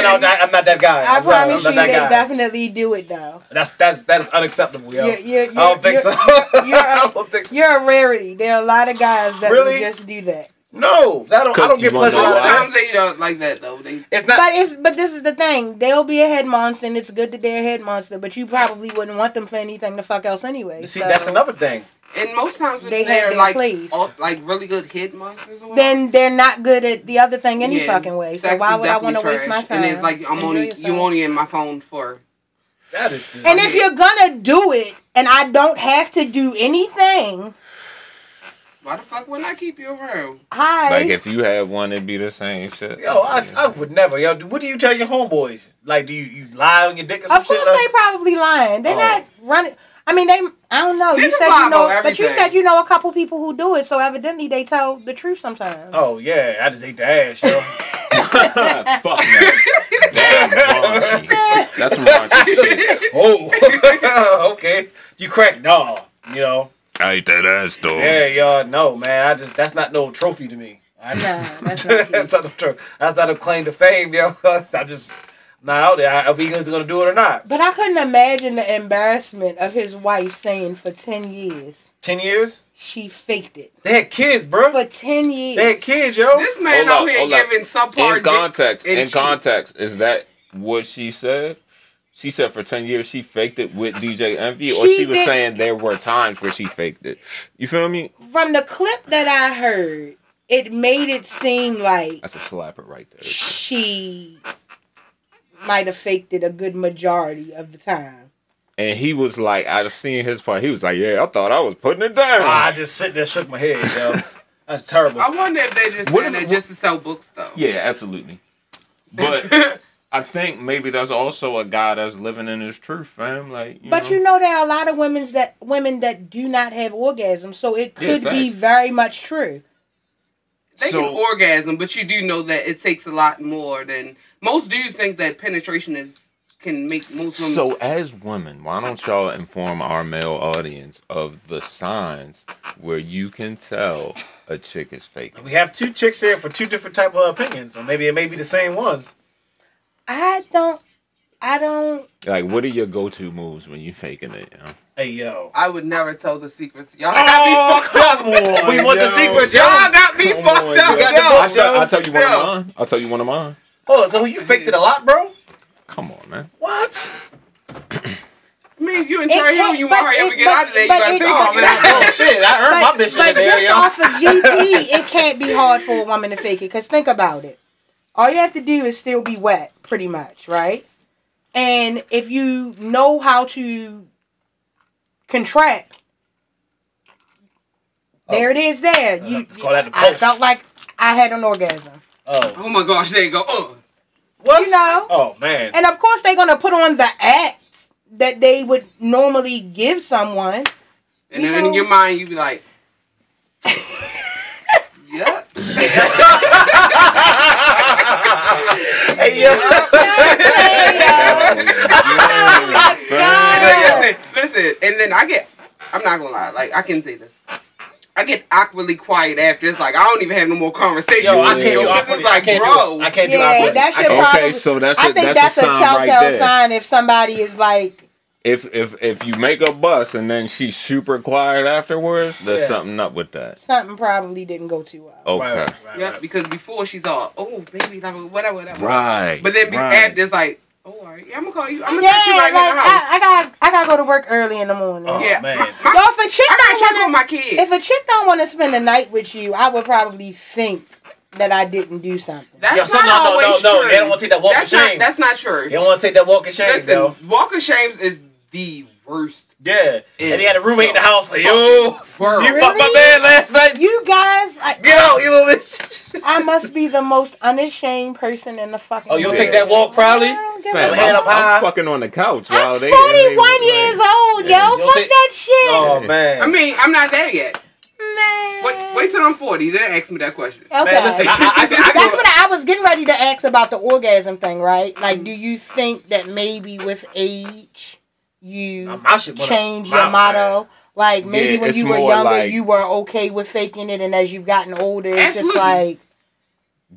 Speaker 1: I'm not, I'm not that guy.
Speaker 2: I
Speaker 1: I'm sorry,
Speaker 2: promise you,
Speaker 1: I'm not
Speaker 2: they
Speaker 1: that guy.
Speaker 2: definitely do it though.
Speaker 1: That's that's that is unacceptable, yo.
Speaker 2: You're, you're, you're,
Speaker 1: I don't think so.
Speaker 2: you're-
Speaker 1: I don't think so.
Speaker 2: You're a rarity. There are a lot of guys that
Speaker 1: Really?
Speaker 2: will just do that.
Speaker 1: No, I don't. I don't
Speaker 5: You
Speaker 1: get
Speaker 5: wanna
Speaker 1: pleasure
Speaker 5: know
Speaker 1: out
Speaker 5: why?
Speaker 1: of that.
Speaker 3: Sometimes they don't like that though. They
Speaker 1: It's not.
Speaker 2: But it's but this is the thing. They'll be a head monster, and it's good that they're a head monster. But you probably wouldn't want them for anything the fuck else anyway.
Speaker 1: see,
Speaker 2: so-
Speaker 1: that's another thing.
Speaker 3: and most times when
Speaker 2: They
Speaker 3: they
Speaker 2: have
Speaker 3: are
Speaker 2: their
Speaker 3: like
Speaker 2: place.
Speaker 3: all, like really good head monsters. Or whatever,
Speaker 2: Then they're not good at the other thing any
Speaker 3: yeah,
Speaker 2: fucking way. So
Speaker 3: sex
Speaker 2: why
Speaker 3: is
Speaker 2: would I
Speaker 3: definitely
Speaker 2: want to waste my
Speaker 3: trash.
Speaker 2: time?
Speaker 3: And it's like I'm
Speaker 2: Enjoy
Speaker 3: only
Speaker 2: yourself.
Speaker 3: you only in my phone for.
Speaker 1: That is. Just,
Speaker 2: And if you're gonna do it, and I don't have to do anything,
Speaker 3: Why the fuck wouldn't I keep you around?
Speaker 2: hi.
Speaker 5: Like if you had one, it'd be the same shit.
Speaker 1: yo, I,
Speaker 5: Yeah.
Speaker 1: I would never. Yo, do- what do you tell your homeboys? Like, do you, you lie on your dick or some
Speaker 2: Of
Speaker 1: shit?
Speaker 2: course,
Speaker 1: like-
Speaker 2: they probably lying. They're
Speaker 1: Oh.
Speaker 2: not running. I mean, they. I don't know. You
Speaker 3: Niggas
Speaker 2: said
Speaker 3: lie
Speaker 2: you know,
Speaker 3: about
Speaker 2: but you
Speaker 3: everything.
Speaker 2: said you know a couple people who do it. So evidently, they tell the truth sometimes.
Speaker 1: Oh yeah, I just ate the ass, yo.
Speaker 5: Fuck no. That's some raunchy. That's some raunchy shit.
Speaker 1: oh, okay. You crack? No, you know.
Speaker 5: I ate that ass though.
Speaker 1: Yeah, yo, no, man. I just that's not no trophy to me. I
Speaker 2: Nah, that's not cute.
Speaker 1: that's not a tro- that's not a claim to fame, yo. I'm just not out there. I- Are we guys gonna do it or not?
Speaker 2: But I couldn't imagine the embarrassment of his wife saying for ten years
Speaker 1: Ten years?
Speaker 2: she faked it.
Speaker 1: They had kids, bro.
Speaker 2: For ten years,
Speaker 1: They had kids, yo.
Speaker 3: This man
Speaker 5: Hold
Speaker 3: out
Speaker 5: up,
Speaker 3: here
Speaker 5: hold up.
Speaker 3: giving subpar
Speaker 5: In
Speaker 3: dick
Speaker 5: context,
Speaker 3: and
Speaker 5: in
Speaker 3: shit.
Speaker 5: context, is that what she said? She said for ten years she faked it with DJ Envy, or
Speaker 2: She
Speaker 5: she, was
Speaker 2: did-
Speaker 5: saying there were times where she faked it. You feel me?
Speaker 2: from the clip that I heard, it made it seem like
Speaker 5: That's a slapper right there.
Speaker 2: she might have faked it a good majority of the time.
Speaker 5: And he was like, I've seen his part. He was like, Yeah, I thought I was putting it down.
Speaker 1: Ah, I just sit there, shook my head, yo. That's terrible.
Speaker 3: I wonder if they just
Speaker 5: What
Speaker 3: saying
Speaker 5: if-
Speaker 3: that just to sell books though.
Speaker 5: yeah, absolutely. But I think maybe that's also a guy that's living in his truth, fam. Like, you
Speaker 2: But
Speaker 5: know,
Speaker 2: you know there are a lot of women's that women that do not have orgasms, so it
Speaker 5: Yeah,
Speaker 2: could be
Speaker 5: facts.
Speaker 2: very much true.
Speaker 3: They
Speaker 5: So-
Speaker 3: can orgasm, but you do know that it takes a lot more than most dudes think that penetration is can make most women.
Speaker 5: So, as women, why don't y'all inform our male audience of the signs where you can tell a chick is faking?
Speaker 1: We have two chicks here for two different type of opinions, or maybe it may be the same ones.
Speaker 2: I don't. I don't.
Speaker 5: Like, what are your go-to moves when you faking it? yo?
Speaker 1: Hey yo,
Speaker 3: I would never tell the secrets. Y'all got me fucked up.
Speaker 1: we want the
Speaker 5: yo.
Speaker 1: secret,
Speaker 3: Oh, Y'all
Speaker 1: y'all.
Speaker 3: got me
Speaker 1: Come
Speaker 3: fucked
Speaker 1: on,
Speaker 3: up.
Speaker 1: yo.
Speaker 3: yo.
Speaker 5: I'll, tell, I'll tell you one
Speaker 3: Yo.
Speaker 5: of mine. I'll tell you one of mine.
Speaker 1: Hold on, so you faked it a lot, bro?
Speaker 5: Come on, man.
Speaker 1: What?
Speaker 3: I mean, you and
Speaker 2: It
Speaker 3: Cherry Hill,
Speaker 2: can't-
Speaker 3: you
Speaker 2: but
Speaker 3: want her ever
Speaker 2: it-
Speaker 3: get
Speaker 2: but-
Speaker 3: out of there? You
Speaker 2: but
Speaker 3: gotta
Speaker 2: it-
Speaker 3: think
Speaker 2: but-
Speaker 3: about
Speaker 2: but-
Speaker 3: it.
Speaker 1: Oh shit, I earned my
Speaker 2: But,
Speaker 1: bitch
Speaker 2: but
Speaker 1: in there,
Speaker 2: just
Speaker 1: yo.
Speaker 2: off of GP, it can't be hard for a woman to fake it. Cause think about it. All you have to do is still be wet, pretty much, right? And if you know how to contract, there it is. There,
Speaker 1: Oh.
Speaker 2: you.
Speaker 1: let's call that the
Speaker 2: I
Speaker 1: pulse.
Speaker 2: felt like I had an orgasm.
Speaker 1: Oh,
Speaker 3: Oh my gosh, there you go. Oh,
Speaker 1: what?
Speaker 2: You know.
Speaker 1: Oh man.
Speaker 2: And of course, they're gonna put on the act that they would normally give someone.
Speaker 3: and
Speaker 2: You
Speaker 3: then
Speaker 2: know-
Speaker 3: in your mind, you be like, Yep.
Speaker 1: Hey yo.
Speaker 2: God.
Speaker 3: listen, listen, and then I get, I'm not gonna lie, like I can say this. I get awkwardly quiet after. It's like I don't even have no more conversation.
Speaker 1: Yo, I
Speaker 3: with
Speaker 1: can't
Speaker 3: you.
Speaker 1: do
Speaker 3: This
Speaker 1: awkward.
Speaker 3: is like,
Speaker 1: I can't
Speaker 3: bro.
Speaker 1: do. I can't do
Speaker 2: Yeah,
Speaker 1: awkward.
Speaker 2: that should
Speaker 5: Okay,
Speaker 2: probably.
Speaker 5: so that's
Speaker 2: I
Speaker 5: a-
Speaker 2: think
Speaker 5: that's a
Speaker 2: that's, a,
Speaker 5: sign right
Speaker 2: telltale
Speaker 5: there.
Speaker 2: sign if somebody is like,
Speaker 5: If if if you make a bus and then she's super quiet afterwards, there's
Speaker 1: Yeah.
Speaker 5: something up with that.
Speaker 2: something probably didn't go too well.
Speaker 5: Okay.
Speaker 1: Right,
Speaker 5: Right.
Speaker 1: right, right,
Speaker 3: Yep,
Speaker 1: right.
Speaker 3: because before she's all, oh baby, like whatever, whatever.
Speaker 5: right.
Speaker 3: But then be
Speaker 5: right.
Speaker 3: after it's like, oh, all right, yeah, I'm gonna call you. I'm gonna
Speaker 2: Yeah,
Speaker 3: text you right
Speaker 2: like
Speaker 3: now.
Speaker 2: I, I got I gotta go to work early in the morning.
Speaker 1: Oh,
Speaker 3: yeah,
Speaker 1: man.
Speaker 3: My, my,
Speaker 2: Yo, if a chick
Speaker 3: I gotta
Speaker 2: don't
Speaker 3: check
Speaker 2: wanna-
Speaker 3: on my kid.
Speaker 2: if a chick don't want to spend the night with you, I would probably think that I didn't do something.
Speaker 3: that's
Speaker 1: Yo, some- no, no,
Speaker 3: not
Speaker 1: no,
Speaker 3: always
Speaker 1: no,
Speaker 3: true.
Speaker 1: they don't wanna take that walk of
Speaker 3: that's not,
Speaker 1: shame.
Speaker 3: That's not true.
Speaker 1: You don't want to take that walk of shame,
Speaker 3: Listen,
Speaker 1: though.
Speaker 3: walk of shame is the worst.
Speaker 1: Yeah.
Speaker 3: Yeah.
Speaker 1: And he had a roommate in the house. Like, yo,
Speaker 3: World.
Speaker 1: you fucked my
Speaker 2: Really?
Speaker 1: bed last night.
Speaker 2: You guys, like,
Speaker 1: Get out, you little bitch.
Speaker 2: I must be the most unashamed person in the fucking.
Speaker 1: Oh, you'll
Speaker 2: world.
Speaker 1: take that walk proudly?
Speaker 2: I don't give a
Speaker 5: Fam,
Speaker 1: Head
Speaker 5: I'm,
Speaker 2: fuck.
Speaker 1: up high.
Speaker 5: I'm fucking on the couch
Speaker 2: I'm
Speaker 5: while they.
Speaker 2: 41
Speaker 5: they-
Speaker 2: years old,
Speaker 5: Yeah,
Speaker 2: yo.
Speaker 1: you'll
Speaker 2: Fuck
Speaker 1: take-
Speaker 2: that shit,
Speaker 1: Oh, man.
Speaker 3: I mean, I'm not there yet.
Speaker 2: man.
Speaker 3: Wait, wait till I'm 40. Then ask me that question.
Speaker 2: Okay.
Speaker 1: Man, listen, I, I, I, I,
Speaker 2: That's what I was getting ready to ask about the orgasm thing, right? Like, do you think that maybe with age you
Speaker 1: Um, I should wanna-
Speaker 2: change
Speaker 1: my-
Speaker 2: your motto? Like maybe
Speaker 5: Yeah,
Speaker 2: when
Speaker 5: it's
Speaker 2: you were
Speaker 5: more
Speaker 2: younger,
Speaker 5: like-
Speaker 2: you were okay with faking it, and as you've gotten older, it's just
Speaker 3: Absolutely.
Speaker 2: like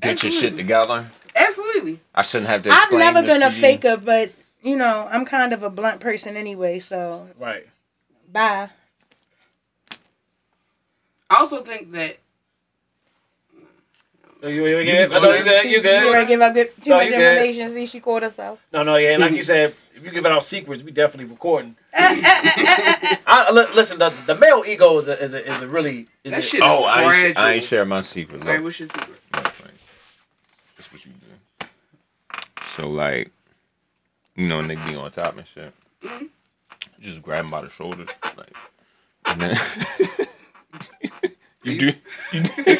Speaker 5: Get your shit together.
Speaker 3: Absolutely.
Speaker 5: I shouldn't have to.
Speaker 2: I've
Speaker 5: explain
Speaker 2: never
Speaker 5: this
Speaker 2: been
Speaker 5: to
Speaker 2: a
Speaker 5: you.
Speaker 2: faker, but you know I'm kind of a blunt person anyway. So
Speaker 1: Right.
Speaker 2: bye.
Speaker 3: I also think that
Speaker 1: You, you, you, good? No, you good? You
Speaker 2: You
Speaker 1: good?
Speaker 2: already give up good, too
Speaker 1: No,
Speaker 2: much
Speaker 1: you good.
Speaker 2: information. See, she caught herself.
Speaker 1: No, no, yeah. Like you said, if you giving out secrets, we definitely recording.
Speaker 2: Eh,
Speaker 1: I, li- listen, the, the male ego is a, is a, is a really. Is
Speaker 3: that
Speaker 1: a,
Speaker 3: shit
Speaker 5: Oh,
Speaker 3: is
Speaker 5: I ain't, sh-
Speaker 3: fragile.
Speaker 5: I ain't share my secret.
Speaker 3: All right,
Speaker 5: Look,
Speaker 3: what's your secret?
Speaker 5: that's what you do. So like, you know, nigga be on top and shit. Just grab him by the shoulders, like, and then you do. You do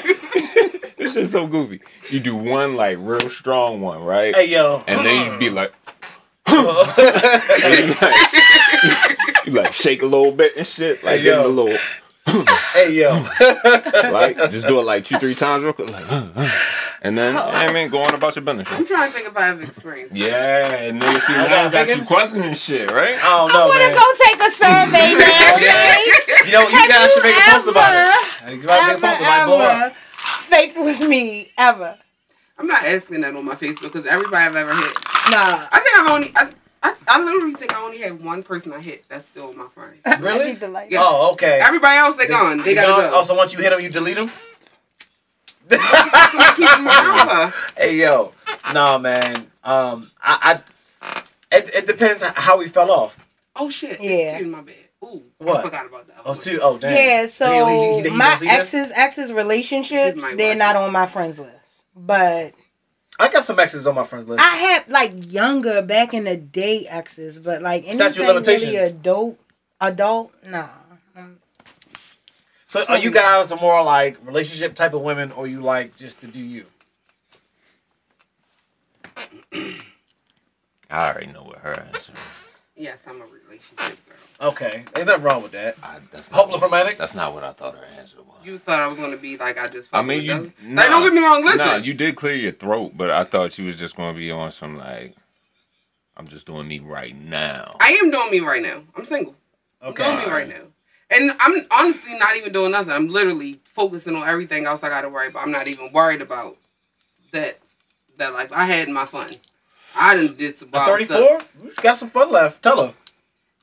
Speaker 5: this shit's so goofy. You do one like real strong one, right?
Speaker 1: Hey, yo.
Speaker 5: And then you be like, you like, you like shake a little bit and shit, like
Speaker 1: Hey,
Speaker 5: give him a
Speaker 1: yo.
Speaker 5: little,
Speaker 1: hey, yo.
Speaker 5: like just do it like two, three times real quick, like, and then I mean, go on about your business.
Speaker 3: I'm trying to think if I have experienced.
Speaker 5: Yeah, and nigga, see
Speaker 1: Okay,
Speaker 5: now I got
Speaker 1: nigga.
Speaker 5: you questioning shit, right?
Speaker 1: I don't
Speaker 2: I
Speaker 1: know,
Speaker 2: want to
Speaker 1: man.
Speaker 2: go take a survey now. Okay.
Speaker 1: You know, you
Speaker 2: Have
Speaker 1: guys
Speaker 2: you
Speaker 1: should make a post about
Speaker 2: ever-
Speaker 1: it. You gotta make a
Speaker 2: ever,
Speaker 1: post about it, boy.
Speaker 2: ever faked with me ever.
Speaker 3: I'm not asking that on my Facebook because everybody I've ever hit.
Speaker 2: Nah.
Speaker 3: I think I've only. I, I, I literally think I only had one person I hit that's still on my phone.
Speaker 2: I
Speaker 1: Really?
Speaker 2: need the light.
Speaker 3: Yeah.
Speaker 1: Oh, okay.
Speaker 3: Everybody else, they gone. They gotta go.
Speaker 1: Also, once you hit them, you delete them.
Speaker 3: I'm gonna keep them around her.
Speaker 1: Hey yo, nah, man. Um, I, I it, it depends h- how we fell off.
Speaker 3: Oh shit!
Speaker 2: Yeah.
Speaker 3: It's two in my bed. Ooh,
Speaker 1: What?
Speaker 3: I forgot about that.
Speaker 1: I was
Speaker 3: one.
Speaker 1: too. Oh damn.
Speaker 2: Yeah, so
Speaker 1: he- he- he
Speaker 2: my
Speaker 1: don't see this?
Speaker 2: ex's ex's relationships,
Speaker 3: might
Speaker 2: they're
Speaker 3: watch
Speaker 2: not
Speaker 3: it.
Speaker 2: on my friends list. But
Speaker 1: I got some exes on my friends list.
Speaker 2: I had like younger back in the day exes, but like
Speaker 1: Statute of
Speaker 2: anything
Speaker 1: limitation.
Speaker 2: really adult, adult, nah.
Speaker 1: so, are you guys a more like relationship type of women, or you like just to do you?
Speaker 5: I already know what her answer. is.
Speaker 3: Yes, I'm a relationship girl.
Speaker 1: Okay, ain't nothing wrong with that.
Speaker 5: I, that's not
Speaker 1: Hopefully
Speaker 5: what-
Speaker 1: romantic.
Speaker 5: That's not what I thought her answer was.
Speaker 3: You thought I was gonna be like I just.
Speaker 5: I
Speaker 3: fucking
Speaker 5: mean,
Speaker 3: with
Speaker 5: you.
Speaker 3: them. like, don't get me wrong. Listen,
Speaker 5: Nah, you did clear your throat, but I thought you was just gonna be on some like, I'm just doing me right now.
Speaker 3: I am doing me right now. I'm single.
Speaker 1: Okay.
Speaker 3: I'm doing me right now. And I'm honestly not even doing nothing. I'm literally focusing on everything else I gotta worry about. I'm not even worried about that that life. I had my fun. I done did some wild
Speaker 1: Thirty
Speaker 3: stuff.
Speaker 1: four. You got some fun left. Tell her.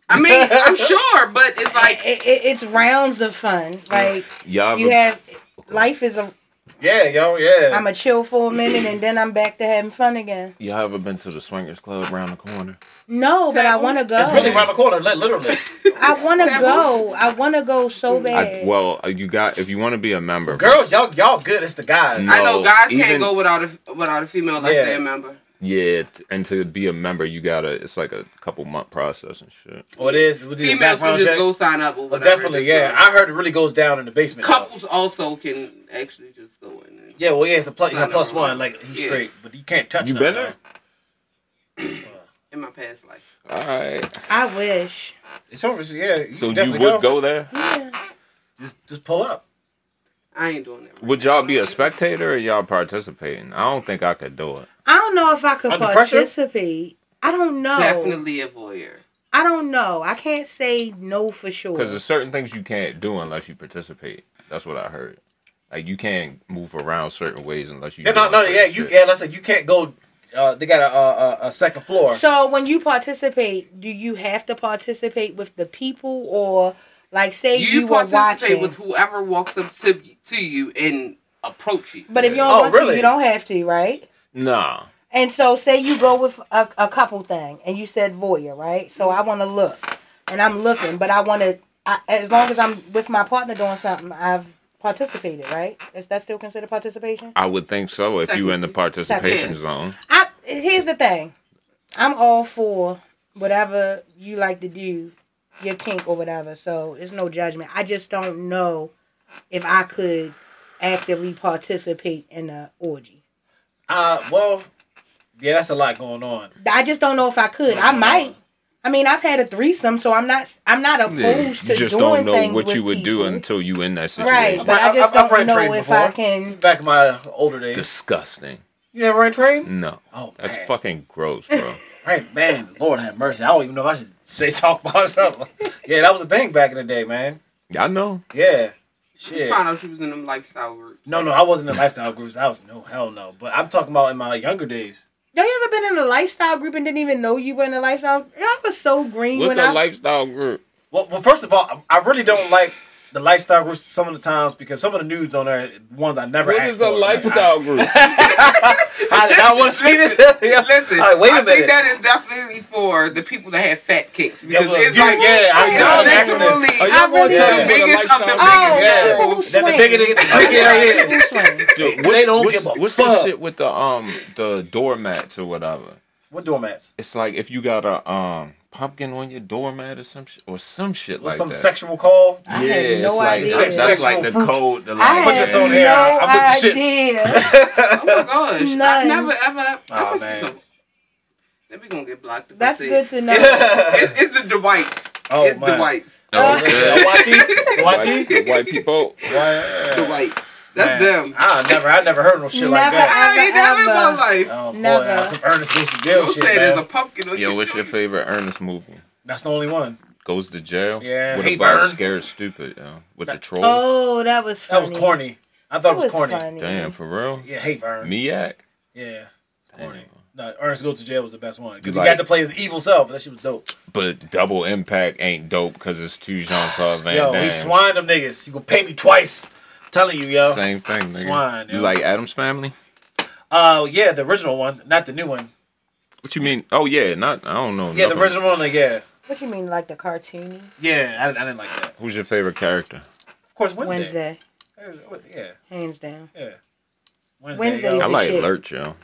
Speaker 3: I mean, I'm sure, but it's
Speaker 2: Like
Speaker 3: like
Speaker 2: it, it, it's rounds of fun. Like
Speaker 5: Y'all
Speaker 2: you
Speaker 5: ever-
Speaker 2: have life is a.
Speaker 1: Yeah, yo, yeah.
Speaker 2: I'm a chill for a minute and then I'm back to having fun again.
Speaker 5: y'all ever been to the swingers club around the corner?
Speaker 2: No, but I
Speaker 3: Taboo.
Speaker 2: want to
Speaker 1: it's really
Speaker 2: go.
Speaker 1: around the corner, li- literally.
Speaker 2: I want to
Speaker 3: Taboo.
Speaker 2: go. I want to go so
Speaker 5: I,
Speaker 2: bad.
Speaker 5: well, uh, you got if you want to be a member,
Speaker 1: Girls, y'all, y'all good. It's the guys.
Speaker 5: No.
Speaker 3: I know guys
Speaker 5: even-
Speaker 3: can't go without a without a female unless
Speaker 1: Yeah.
Speaker 3: they're a member.
Speaker 5: yeah, t- and to be a member, you gotta it's like a couple month process and shit.
Speaker 1: Well, it is. We did a
Speaker 3: Females can
Speaker 1: background
Speaker 3: just
Speaker 1: check.
Speaker 3: go sign up or
Speaker 1: Well,
Speaker 3: whatever.
Speaker 1: definitely,
Speaker 3: Just,
Speaker 1: yeah.
Speaker 3: uh,
Speaker 1: I heard it really goes down in the basement. though.
Speaker 3: couples also can actually just go in. And,
Speaker 1: Yeah, well, yeah, it's a plus.
Speaker 3: It's
Speaker 1: Yeah,
Speaker 3: not
Speaker 1: plus
Speaker 3: number
Speaker 1: one.
Speaker 3: one.
Speaker 1: Like he's
Speaker 3: Yeah.
Speaker 1: straight, but you can't touch.
Speaker 5: You
Speaker 1: nothing,
Speaker 5: been there?
Speaker 1: huh?
Speaker 3: in my past life.
Speaker 5: All right,
Speaker 2: I wish.
Speaker 1: It's over. so Yeah. You
Speaker 5: so
Speaker 1: can
Speaker 5: you
Speaker 1: definitely
Speaker 5: would go there.
Speaker 2: Yeah.
Speaker 1: Just, just pull up.
Speaker 3: I ain't doing that. right
Speaker 5: Would y'all be a spectator or y'all participating? I don't think I could do it.
Speaker 2: I don't know if I could
Speaker 1: Under pressure?
Speaker 2: participate. I don't know.
Speaker 3: now. Definitely a voyeur.
Speaker 2: I don't know. I can't say no for sure.
Speaker 5: Because there's certain things you can't do unless you participate. That's what I heard. Like you can't move around certain ways unless you.
Speaker 1: Yeah, no,
Speaker 5: doing
Speaker 1: no,
Speaker 5: certain
Speaker 1: yeah. You,
Speaker 5: shit.
Speaker 1: yeah. Let's say you can't go. Uh, they got a, a, a- a second floor.
Speaker 2: So when you participate, do you have to participate with the people or like say
Speaker 3: you,
Speaker 2: you, were
Speaker 3: participate
Speaker 2: watching?
Speaker 3: with whoever walks up to, to you and approach you.
Speaker 2: but if you
Speaker 1: Oh,
Speaker 2: don't want
Speaker 1: really?
Speaker 2: to, you don't have to, right?
Speaker 5: Nah.
Speaker 2: And so say you go with a, a couple thing and you said voyeur, right? So I want to look and I'm looking, but I want to, as long as I'm with my partner doing something, I've participated, right? Is that still considered participation?
Speaker 5: I would think so if you were in the participation
Speaker 3: Second.
Speaker 5: zone.
Speaker 2: I here's the thing. I'm all for whatever you like to do, your kink or whatever. So it's no judgment. I just don't know if I could actively participate in a orgy.
Speaker 1: Uh, well, yeah, that's a lot going on.
Speaker 2: I just don't know if I could. I might. I mean, I've had a threesome, so I'm not. I'm not
Speaker 5: Yeah, you
Speaker 2: opposed to
Speaker 5: just
Speaker 2: doing
Speaker 5: don't know
Speaker 2: things
Speaker 5: what
Speaker 2: with
Speaker 5: you would do
Speaker 2: people.
Speaker 5: until you in that
Speaker 2: Right,
Speaker 5: situation.
Speaker 2: but I just
Speaker 1: I've- I've
Speaker 2: don't
Speaker 1: ran
Speaker 2: know
Speaker 1: train
Speaker 2: if I
Speaker 1: before.
Speaker 2: can.
Speaker 1: Back in my older days,
Speaker 5: Disgusting.
Speaker 1: you never ran train.
Speaker 5: No.
Speaker 1: Oh,
Speaker 5: That's
Speaker 1: man.
Speaker 5: fucking gross, bro.
Speaker 1: Right, man. Lord have mercy. I don't even know if I should say talk about something. yeah, that was a thing back in the day, man.
Speaker 5: I know.
Speaker 1: Yeah.
Speaker 3: You
Speaker 1: Shit.
Speaker 3: found out she was in them lifestyle groups.
Speaker 1: No, no, I wasn't in lifestyle groups. I was no hell no. But I'm talking about in my younger days.
Speaker 2: Have you ever been in a lifestyle group and didn't even know you were in a lifestyle? I was so green
Speaker 5: What's
Speaker 2: when
Speaker 5: a
Speaker 2: I
Speaker 5: lifestyle group?
Speaker 1: Well, well, first of all, I I really don't like the lifestyle groups some of the times because some of the news on there ones I never.
Speaker 5: What
Speaker 1: asked
Speaker 5: is a
Speaker 1: for.
Speaker 5: lifestyle group?
Speaker 1: I, I did not want to see this. Yeah.
Speaker 3: Listen,
Speaker 1: All right, wait a
Speaker 3: I
Speaker 1: minute.
Speaker 3: think that is definitely for the people that have fat kicks because
Speaker 1: well,
Speaker 3: it's
Speaker 1: you-
Speaker 3: like
Speaker 1: yeah, I
Speaker 3: it's
Speaker 2: see, I was asking
Speaker 1: this.
Speaker 3: literally
Speaker 5: Are
Speaker 2: you
Speaker 3: I
Speaker 2: I really
Speaker 5: tell me
Speaker 2: don't.
Speaker 5: what
Speaker 3: the biggest of
Speaker 5: a
Speaker 3: the
Speaker 1: Yeah. That
Speaker 2: Oh, people who
Speaker 3: biggest.
Speaker 5: lifestyle group is?
Speaker 1: the
Speaker 2: swing.
Speaker 1: bigger they get, the freakier it is.
Speaker 2: People who swing.
Speaker 5: Dude,
Speaker 1: They
Speaker 5: what's-
Speaker 1: don't
Speaker 5: what's,
Speaker 1: give a
Speaker 5: What's the
Speaker 1: fuck.
Speaker 5: shit with the um the doormats or whatever?
Speaker 1: What doormats?
Speaker 5: It's like if you got a um pumpkin on your doormat or some sh- or some shit
Speaker 1: What's
Speaker 5: like
Speaker 1: some
Speaker 5: that.
Speaker 1: sexual call?
Speaker 2: I had
Speaker 5: it's
Speaker 2: no
Speaker 5: like,
Speaker 2: idea.
Speaker 5: That's, that's like the
Speaker 1: Sexual fruit.
Speaker 5: code. The
Speaker 2: I
Speaker 5: like,
Speaker 1: Put
Speaker 2: had
Speaker 1: this on
Speaker 2: no
Speaker 1: air. I put the shits.
Speaker 2: idea.
Speaker 3: Oh my gosh, I
Speaker 2: None.
Speaker 3: never ever.
Speaker 1: Aw,
Speaker 3: I must
Speaker 1: man.
Speaker 3: be so. Then we gonna get blocked. if
Speaker 2: That's
Speaker 3: I say
Speaker 2: good
Speaker 3: it.
Speaker 2: to know.
Speaker 3: It's, it's the Dwights.
Speaker 1: Oh,
Speaker 3: it's
Speaker 1: man.
Speaker 3: the Whites.
Speaker 2: Uh,
Speaker 5: Okay.
Speaker 1: YT?
Speaker 5: white,
Speaker 1: YT?
Speaker 5: the white people.
Speaker 3: The Whites. That's them.
Speaker 1: I never, I never heard no shit like
Speaker 2: Never.
Speaker 1: that.
Speaker 3: I ain't never in
Speaker 2: Ever.
Speaker 3: my life.
Speaker 1: Oh boy,
Speaker 2: Never.
Speaker 1: that's some Ernest Goose Bill
Speaker 3: Don't
Speaker 1: shit,
Speaker 3: say there's a
Speaker 1: man.
Speaker 3: pumpkin Oh, on
Speaker 5: Yo,
Speaker 3: your
Speaker 5: what's your
Speaker 3: door.
Speaker 5: favorite Ernest movie?
Speaker 1: That's the only one.
Speaker 5: Goes to jail.
Speaker 1: Yeah,
Speaker 5: What
Speaker 1: Hey,
Speaker 5: about
Speaker 1: Vern.
Speaker 5: Scared Stupid? Yo? With the troll.
Speaker 2: Oh, that was
Speaker 1: That
Speaker 2: funny.
Speaker 1: was corny. I thought
Speaker 2: That
Speaker 1: it was corny.
Speaker 2: funny.
Speaker 5: Damn, for real.
Speaker 1: Yeah, hate Vern.
Speaker 5: Miak.
Speaker 1: Yeah, it's corny.
Speaker 5: Damn.
Speaker 1: No, Ernest Go to Jail was the best one because he
Speaker 5: Like-
Speaker 1: got to play his evil self. That shit was dope.
Speaker 5: But Double Impact ain't dope because it's two Jean Claude Van
Speaker 1: Yo,
Speaker 5: Damme.
Speaker 1: he swined them niggas. You gonna pay me twice? I'm telling you, yo.
Speaker 5: Same thing, nigga.
Speaker 1: Swine,
Speaker 5: you
Speaker 1: yo.
Speaker 5: like Adam's Family?
Speaker 1: Uh, yeah, the original one, not the new one.
Speaker 5: What you mean? Oh yeah, not I don't know.
Speaker 1: Yeah, the
Speaker 5: nothing.
Speaker 1: original one. Like, yeah,
Speaker 2: What you mean, like the cartoony
Speaker 1: yeah. I, I didn't like that.
Speaker 5: Who's your favorite character?
Speaker 1: Of course, Wednesday.
Speaker 2: Wednesday?
Speaker 1: Uh, Yeah,
Speaker 2: Hands down.
Speaker 1: yeah.
Speaker 2: Wednesday.
Speaker 1: yo.
Speaker 5: I
Speaker 2: Piece of
Speaker 5: like
Speaker 2: shit.
Speaker 5: Lurch, yo.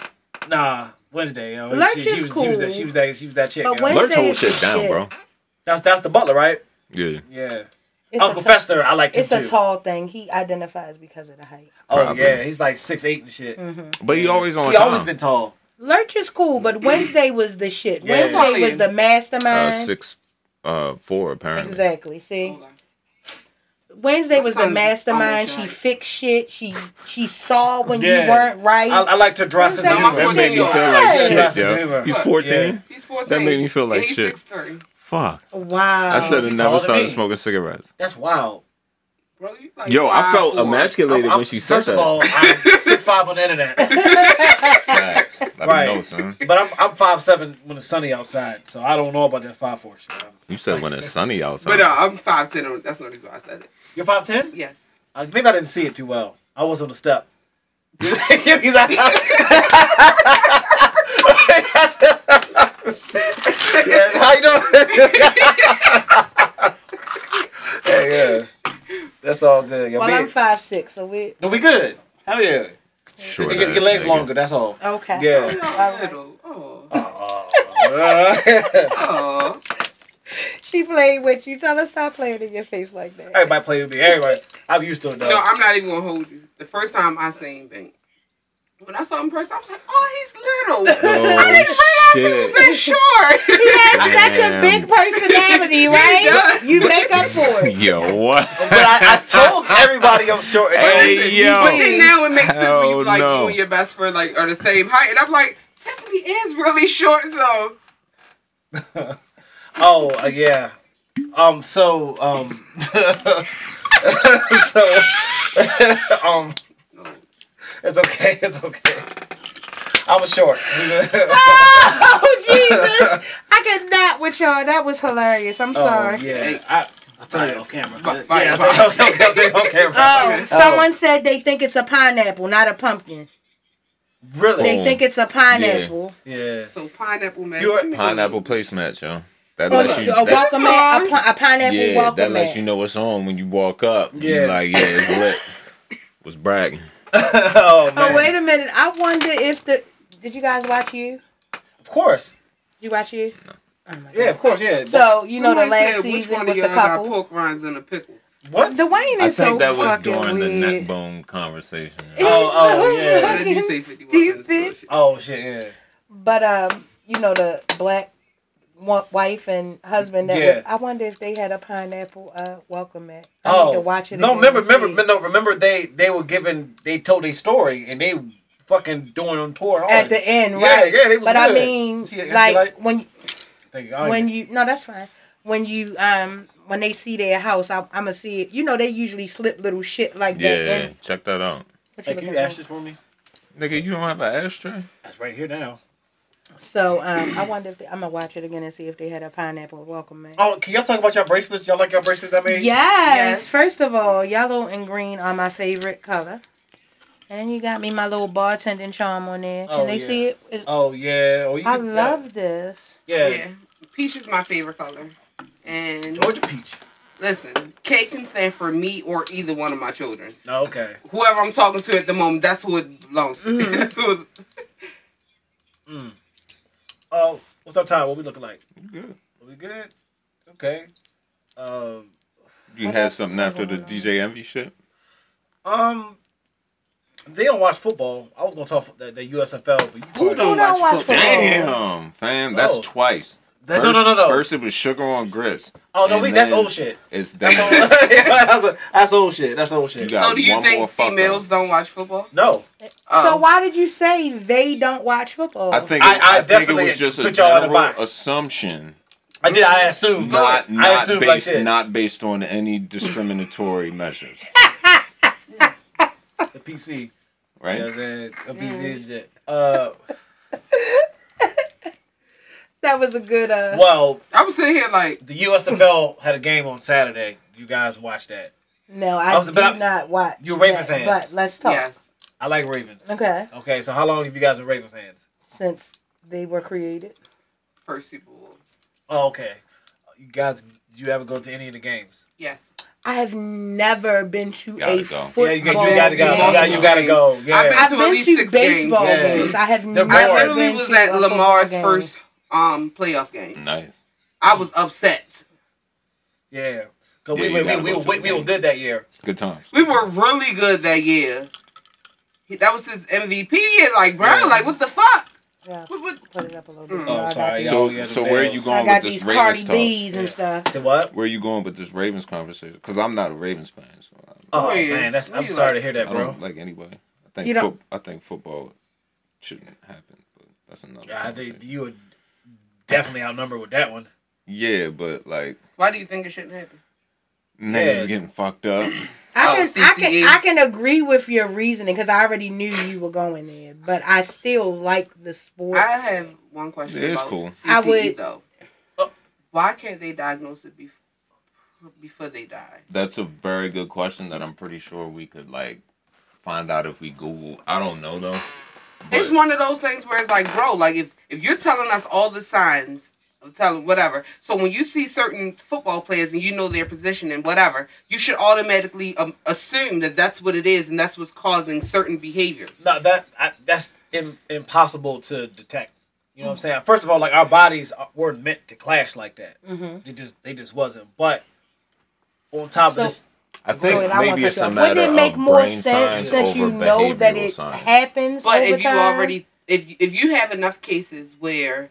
Speaker 1: Nah, Wednesday. Yo.
Speaker 2: Lurch
Speaker 1: she,
Speaker 2: is
Speaker 1: she was, she was that. She
Speaker 2: cool.
Speaker 1: was that. She was that chick.
Speaker 2: But
Speaker 1: yo.
Speaker 2: Wednesday
Speaker 5: Lurch whole
Speaker 2: is
Speaker 5: shit
Speaker 2: the
Speaker 5: down,
Speaker 2: shit.
Speaker 5: bro.
Speaker 1: that's that's the butler, right?
Speaker 5: Yeah.
Speaker 1: Yeah.
Speaker 2: It's
Speaker 1: Uncle
Speaker 2: a t-
Speaker 1: Fester, I like him
Speaker 2: It's a
Speaker 1: too.
Speaker 2: tall thing. He identifies because of the height.
Speaker 1: oh
Speaker 5: Probably.
Speaker 2: Mm-hmm.
Speaker 1: yeah, he's like six eight and shit.
Speaker 5: But he always on
Speaker 1: He
Speaker 5: time.
Speaker 1: always been tall.
Speaker 2: Lurch is cool, but Wednesday was the shit.
Speaker 1: Yeah.
Speaker 2: Wednesday was the
Speaker 5: Uh,
Speaker 2: mastermind.
Speaker 5: six, uh, four apparently.
Speaker 2: exactly. See,
Speaker 3: Hold on.
Speaker 2: Wednesday was the
Speaker 3: Sometimes it's almost
Speaker 2: mastermind. She
Speaker 3: right.
Speaker 2: fixed shit. She she saw when
Speaker 1: Yeah.
Speaker 2: you weren't right.
Speaker 1: I, I like to dress as
Speaker 2: That
Speaker 1: a
Speaker 3: my
Speaker 5: That
Speaker 1: woman.
Speaker 3: fourteen
Speaker 5: made me feel like
Speaker 2: Yes.
Speaker 5: shit,
Speaker 1: That's
Speaker 5: yo.
Speaker 1: his
Speaker 5: He's
Speaker 1: name.
Speaker 5: 14?
Speaker 1: Yeah.
Speaker 3: He's 14.
Speaker 5: That made me feel like
Speaker 3: and he's
Speaker 5: shit.
Speaker 3: 6'3".
Speaker 5: Fuck.
Speaker 2: wow.
Speaker 5: I should
Speaker 1: she's
Speaker 5: have never
Speaker 1: taller than
Speaker 5: started
Speaker 1: me.
Speaker 5: smoking cigarettes.
Speaker 1: That's wild.
Speaker 3: Bro, you like
Speaker 5: Yo, I felt
Speaker 3: 5'4".
Speaker 5: emasculated
Speaker 1: Ah, I'm-
Speaker 5: when she said
Speaker 1: first
Speaker 5: that.
Speaker 1: of all, I'm six five on the internet,
Speaker 5: Facts. Let me
Speaker 1: Right.
Speaker 5: know, son.
Speaker 1: but I'm I'm five seven when it's sunny outside, so I don't know about that five four shit.
Speaker 5: You said when it's sunny outside.
Speaker 3: But uh, I'm 5'10". That's not the reason why I said it.
Speaker 1: You're five ten?
Speaker 3: Yes.
Speaker 1: Uh, maybe I didn't see it too well. I was on the step. He's like, yeah, how you doing? yeah, yeah. That's all good. Yeah,
Speaker 2: well,
Speaker 1: we-
Speaker 2: I'm five six, so we
Speaker 1: no, we good. Hell yeah.
Speaker 5: Short
Speaker 1: Just to get
Speaker 5: ass
Speaker 1: your legs
Speaker 5: niggas.
Speaker 1: longer, that's all.
Speaker 2: okay.
Speaker 1: Yeah.
Speaker 3: Oh, little. Oh.
Speaker 1: Everybody
Speaker 3: Oh.
Speaker 2: She played with you. Tell her stop playing in your face like that.
Speaker 1: play with me. Everybody. I'm used to it, though.
Speaker 3: No, I'm not even gonna hold you. The first time I seen Bink, when I saw him in person, I was like, "Oh, he's little." I didn't
Speaker 5: Oh,
Speaker 3: realize he was that
Speaker 5: shit.
Speaker 3: short.
Speaker 2: That's such a big personality, right?
Speaker 3: does.
Speaker 2: you make up for it.
Speaker 5: Yo, what?
Speaker 1: But I, I told everybody I'm short.
Speaker 5: Hey,
Speaker 3: But
Speaker 5: yo.
Speaker 3: then now it makes sense when you
Speaker 5: Hell
Speaker 3: like
Speaker 5: no.
Speaker 3: you and your best friend like are the same height, and I'm like, Tiffany is really short, so
Speaker 1: Oh uh, yeah. Um. So. Um. so. um.
Speaker 3: no.
Speaker 1: It's okay. It's okay. I'm a short.
Speaker 2: Oh Jesus! I could not with y'all. That was hilarious. I'm
Speaker 1: Oh,
Speaker 2: sorry.
Speaker 1: yeah. I, I'll tell you off camera.
Speaker 3: Bye- bye-
Speaker 1: yeah. I'll tell you, I'll tell you off camera.
Speaker 2: Oh, someone said they think it's a pineapple, not a pumpkin.
Speaker 1: Really?
Speaker 2: They
Speaker 5: Boom.
Speaker 2: think it's a pineapple.
Speaker 1: Yeah.
Speaker 3: So pineapple man.
Speaker 1: You're-
Speaker 5: Pineapple placemat, yo. That
Speaker 2: Or
Speaker 5: lets you.
Speaker 2: a
Speaker 5: that-
Speaker 2: welcome mat, a, pi- a pineapple
Speaker 5: Yeah, that
Speaker 2: welcome
Speaker 5: lets
Speaker 2: mat.
Speaker 5: you know what's on when you walk up.
Speaker 1: Yeah.
Speaker 5: You like, yeah, it's lit. Was bragging.
Speaker 1: oh man.
Speaker 2: oh wait a minute! I wonder if the did you guys watch you?
Speaker 1: Of course.
Speaker 2: You watch you?
Speaker 1: Yeah. Of course. Yeah.
Speaker 2: So you know the
Speaker 3: Somebody
Speaker 2: last
Speaker 3: said, which
Speaker 2: season
Speaker 3: one of
Speaker 2: with the
Speaker 3: y'all got
Speaker 2: couple.
Speaker 3: pork rinds and a pickle.
Speaker 1: what?
Speaker 2: Dwayne
Speaker 5: I
Speaker 2: is so
Speaker 5: think that was
Speaker 2: fucking
Speaker 5: during the
Speaker 2: weird.
Speaker 5: neck bone conversation.
Speaker 1: Yeah. Oh, oh, yeah.
Speaker 3: Why did you say
Speaker 2: Fucking
Speaker 3: 51 minutes
Speaker 2: stupid.
Speaker 3: bullshit?
Speaker 1: oh shit. Yeah.
Speaker 2: But um, you know the black wa- wife and husband. That
Speaker 1: Yeah.
Speaker 2: was- I wonder if they had a pineapple uh, welcome mat. I
Speaker 1: Oh.
Speaker 2: need to watch it.
Speaker 1: No.
Speaker 2: again
Speaker 1: Remember.
Speaker 2: to
Speaker 1: Remember.
Speaker 2: see.
Speaker 1: No. Remember. They they were given. They told their story and they fucking doing on tour. hard.
Speaker 2: At the end,
Speaker 1: Yeah,
Speaker 2: right?
Speaker 1: yeah, they was
Speaker 2: But I
Speaker 1: good.
Speaker 2: mean,
Speaker 1: See, that's
Speaker 2: like,
Speaker 1: like-
Speaker 2: when
Speaker 1: Thank you. Oh, I-
Speaker 2: when you no, that's fine. When you um when they see their house, I, I'm gonna see it. You know, they usually slip little shit like
Speaker 5: Yeah,
Speaker 2: that. in.
Speaker 5: check that out.
Speaker 2: What
Speaker 1: Hey,
Speaker 2: you
Speaker 1: can you
Speaker 2: looking
Speaker 1: ask
Speaker 2: for?
Speaker 1: this for me?
Speaker 5: Nigga, you don't have an ashtray?
Speaker 1: That's right here now.
Speaker 2: So um, I wonder if they, I'm gonna watch it again and see if they had a pineapple welcome mat.
Speaker 1: Oh, can y'all talk about y'all bracelets? Y'all like y'all bracelets I made?
Speaker 2: Yes.
Speaker 3: Yes.
Speaker 2: First of all, yellow and green are my favorite color. And you got me my little bartending charm on there. Can
Speaker 1: Oh,
Speaker 2: they
Speaker 1: yeah.
Speaker 2: see it? It's-
Speaker 1: Oh yeah. Oh, you
Speaker 2: I
Speaker 1: can-
Speaker 2: love this.
Speaker 1: Yeah.
Speaker 3: Yeah. Peach is my favorite color. And
Speaker 1: Georgia peach.
Speaker 3: listen, K can stand for me or either one of my children.
Speaker 1: No, okay.
Speaker 3: Whoever I'm talking to at the moment, that's who it belongs to.
Speaker 2: Mm-hmm.
Speaker 3: that's who it-
Speaker 1: Oh, what's up, Ty? What we looking like?
Speaker 5: Good.
Speaker 1: we good? Okay. Um.
Speaker 5: You
Speaker 2: What
Speaker 5: had
Speaker 2: else is
Speaker 5: something after the
Speaker 2: going on?
Speaker 5: DJ Envy shit?
Speaker 1: Um. They don't watch football. I was gonna talk the, the USFL, but you
Speaker 3: Who
Speaker 1: probably-
Speaker 3: don't
Speaker 2: Who don't
Speaker 3: watch
Speaker 2: watch
Speaker 3: football?
Speaker 5: Damn, fam, that's
Speaker 1: Oh.
Speaker 5: twice.
Speaker 1: That- no, no, no, no.
Speaker 5: First it was sugar on grits.
Speaker 1: Oh no,
Speaker 5: and
Speaker 1: we, that's
Speaker 5: then
Speaker 1: old shit.
Speaker 5: It's
Speaker 1: That's
Speaker 5: that.
Speaker 1: old, that's, a- that's old shit. That's old shit.
Speaker 5: You got
Speaker 3: So do you
Speaker 5: one more
Speaker 3: think
Speaker 5: fuck
Speaker 3: females
Speaker 5: up.
Speaker 3: don't watch football?
Speaker 1: no,
Speaker 2: So
Speaker 3: Oh.
Speaker 2: why did you say they don't watch football?
Speaker 5: I think
Speaker 1: I-
Speaker 5: it,
Speaker 1: I
Speaker 5: I, think it
Speaker 1: definitely
Speaker 5: was just a
Speaker 1: put y'all in the
Speaker 5: general
Speaker 1: box.
Speaker 5: assumption,
Speaker 1: I did. I assumed.
Speaker 5: not
Speaker 1: I
Speaker 5: not
Speaker 1: assumed like
Speaker 5: based
Speaker 1: shit.
Speaker 5: not based on any discriminatory measures,
Speaker 1: the PC.
Speaker 5: right?
Speaker 1: Yeah, man, a PC and shit. Uh,
Speaker 2: that was a good uh
Speaker 1: well,
Speaker 3: I was sitting here like,
Speaker 1: the USFL had a game on Saturday. You guys watched that?
Speaker 2: No, I,
Speaker 1: I was-
Speaker 2: do
Speaker 1: but I-
Speaker 2: not watch.
Speaker 1: You're Raven
Speaker 2: that,
Speaker 1: fans.
Speaker 2: But let's talk.
Speaker 3: yes.
Speaker 1: I like Ravens.
Speaker 2: Okay.
Speaker 1: Okay, so how long have you guys been Raven fans?
Speaker 2: Since they were created.
Speaker 3: First Super Bowl.
Speaker 1: Oh, okay. You guys, you ever go to any of the games?
Speaker 3: Yes.
Speaker 2: I have never been to
Speaker 5: Gotta
Speaker 2: a
Speaker 5: go.
Speaker 2: football.
Speaker 1: Yeah, you, got, you gotta go. You
Speaker 3: Multiple
Speaker 1: gotta, you gotta go.
Speaker 3: games.
Speaker 1: Yeah.
Speaker 3: I've
Speaker 2: I've
Speaker 3: to at
Speaker 2: been
Speaker 3: least
Speaker 2: to
Speaker 3: six
Speaker 2: baseball
Speaker 1: games. Yeah.
Speaker 2: games. I have never
Speaker 1: bored.
Speaker 3: I
Speaker 1: Lord.
Speaker 3: literally
Speaker 2: been
Speaker 3: was
Speaker 2: to
Speaker 3: at
Speaker 2: a
Speaker 3: Lamar's
Speaker 2: football game.
Speaker 3: first um playoff game.
Speaker 5: Nice.
Speaker 3: I was upset.
Speaker 1: yeah. Cause
Speaker 5: Yeah,
Speaker 1: we,
Speaker 5: you
Speaker 1: we, we,
Speaker 5: gotta
Speaker 1: we,
Speaker 5: go
Speaker 1: we,
Speaker 5: to
Speaker 1: we,
Speaker 5: the
Speaker 1: were
Speaker 5: game.
Speaker 1: good that year.
Speaker 5: Good times.
Speaker 3: We were really good that year. He- That was his MVP. and Like, bro,
Speaker 1: Yeah.
Speaker 3: like what the fuck?
Speaker 2: Yeah,
Speaker 3: What, what,
Speaker 2: put it up a little bit.
Speaker 1: Oh,
Speaker 2: I got
Speaker 1: sorry,
Speaker 2: these-
Speaker 1: y'all.
Speaker 5: So,
Speaker 1: yeah, the
Speaker 5: so where are
Speaker 1: Bills.
Speaker 5: you
Speaker 2: I
Speaker 5: going
Speaker 2: got
Speaker 5: with
Speaker 2: these
Speaker 5: this
Speaker 2: Cardi
Speaker 5: Ravens talk?
Speaker 2: B's and
Speaker 1: Yeah.
Speaker 2: stuff.
Speaker 1: Say what?
Speaker 5: Where are you going with this Ravens conversation? Because I'm not a Ravens fan, so I,
Speaker 1: Oh
Speaker 3: Wait,
Speaker 1: man, that's
Speaker 3: what
Speaker 1: I'm
Speaker 3: you
Speaker 1: sorry
Speaker 3: like?
Speaker 1: to hear that,
Speaker 5: I
Speaker 1: bro.
Speaker 5: don't like anyway. I think
Speaker 2: You don't-
Speaker 5: foot- I think football shouldn't happen, but that's another.
Speaker 1: Yeah, I
Speaker 5: conversation.
Speaker 1: think you would definitely outnumbered with that one.
Speaker 5: Yeah, but like
Speaker 3: why do you think it shouldn't happen?
Speaker 5: niggas is getting fucked up.
Speaker 2: I
Speaker 3: Oh,
Speaker 2: can, I
Speaker 3: CTE.
Speaker 2: can, I can agree with your reasoning because I already knew you were going there, but I still like the sport.
Speaker 3: I have one question.
Speaker 5: It is
Speaker 3: about
Speaker 5: cool.
Speaker 3: CTE,
Speaker 2: I would-
Speaker 3: though.
Speaker 4: Oh.
Speaker 3: Why can't they diagnose it before before they die?
Speaker 5: That's a very good question that I'm pretty sure we could like find out if we Google. I don't know though.
Speaker 3: It's one of those things where it's like, bro, like if if you're telling us all the signs of telling whatever, so when you see certain football players and you know their position and whatever, you should automatically um, assume that that's what it is and that's what's causing certain behaviors.
Speaker 1: No, that I, that's im- impossible to detect. You know what I'm saying? First of all, like our bodies are- weren't meant to clash like that. Mm-hmm. They just they just wasn't. But on top
Speaker 2: So-
Speaker 1: of this,
Speaker 5: I think
Speaker 2: Wait, I wanna
Speaker 5: maybe
Speaker 2: cut
Speaker 5: it's
Speaker 2: you
Speaker 5: a
Speaker 2: off.
Speaker 5: matter
Speaker 2: Wouldn't it make
Speaker 5: of
Speaker 2: more
Speaker 5: brain
Speaker 2: sense
Speaker 5: science
Speaker 2: that
Speaker 5: over
Speaker 2: you know that
Speaker 5: behavioral
Speaker 2: it
Speaker 5: science.
Speaker 2: happens?
Speaker 3: But
Speaker 2: over
Speaker 3: if you
Speaker 2: time?
Speaker 3: already if if you have enough cases where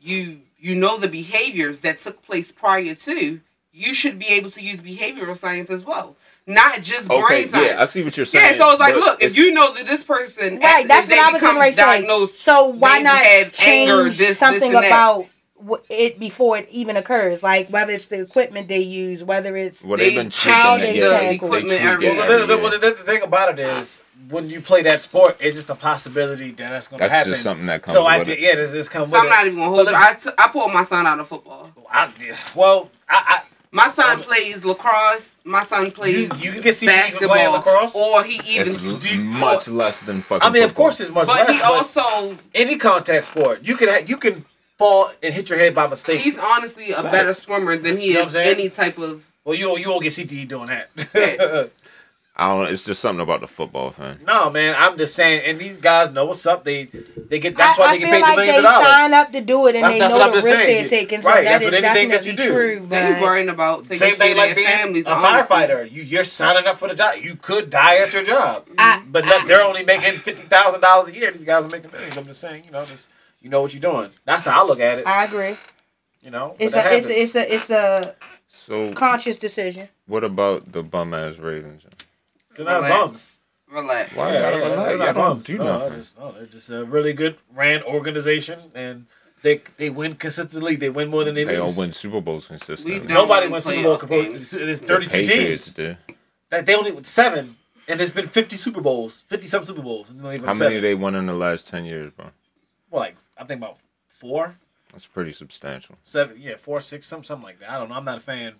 Speaker 3: you you know the behaviors that took place prior to, you should be able to use behavioral science as well, not just
Speaker 5: okay,
Speaker 3: brain science.
Speaker 5: yeah, I see what you're saying.
Speaker 3: Yeah, so it's like,
Speaker 5: but
Speaker 3: look, if
Speaker 5: it's-
Speaker 3: you know that this person,
Speaker 2: right, that's
Speaker 3: if they
Speaker 2: what I was
Speaker 3: become
Speaker 2: gonna like say.
Speaker 3: diagnosed,
Speaker 2: So why
Speaker 3: they
Speaker 2: not
Speaker 3: have
Speaker 2: change
Speaker 3: anger, this, this,
Speaker 2: something
Speaker 3: and that.
Speaker 2: about wh- it before it even occurs? Like whether it's the equipment they use, whether it's
Speaker 5: Well,
Speaker 3: They
Speaker 5: they've been
Speaker 3: child
Speaker 5: tweaking it,
Speaker 2: and
Speaker 5: yeah.
Speaker 2: the
Speaker 5: They
Speaker 3: equipment
Speaker 5: tweak it
Speaker 3: every-
Speaker 5: every
Speaker 1: well,
Speaker 3: Yeah,
Speaker 1: the, the,
Speaker 5: year.
Speaker 1: well, the, the thing about it is when you play that sport, it's just a possibility that that's going to
Speaker 5: That's
Speaker 1: happen.
Speaker 5: just something that comes
Speaker 1: so I
Speaker 5: with
Speaker 1: did,
Speaker 5: it.
Speaker 1: yeah, this just come
Speaker 3: So
Speaker 1: with
Speaker 3: I'm not even gonna hold
Speaker 1: But
Speaker 3: you. I, t- I pulled my son out of football.
Speaker 1: it. I did- well, I,
Speaker 3: My son plays lacrosse. My son
Speaker 1: I
Speaker 3: plays
Speaker 1: you, you can see me even
Speaker 3: basketball,
Speaker 1: E playing lacrosse.
Speaker 3: or he even.
Speaker 5: It's
Speaker 1: do you-
Speaker 5: much less than fucking.
Speaker 1: I mean, of
Speaker 5: football.
Speaker 1: course, it's much
Speaker 3: but
Speaker 1: less.
Speaker 3: he
Speaker 1: but
Speaker 3: also
Speaker 1: any contact sport, you can ha- you can fall and hit your head by mistake.
Speaker 3: he's honestly a better swimmer than he
Speaker 1: You know what
Speaker 3: is
Speaker 1: I'm saying?
Speaker 3: any type of.
Speaker 1: Well, you you won't get CTE doing
Speaker 3: Yeah.
Speaker 1: that.
Speaker 5: I don't know. It's just something about the football thing.
Speaker 1: no, man, I'm just saying. And these guys know what's up. They they get. That's why
Speaker 2: I,
Speaker 1: they
Speaker 2: I
Speaker 1: get
Speaker 2: feel
Speaker 1: paid
Speaker 2: like
Speaker 1: the millions
Speaker 2: they
Speaker 1: of dollars.
Speaker 2: sign up to do it and
Speaker 1: That's-
Speaker 2: they
Speaker 1: that's
Speaker 2: know
Speaker 1: what
Speaker 2: the
Speaker 1: I'm
Speaker 2: risk
Speaker 1: just
Speaker 2: they're
Speaker 1: saying.
Speaker 2: taking. So
Speaker 1: Right,
Speaker 2: that
Speaker 1: that's
Speaker 2: is
Speaker 1: what anything that
Speaker 2: definitely
Speaker 1: you do.
Speaker 2: true.
Speaker 3: They
Speaker 2: But
Speaker 3: worrying about taking
Speaker 1: Same
Speaker 3: care
Speaker 1: thing
Speaker 3: of
Speaker 1: like
Speaker 3: their
Speaker 1: being
Speaker 3: families.
Speaker 1: a
Speaker 3: honestly.
Speaker 1: firefighter. You you're signing up for the job. You could die at your job,
Speaker 2: I-
Speaker 1: but look, they're only making fifty thousand dollars a year. These guys are making millions. I'm just saying, you know, just you know what you're doing. That's how I look at it.
Speaker 2: I agree.
Speaker 1: You know,
Speaker 2: It's
Speaker 1: But
Speaker 2: a
Speaker 1: that
Speaker 2: it's, a
Speaker 1: happens.
Speaker 2: it's a it's a
Speaker 5: So,
Speaker 2: conscious decision.
Speaker 5: what about the bum ass Ravens?
Speaker 1: they're not bums.
Speaker 3: Relax.
Speaker 5: Why?
Speaker 1: Yeah,
Speaker 5: I
Speaker 1: yeah,
Speaker 5: don't,
Speaker 1: they're
Speaker 5: I
Speaker 1: not
Speaker 5: don't
Speaker 1: bums.
Speaker 5: do
Speaker 1: No,
Speaker 5: nothing.
Speaker 1: I just- no, they're just a really good ran organization, and they they win consistently. They win more than they,
Speaker 5: They don't
Speaker 1: lose.
Speaker 5: win Super Bowls consistently.
Speaker 3: We don't.
Speaker 1: Nobody
Speaker 3: win
Speaker 1: wins Super Bowl.
Speaker 3: playoff
Speaker 1: compared-
Speaker 3: games.
Speaker 1: There's
Speaker 5: The
Speaker 1: 32
Speaker 5: Patriots
Speaker 1: teams.
Speaker 5: did.
Speaker 1: That they only win seven, and there's been 50 Super Bowls, 50 some Super Bowls. And they only win
Speaker 5: How
Speaker 1: seven.
Speaker 5: many they won in the last ten years, bro?
Speaker 1: Well, like I think about four,
Speaker 5: That's pretty substantial.
Speaker 1: seven, yeah, four, six, something, something like that. I don't know. I'm not a fan.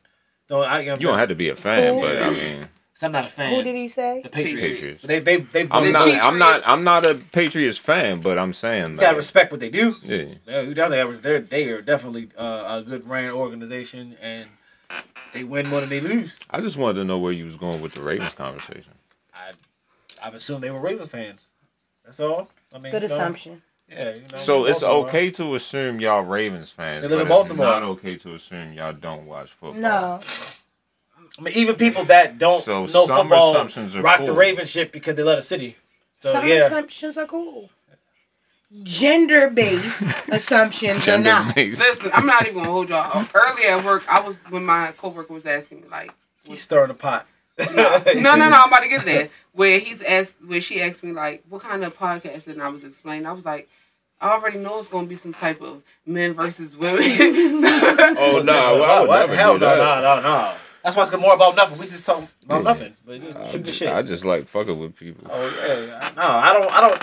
Speaker 1: No, I, I'm,
Speaker 5: You don't have to be a fan,
Speaker 2: Who?
Speaker 5: but I mean,
Speaker 1: I'm not a fan.
Speaker 2: Who did he say?
Speaker 1: The Patriots.
Speaker 5: Patriots.
Speaker 1: But They they they.
Speaker 5: I'm
Speaker 1: they
Speaker 5: not.
Speaker 1: you
Speaker 5: I'm not. I'm not a Patriots fan, but I'm saying
Speaker 1: gotta
Speaker 5: that.
Speaker 1: respect what they do.
Speaker 5: Yeah.
Speaker 1: Yeah, you definitely have- They're they are definitely uh, a good ran organization, and they win more than they lose.
Speaker 5: I just wanted to know where you was going with the Ravens conversation.
Speaker 1: I I've assumed they were Ravens fans. That's all. I mean,
Speaker 2: Good
Speaker 1: you know,
Speaker 2: assumption.
Speaker 1: Yeah. You know,
Speaker 5: So it's
Speaker 1: Baltimore.
Speaker 5: okay to assume y'all Ravens fans,
Speaker 1: They
Speaker 5: but
Speaker 1: live in
Speaker 5: it's
Speaker 1: Baltimore.
Speaker 5: not okay to assume y'all don't watch football.
Speaker 2: No,
Speaker 1: I mean, even people that don't
Speaker 5: So
Speaker 1: know
Speaker 5: some
Speaker 1: football
Speaker 5: assumptions are
Speaker 1: rock the
Speaker 5: cool.
Speaker 1: Ravens shit because they love the city. So
Speaker 2: some
Speaker 1: yeah,
Speaker 2: assumptions are cool. Gender based assumptions are
Speaker 5: Gender
Speaker 2: not.
Speaker 5: mix.
Speaker 3: Listen, I'm not even gonna hold y'all. Earlier at work, I was when my coworker was asking me like,
Speaker 1: he's stirring the pot.
Speaker 3: no, no, no, I'm about to get there. Where he's asked, where she asked me like, what kind of podcast, and I was explaining. I was like, I already know it's gonna be some type of men versus women.
Speaker 5: Oh no! Well, I would
Speaker 1: what?
Speaker 5: never
Speaker 1: Hell
Speaker 5: do
Speaker 1: no,
Speaker 5: that.
Speaker 1: no, no, no. That's why it's more about nothing. We just talk about
Speaker 5: Yeah.
Speaker 1: nothing, but just shoot the shit.
Speaker 5: I just like fucking with people.
Speaker 1: Oh yeah, no, I don't, I don't,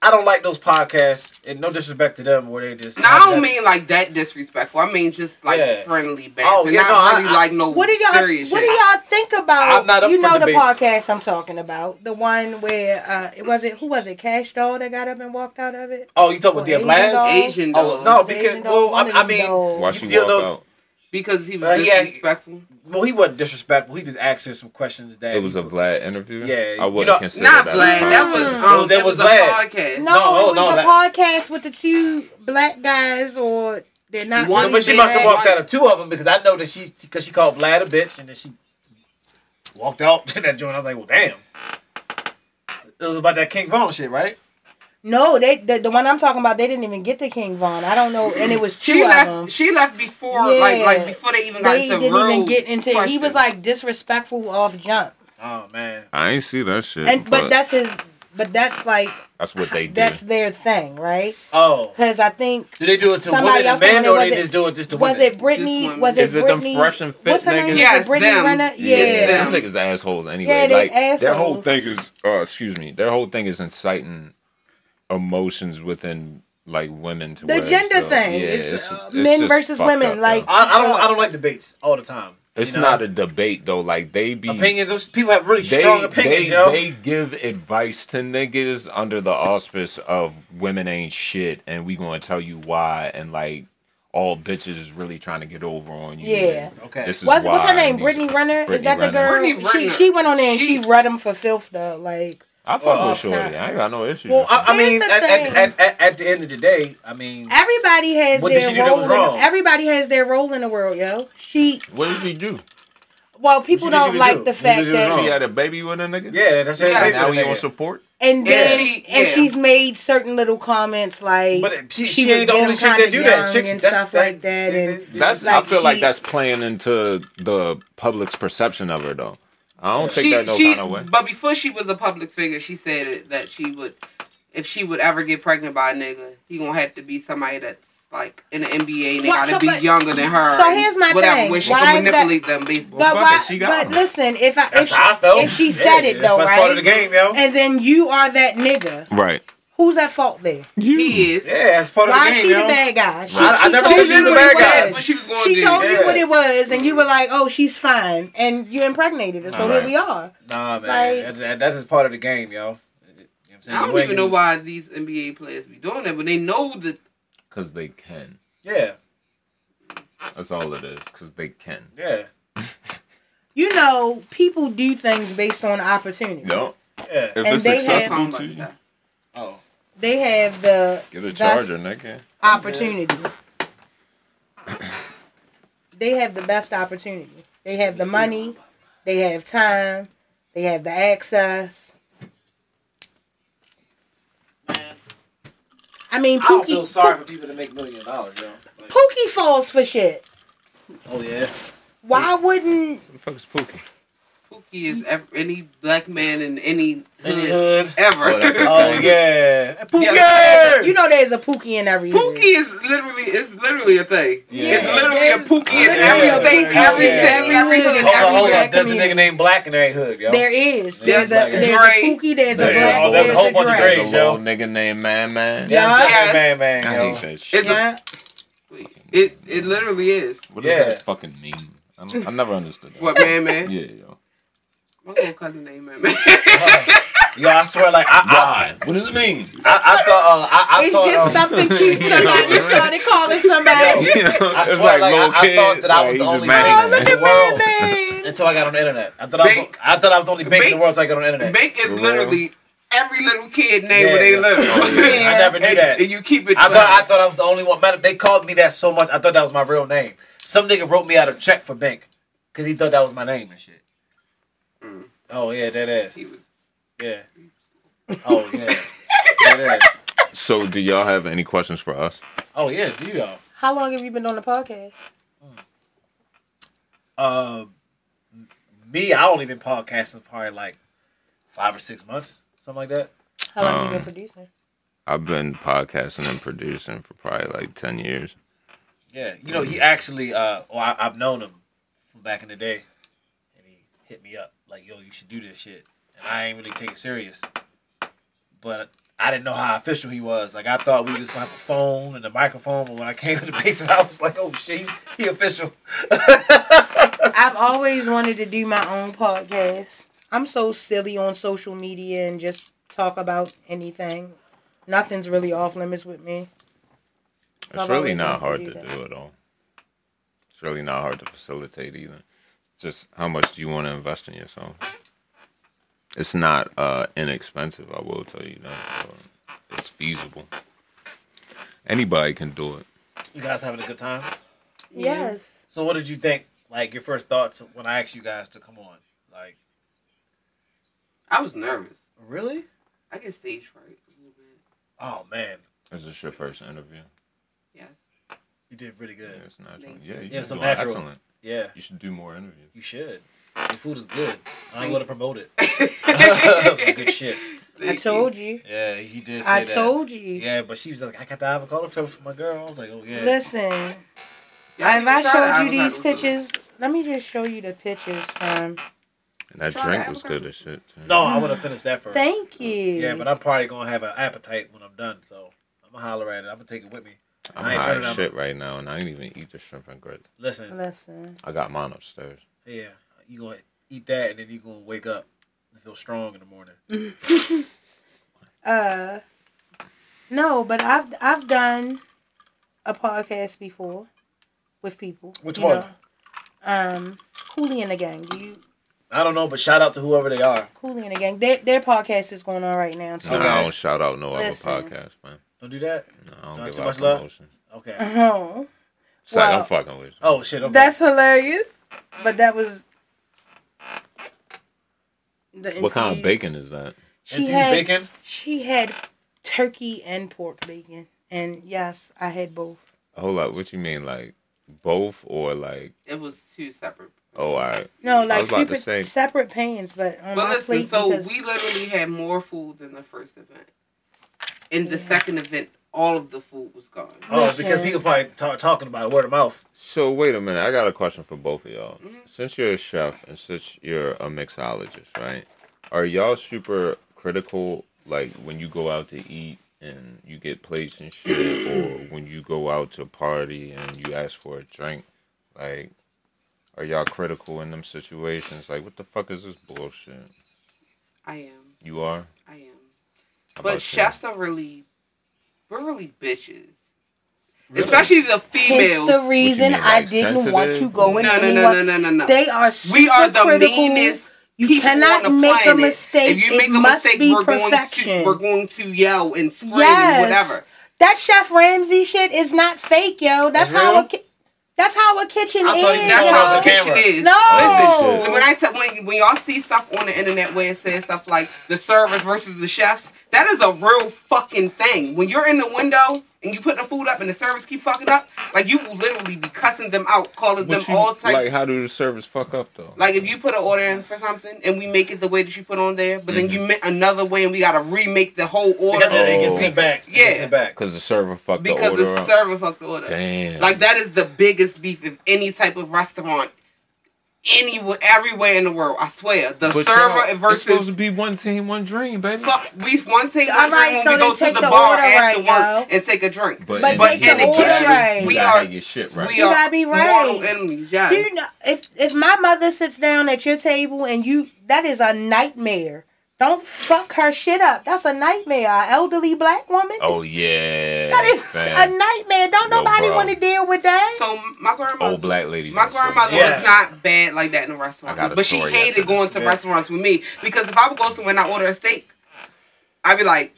Speaker 1: I don't like those podcasts. And no disrespect to them, where they just.
Speaker 3: no, I don't mean like that disrespectful. I mean just like
Speaker 1: Yeah.
Speaker 3: friendly banter,
Speaker 1: Oh, yeah,
Speaker 3: not
Speaker 1: no, I-
Speaker 3: really
Speaker 1: I-
Speaker 3: like no
Speaker 2: What do y'all
Speaker 3: serious
Speaker 2: What do
Speaker 3: shit.
Speaker 2: y'all think about?
Speaker 1: I'm not up
Speaker 2: you
Speaker 1: for
Speaker 2: know the
Speaker 1: debates.
Speaker 2: podcast I'm talking about, the one where uh, it was it who was it Cash Doll that got up and walked out of it.
Speaker 1: Oh, you talking about the
Speaker 2: Asian
Speaker 1: Vlad?
Speaker 2: dog?
Speaker 3: Asian
Speaker 1: Oh
Speaker 3: dog,
Speaker 1: no,
Speaker 2: Asian
Speaker 1: because
Speaker 2: doll,
Speaker 1: well,
Speaker 2: one
Speaker 1: I,
Speaker 2: of
Speaker 1: I
Speaker 2: them
Speaker 1: mean,
Speaker 2: dolls.
Speaker 5: Why she
Speaker 1: you
Speaker 5: walk
Speaker 1: know-
Speaker 5: out?
Speaker 3: because he was
Speaker 1: Uh, yeah.
Speaker 3: disrespectful.
Speaker 1: well, he wasn't disrespectful. He just asked her some questions that
Speaker 5: It was a Vlad interview.
Speaker 1: Yeah,
Speaker 5: I
Speaker 1: you
Speaker 5: wouldn't
Speaker 1: know-
Speaker 5: consider
Speaker 3: Not
Speaker 5: that.
Speaker 3: Vlad. That was
Speaker 2: Mm.
Speaker 1: No,
Speaker 3: um,
Speaker 1: that
Speaker 3: it was,
Speaker 1: was
Speaker 3: a
Speaker 1: Vlad.
Speaker 3: podcast.
Speaker 2: No,
Speaker 1: No, oh,
Speaker 2: it was
Speaker 1: no,
Speaker 2: the
Speaker 1: that-
Speaker 2: podcast with the two black guys, or they're not.
Speaker 3: One
Speaker 1: No, but she
Speaker 3: big
Speaker 1: must have
Speaker 3: ass-
Speaker 1: walked out of two of them because I know that she because she called Vlad a bitch and then she walked out in that joint. I was like, well, damn. It was about that King Vaughn shit, right?
Speaker 2: No, they the, the one I'm talking about, they didn't even get the King Von. I don't know, and it was two
Speaker 3: She
Speaker 2: of
Speaker 3: left.
Speaker 2: them.
Speaker 3: She left before, like,
Speaker 2: Yeah.
Speaker 3: like before they even got
Speaker 2: They
Speaker 3: into
Speaker 2: didn't
Speaker 3: real
Speaker 2: even get into. He
Speaker 3: questions.
Speaker 2: was like disrespectful off jump,
Speaker 1: Oh man.
Speaker 5: I ain't see that shit.
Speaker 2: and but that's his. But that's like
Speaker 5: that's what they do.
Speaker 2: that's their thing, right?
Speaker 1: Oh.
Speaker 2: Because I think
Speaker 1: Do they do it to
Speaker 2: Somebody
Speaker 1: women and
Speaker 2: else told
Speaker 1: men,
Speaker 2: me,
Speaker 1: or
Speaker 2: was
Speaker 1: they
Speaker 2: it-
Speaker 1: just do it just to
Speaker 2: was
Speaker 1: women?
Speaker 2: it
Speaker 3: Just
Speaker 2: Britney?
Speaker 3: one.
Speaker 2: Was it
Speaker 5: Is it them
Speaker 2: Britney?
Speaker 5: fresh and fit
Speaker 2: What's her name?
Speaker 5: niggas?
Speaker 2: Is
Speaker 3: Yes,
Speaker 2: it Britney
Speaker 3: them.
Speaker 2: Renner?
Speaker 5: Yeah,
Speaker 3: It's
Speaker 2: Yeah.
Speaker 3: them.
Speaker 5: them niggas assholes anyway.
Speaker 2: Yeah, they
Speaker 5: like their whole
Speaker 2: assholes.
Speaker 5: thing is, uh, excuse me, their whole thing is inciting emotions within like women
Speaker 2: The
Speaker 5: to where it's
Speaker 2: gender
Speaker 5: so-
Speaker 2: thing.
Speaker 5: yeah,
Speaker 2: It's, uh,
Speaker 5: just-
Speaker 2: men
Speaker 5: just
Speaker 2: versus
Speaker 5: fucked
Speaker 2: women,
Speaker 5: though.
Speaker 2: like-
Speaker 1: I, I don't. I don't like debates all the time.
Speaker 5: it's
Speaker 1: you know?
Speaker 5: not a debate though. Like they be
Speaker 1: opinion. Those people have really
Speaker 5: they,
Speaker 1: strong opinions,
Speaker 5: they,
Speaker 1: yo.
Speaker 5: they give advice to niggas under the auspice of women ain't shit and we gonna tell you why and like all bitches is really trying to get over on you.
Speaker 2: Yeah.
Speaker 5: and
Speaker 1: Okay.
Speaker 5: This is
Speaker 2: What's, what's her
Speaker 5: why
Speaker 2: name?
Speaker 5: and
Speaker 2: Brittany
Speaker 5: these-
Speaker 2: Renner?
Speaker 5: Brittany
Speaker 2: Is that the
Speaker 5: Renner.
Speaker 2: girl?
Speaker 3: Brittany
Speaker 2: She,
Speaker 3: Renner.
Speaker 2: she went on there and she,
Speaker 3: She-
Speaker 2: read him for filth though. Like
Speaker 5: I fuck
Speaker 1: Well,
Speaker 5: with Shorty. I ain't got no issues.
Speaker 1: well,
Speaker 5: with
Speaker 1: I, I mean,
Speaker 2: Here's
Speaker 1: at,
Speaker 2: the
Speaker 1: at,
Speaker 2: thing.
Speaker 1: at, at, at the end of the day, I mean,
Speaker 2: everybody has
Speaker 1: What did
Speaker 2: their
Speaker 1: she do that
Speaker 2: role.
Speaker 1: was
Speaker 2: in the-
Speaker 1: wrong?
Speaker 2: everybody has their role in the world, yo. She
Speaker 5: her. what did she do?
Speaker 2: well, people
Speaker 1: did she
Speaker 2: don't
Speaker 1: even
Speaker 2: like
Speaker 1: do?
Speaker 2: the
Speaker 1: What
Speaker 2: fact
Speaker 1: did she do
Speaker 2: that
Speaker 1: wrong?
Speaker 5: She had a baby with a nigga.
Speaker 1: yeah, that's it.
Speaker 3: Yeah.
Speaker 5: And now
Speaker 1: Yeah.
Speaker 5: he on support.
Speaker 2: and
Speaker 1: Yeah.
Speaker 2: then
Speaker 3: She-
Speaker 2: and
Speaker 3: yeah.
Speaker 2: she's made certain little comments like
Speaker 1: But it- she, she,
Speaker 2: would
Speaker 1: ain't the
Speaker 2: get
Speaker 1: only
Speaker 2: him
Speaker 1: chick that
Speaker 2: kinda
Speaker 1: do that.
Speaker 2: young
Speaker 1: Chicks
Speaker 2: and
Speaker 1: that's,
Speaker 2: stuff
Speaker 1: that-
Speaker 2: like that.
Speaker 1: they-
Speaker 2: And
Speaker 1: they-
Speaker 5: That's.
Speaker 2: like
Speaker 5: I feel like
Speaker 2: she-
Speaker 5: that's playing into the public's perception of her though. I don't take
Speaker 3: she,
Speaker 5: that no
Speaker 3: she,
Speaker 5: kind of way.
Speaker 3: but before she was a public figure, she said it, that she would, if she would ever get pregnant by a nigga, he gonna have to be somebody that's like in the NBA and they
Speaker 2: Well,
Speaker 3: gotta
Speaker 2: so
Speaker 3: be
Speaker 2: but-
Speaker 3: younger than her.
Speaker 2: so
Speaker 3: and
Speaker 2: here's my
Speaker 3: whatever,
Speaker 2: thing.
Speaker 3: Where she
Speaker 2: Why
Speaker 3: can
Speaker 2: is that-
Speaker 3: manipulate them. Basically.
Speaker 2: But
Speaker 5: fuck
Speaker 2: why?
Speaker 5: it, she got
Speaker 2: But
Speaker 5: him.
Speaker 2: listen, if I if
Speaker 1: That's how I
Speaker 2: she,
Speaker 1: felt.
Speaker 2: if she
Speaker 1: Yeah,
Speaker 2: said it
Speaker 1: that's
Speaker 2: though,
Speaker 1: That's part of the
Speaker 2: right?
Speaker 1: game, yo.
Speaker 2: And then you are that nigga.
Speaker 5: Right.
Speaker 2: Who's at fault there?
Speaker 3: he is.
Speaker 1: Yeah, that's part of the
Speaker 2: Why
Speaker 1: game,
Speaker 2: is she
Speaker 1: yo.
Speaker 2: the bad guy? She,
Speaker 1: I- I never
Speaker 2: told
Speaker 1: said
Speaker 2: you
Speaker 1: she was the
Speaker 2: what
Speaker 1: bad guy.
Speaker 2: it was.
Speaker 3: That's what she was going
Speaker 2: She
Speaker 3: to do.
Speaker 2: told
Speaker 1: Yeah.
Speaker 2: you what it was, and you were like, "Oh, she's fine," and you impregnated her. So
Speaker 5: Alright.
Speaker 2: here we are.
Speaker 1: Nah, man,
Speaker 2: Like-
Speaker 1: that's, that- that's just part of the game, yo. You know what I'm saying?
Speaker 3: I
Speaker 1: You
Speaker 3: don't
Speaker 1: ain't
Speaker 3: even know
Speaker 1: gonna-
Speaker 3: why these NBA players be doing that, but they know that.
Speaker 5: Cause they can.
Speaker 1: Yeah,
Speaker 5: That's all it is. Cause they can.
Speaker 1: yeah,
Speaker 2: You know, people do things based on opportunity.
Speaker 5: No.
Speaker 1: yeah.
Speaker 5: If
Speaker 2: And
Speaker 5: it's
Speaker 2: they have-
Speaker 3: That's
Speaker 5: successful,
Speaker 3: something
Speaker 5: to
Speaker 3: like
Speaker 5: you,
Speaker 3: that.
Speaker 1: Oh,
Speaker 2: They have the
Speaker 5: get a
Speaker 2: best
Speaker 5: charger, nigga.
Speaker 2: opportunity. They have the best opportunity. They have the money. They have time. They have the access.
Speaker 4: Man,
Speaker 2: I mean,
Speaker 4: I don't feel
Speaker 2: Pookie.
Speaker 4: sorry for people that make million dollars, yo. Like,
Speaker 2: Pookie falls for shit.
Speaker 1: oh yeah.
Speaker 2: Why wouldn't
Speaker 5: Who the fuck is Pookie?
Speaker 3: Pookie is ev any black man in any
Speaker 1: In the
Speaker 3: hood
Speaker 1: hood.
Speaker 3: ever.
Speaker 5: Oh, that's a
Speaker 1: Oh yeah.
Speaker 3: Yeah.
Speaker 1: Pookie.
Speaker 2: you know there's a Pookie in every hood.
Speaker 3: Pookie is literally it's literally a thing.
Speaker 1: Yeah.
Speaker 3: It's literally a
Speaker 2: There's-
Speaker 3: pookie in
Speaker 2: there's
Speaker 3: every
Speaker 1: literally
Speaker 3: state,
Speaker 1: a pookie.
Speaker 3: every
Speaker 1: Yeah.
Speaker 3: town, every hood,
Speaker 1: Hold on,
Speaker 3: every
Speaker 1: hold on.
Speaker 3: black
Speaker 1: There's a
Speaker 3: community.
Speaker 1: nigga named Black in every hood, yo.
Speaker 2: There is. There's
Speaker 1: Black
Speaker 2: a
Speaker 1: and
Speaker 2: there's
Speaker 3: Dre.
Speaker 2: a Pookie. There's a
Speaker 1: There's
Speaker 2: black.
Speaker 1: all-
Speaker 2: There's,
Speaker 1: Oh, there's a whole
Speaker 2: a
Speaker 1: bunch of
Speaker 2: Dre.
Speaker 1: Dre.
Speaker 5: There's a
Speaker 1: yo.
Speaker 5: little nigga named Man Man.
Speaker 1: There's
Speaker 2: Yeah.
Speaker 1: a
Speaker 3: Yes.
Speaker 1: man, man,
Speaker 5: I
Speaker 1: yo.
Speaker 5: hate that shit.
Speaker 3: It's
Speaker 2: Yeah.
Speaker 3: a, it it literally is.
Speaker 5: What
Speaker 1: Yeah.
Speaker 5: does that fucking mean? I, don't- I never understood that.
Speaker 3: What man man?
Speaker 5: Yeah, yo.
Speaker 3: My little cousin named man man.
Speaker 1: Yo, I swear, like I,
Speaker 5: What does it mean?
Speaker 1: I, I, I thought, uh, I, I
Speaker 2: It's
Speaker 1: thought,
Speaker 2: just
Speaker 1: um,
Speaker 2: something cute. Somebody started calling somebody.
Speaker 5: I
Speaker 1: swear, like, I- I thought that I was the only
Speaker 2: Oh,
Speaker 1: man.
Speaker 2: look at
Speaker 1: Wow.
Speaker 2: Mad Man.
Speaker 1: until I got on the internet. I thought I was,
Speaker 3: Bank-
Speaker 1: I thought I was the only bank in the
Speaker 3: Bank-
Speaker 1: world until I got on the internet.
Speaker 3: Bank is
Speaker 5: Remember?
Speaker 3: literally every little kid name
Speaker 1: Yeah,
Speaker 3: when they
Speaker 1: Oh, yeah.
Speaker 3: little.
Speaker 1: I never knew
Speaker 3: And,
Speaker 1: that.
Speaker 3: and you keep it.
Speaker 1: I
Speaker 3: well.
Speaker 1: thought I thought I was the only one. Matter they called me that so much, I thought that was my real name. Some nigga wrote me out a check for bank because he thought that was my name and shit.
Speaker 3: Mm.
Speaker 1: Oh yeah, that ass.
Speaker 3: He was-
Speaker 1: Yeah. Oh yeah. that ass.
Speaker 5: So, do y'all have any questions for us?
Speaker 1: Oh yeah, do y'all?
Speaker 2: How long have you been on the podcast?
Speaker 1: Um, me, I only been podcasting probably like five or six months, something like that.
Speaker 2: How long you
Speaker 5: Um,
Speaker 2: been producing?
Speaker 5: I've been podcasting and producing for probably like ten years.
Speaker 1: Yeah, you know, he actually, uh, well, I, I've known him from back in the day, and he hit me up like, "Yo, you should do this shit," and I ain't really take it serious, but I didn't know how official he was. Like, I thought we just gonna have a phone and a microphone, but when I came in the basement, I was like, "Oh shit, he's, he official."
Speaker 2: I've always wanted to do my own podcast. I'm so silly on social media and just talk about anything. Nothing's really off limits with me.
Speaker 5: It's
Speaker 2: I've
Speaker 5: really
Speaker 2: always
Speaker 5: not hard
Speaker 2: wanted
Speaker 5: to
Speaker 2: to do
Speaker 5: do at all. It's really not hard to facilitate either. Just how much do you want to invest in yourself? It's not uh, inexpensive. I will tell you that. So It's feasible. Anybody can do it.
Speaker 1: You guys having a good time?
Speaker 2: Yes.
Speaker 1: So, what did you think? Like, your first thoughts when I asked you guys to come on? Like,
Speaker 3: I was nervous.
Speaker 1: really?
Speaker 3: I get stage fright a little bit.
Speaker 1: Oh man,
Speaker 5: Is this your first interview?
Speaker 3: Yes.
Speaker 1: you did really
Speaker 5: Yeah,
Speaker 1: good.
Speaker 5: it's natural.
Speaker 3: Thank
Speaker 5: Yeah, you
Speaker 1: Yeah, it's
Speaker 5: doing
Speaker 1: natural.
Speaker 5: excellent.
Speaker 1: Yeah,
Speaker 5: You should do more interviews.
Speaker 1: you should. Your food is good. I'm
Speaker 3: Thank-
Speaker 1: gonna promote it. Some good shit.
Speaker 2: I told you.
Speaker 1: Yeah, he did. Say
Speaker 2: I
Speaker 1: that.
Speaker 2: told you.
Speaker 1: Yeah, but she was like, I got the avocado toast for my girl. I was like, oh yeah.
Speaker 2: Listen, if I showed you these pictures, let me just show you the pictures. Um,
Speaker 5: And that
Speaker 3: Try
Speaker 5: drink
Speaker 3: the
Speaker 5: was
Speaker 3: avocado.
Speaker 5: good as shit. Too.
Speaker 1: No, I would have finished that first.
Speaker 2: thank you.
Speaker 1: Yeah, but I'm probably gonna have an appetite when I'm done. So I'm gonna holler at it. I'm gonna take it with me.
Speaker 5: I'm
Speaker 1: I ain't
Speaker 5: high
Speaker 1: turning
Speaker 5: as
Speaker 1: up.
Speaker 5: shit right now, and I ain't even eat the shrimp and grits.
Speaker 1: Listen,
Speaker 2: listen.
Speaker 5: I got mine upstairs.
Speaker 1: yeah, you gonna eat that, and then you gonna wake up and feel strong in the morning.
Speaker 2: Uh, no, but I've I've done a podcast before with people.
Speaker 1: Which
Speaker 2: you
Speaker 1: one?
Speaker 2: know. Um, Cooley and the Gang. Do you
Speaker 1: I don't know, but shout out to whoever they are.
Speaker 2: Cooley and the Gang? Their their podcast is going on right now. Too.
Speaker 5: No, I don't shout out no
Speaker 2: Listen.
Speaker 5: other podcast, man.
Speaker 1: Don't do that.
Speaker 5: No, I don't
Speaker 1: No, it's
Speaker 5: give
Speaker 1: too
Speaker 5: out
Speaker 1: much love.
Speaker 5: promotion.
Speaker 1: Okay.
Speaker 2: Oh,
Speaker 5: It's like
Speaker 2: Well,
Speaker 5: I'm fucking with you.
Speaker 1: Oh shit. Okay.
Speaker 2: that's hilarious. But that was. The
Speaker 5: what kind of
Speaker 2: infused-
Speaker 5: bacon is that?
Speaker 2: She
Speaker 1: Infused
Speaker 2: had
Speaker 1: bacon.
Speaker 2: she had turkey and pork bacon, and yes, I had both.
Speaker 5: Hold up, what you mean, like both or like?
Speaker 3: It was two separate.
Speaker 5: Oh, all right.
Speaker 2: No,
Speaker 5: I
Speaker 2: like
Speaker 5: was about to
Speaker 2: separate,
Speaker 5: say-
Speaker 2: separate pans, but on
Speaker 3: But
Speaker 2: my
Speaker 3: listen,
Speaker 2: plate
Speaker 3: so
Speaker 2: because-
Speaker 3: we literally had more food than the first event. In the
Speaker 2: Yeah.
Speaker 3: second event, all of the food was gone.
Speaker 1: Oh,
Speaker 2: Listen.
Speaker 1: because people probably ta- talking about it, word of mouth.
Speaker 5: So wait a minute, I got a question for both of y'all.
Speaker 3: Mhm.
Speaker 5: Since you're a chef and since you're a mixologist, right? Are y'all super critical like when you go out to eat and you get plates and shit or when you go out to party and you ask for a drink? Like are y'all critical in them situations? Like what the fuck is this bullshit?
Speaker 3: I am.
Speaker 5: You are?
Speaker 3: I am.
Speaker 5: How about you?
Speaker 3: But chefs are really, we're really bitches.
Speaker 1: Really?
Speaker 3: Especially the
Speaker 2: Hence
Speaker 3: females.
Speaker 2: the reason
Speaker 5: mean,
Speaker 2: I
Speaker 5: like,
Speaker 2: didn't want to
Speaker 5: sensitive?
Speaker 2: go
Speaker 5: No,
Speaker 2: in
Speaker 3: no, no,
Speaker 2: anyone's
Speaker 3: no, no, no, no.
Speaker 2: They are
Speaker 3: we are the
Speaker 2: supercritical.
Speaker 3: meanest.
Speaker 2: You
Speaker 3: people
Speaker 2: cannot
Speaker 3: on the
Speaker 2: make a
Speaker 3: planet.
Speaker 2: mistake.
Speaker 3: If you
Speaker 2: It
Speaker 3: make a
Speaker 2: must
Speaker 3: mistake,
Speaker 2: be
Speaker 3: we're going
Speaker 2: perfection.
Speaker 3: to we're going to yell and scream
Speaker 2: Yes.
Speaker 3: and whatever.
Speaker 2: That Chef Ramsey shit is not fake, yo. That's
Speaker 1: That's
Speaker 2: how
Speaker 1: real?
Speaker 2: a ki- that's how a kitchen
Speaker 1: I
Speaker 2: is,
Speaker 1: thought you
Speaker 3: That's
Speaker 1: Throw it
Speaker 2: yo.
Speaker 1: out
Speaker 3: how the
Speaker 1: the
Speaker 3: kitchen
Speaker 1: camera.
Speaker 3: is.
Speaker 2: No.
Speaker 5: Listen,
Speaker 3: And when I t- when when y'all see stuff on the internet where it says stuff like the servers versus the chefs, that is a real fucking thing. When you're in the window and you putting the food up and the servers keep fucking up, like you will literally be cussing them out, calling
Speaker 5: But
Speaker 3: them
Speaker 5: you-
Speaker 3: all types.
Speaker 5: like
Speaker 3: Like,
Speaker 5: how do the service fuck up though?
Speaker 3: if you put an order in for something and we make it the way that you put on there, but
Speaker 5: Mm-hmm.
Speaker 3: then you make another way and we gotta remake the whole
Speaker 1: Because
Speaker 3: order
Speaker 1: they get
Speaker 5: Oh.
Speaker 1: sent back. They
Speaker 3: Yeah.
Speaker 1: Get sent back.
Speaker 5: because the server fucked the
Speaker 3: because
Speaker 5: order
Speaker 3: the
Speaker 5: up.
Speaker 3: server fucked the order.
Speaker 5: Damn.
Speaker 3: Like that is the biggest beef of any type of restaurant, anywhere, everywhere in the world. I swear, the
Speaker 5: But y'all-
Speaker 3: server
Speaker 5: It's supposed to
Speaker 3: versus
Speaker 5: be one team, one dream, baby.
Speaker 3: fuck. We one take
Speaker 2: All
Speaker 3: one
Speaker 2: right,
Speaker 3: drink when
Speaker 2: so
Speaker 3: we
Speaker 2: they
Speaker 3: go to
Speaker 2: take
Speaker 3: the
Speaker 2: the
Speaker 3: bar
Speaker 2: order
Speaker 3: after
Speaker 2: right,
Speaker 3: work
Speaker 2: yo.
Speaker 3: and take a drink.
Speaker 2: But
Speaker 5: in-
Speaker 2: take
Speaker 5: you
Speaker 2: the
Speaker 5: gotta
Speaker 2: order
Speaker 5: get-
Speaker 2: right.
Speaker 5: You
Speaker 3: We
Speaker 5: gotta
Speaker 3: are-
Speaker 5: get your shit right.
Speaker 3: We
Speaker 2: You
Speaker 3: are
Speaker 2: gotta be
Speaker 3: mortal
Speaker 2: right.
Speaker 3: enemies. Yes.
Speaker 2: You know, if if my mother sits down at your table and you that is a nightmare. Don't fuck her shit up. That's a nightmare. An elderly black woman.
Speaker 5: Oh yeah.
Speaker 2: that is
Speaker 5: fam.
Speaker 2: a nightmare. Don't
Speaker 5: Yo,
Speaker 2: nobody
Speaker 5: bro.
Speaker 2: want to deal with that.
Speaker 3: So my grandma,
Speaker 5: Old black lady.
Speaker 3: my grandmother
Speaker 1: Yeah.
Speaker 3: was not bad like that in a restaurant,
Speaker 5: Oh, I got a
Speaker 3: but she
Speaker 5: story after
Speaker 3: hated going to
Speaker 1: Yeah.
Speaker 3: restaurants with me because if I would go somewhere and I order a steak, I'd be like,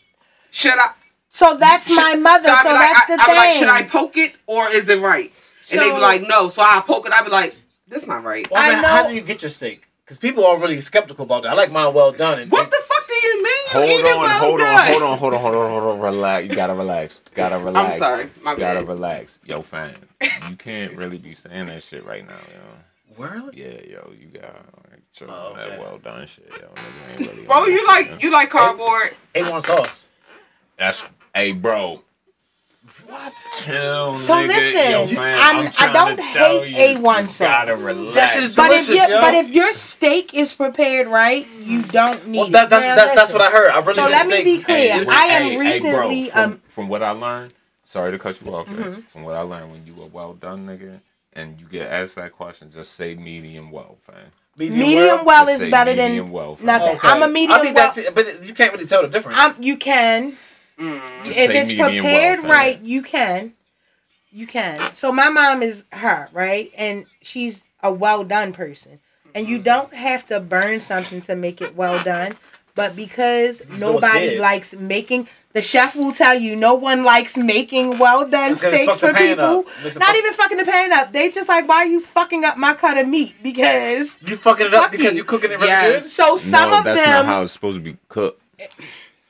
Speaker 3: should I?
Speaker 2: So that's
Speaker 3: Should-
Speaker 2: my mother. So,
Speaker 3: I'd be like,
Speaker 2: that's
Speaker 3: I,
Speaker 2: the
Speaker 3: I'd be
Speaker 2: thing.
Speaker 3: like, should I poke it or is it right? and they'd
Speaker 2: So-
Speaker 3: be like, no. So I poke it. I'd be like, this not right.
Speaker 1: Well, I
Speaker 2: I
Speaker 1: mean, How
Speaker 2: know-
Speaker 1: do you get your steak? Because people are really skeptical about that. I like mine well done. And,
Speaker 3: What the fuck do you mean? You eat
Speaker 5: Hold
Speaker 3: it
Speaker 5: on,
Speaker 3: well
Speaker 5: hold on,
Speaker 3: done?
Speaker 5: hold on, hold on, hold on, hold on. Relax. You gotta relax. Gotta relax.
Speaker 3: I'm sorry, my
Speaker 5: You gotta
Speaker 3: bad.
Speaker 5: relax. Yo, fam. You can't really be saying that shit right now, yo.
Speaker 1: World?
Speaker 5: Yeah, yo, you got like, chill
Speaker 1: Oh,
Speaker 5: on that
Speaker 1: okay.
Speaker 5: well done shit, yo. Nigga ain't really
Speaker 3: Bro,
Speaker 5: on
Speaker 3: you
Speaker 5: that shit, yo.
Speaker 3: like you like cardboard.
Speaker 1: A1 sauce.
Speaker 5: That's hey, bro.
Speaker 1: What?
Speaker 5: Chill,
Speaker 2: So
Speaker 5: nigga.
Speaker 2: listen,
Speaker 5: yo, fam,
Speaker 2: I'm-
Speaker 5: I'm
Speaker 2: I
Speaker 5: trying
Speaker 2: don't
Speaker 5: to tell
Speaker 2: hate
Speaker 5: you,
Speaker 2: A1
Speaker 5: you
Speaker 2: sauce.
Speaker 5: Gotta relax.
Speaker 1: This is
Speaker 2: But if,
Speaker 1: Delicious,
Speaker 2: you,
Speaker 1: yo.
Speaker 2: but if your steak is prepared right, you don't need.
Speaker 1: Well, that, that's,
Speaker 2: Now,
Speaker 1: that's, that's
Speaker 2: listen.
Speaker 1: what I heard. I really
Speaker 2: So
Speaker 1: need a
Speaker 2: let me
Speaker 1: steak.
Speaker 2: be clear.
Speaker 5: when-
Speaker 2: I am recently,
Speaker 5: bro, from,
Speaker 2: um, Mm-hmm.
Speaker 5: from what I learned. Sorry to cut you off. man. From what I learned, when you were well done, nigga, and you get asked that question, just say medium well, fam.
Speaker 2: Medium well
Speaker 5: Just
Speaker 2: is
Speaker 5: say
Speaker 2: better
Speaker 5: medium
Speaker 2: than
Speaker 5: well, fam.
Speaker 2: nothing.
Speaker 5: Okay.
Speaker 2: I'm a
Speaker 1: I
Speaker 2: medium
Speaker 1: mean, that
Speaker 2: well.
Speaker 1: too, but you can't really tell the difference.
Speaker 2: I'm, you can
Speaker 3: Mm.
Speaker 5: Just
Speaker 2: if
Speaker 5: say
Speaker 2: it's
Speaker 5: medium well,
Speaker 2: prepared
Speaker 5: fam.
Speaker 2: right, you can. You can. So my mom is her, right? And she's a well done person. And you don't have to burn something to make it well done. But because
Speaker 1: Just go with
Speaker 2: nobody
Speaker 1: dead.
Speaker 2: likes making the chef will tell you no one likes making well done
Speaker 1: It's 'cause it
Speaker 2: steaks
Speaker 1: fucks the
Speaker 2: for
Speaker 1: pan up.
Speaker 2: people.
Speaker 1: Makes it
Speaker 2: Not
Speaker 1: fuck-
Speaker 2: even fucking the pan up. They just like, why are you fucking up my cut of meat? Because
Speaker 1: you fucking it up
Speaker 2: Fuck
Speaker 1: because
Speaker 2: you.
Speaker 1: you cooking it really
Speaker 3: Yes.
Speaker 1: good?
Speaker 2: so some
Speaker 5: no,
Speaker 2: of
Speaker 5: that's
Speaker 2: them
Speaker 5: not how it's supposed to be cooked.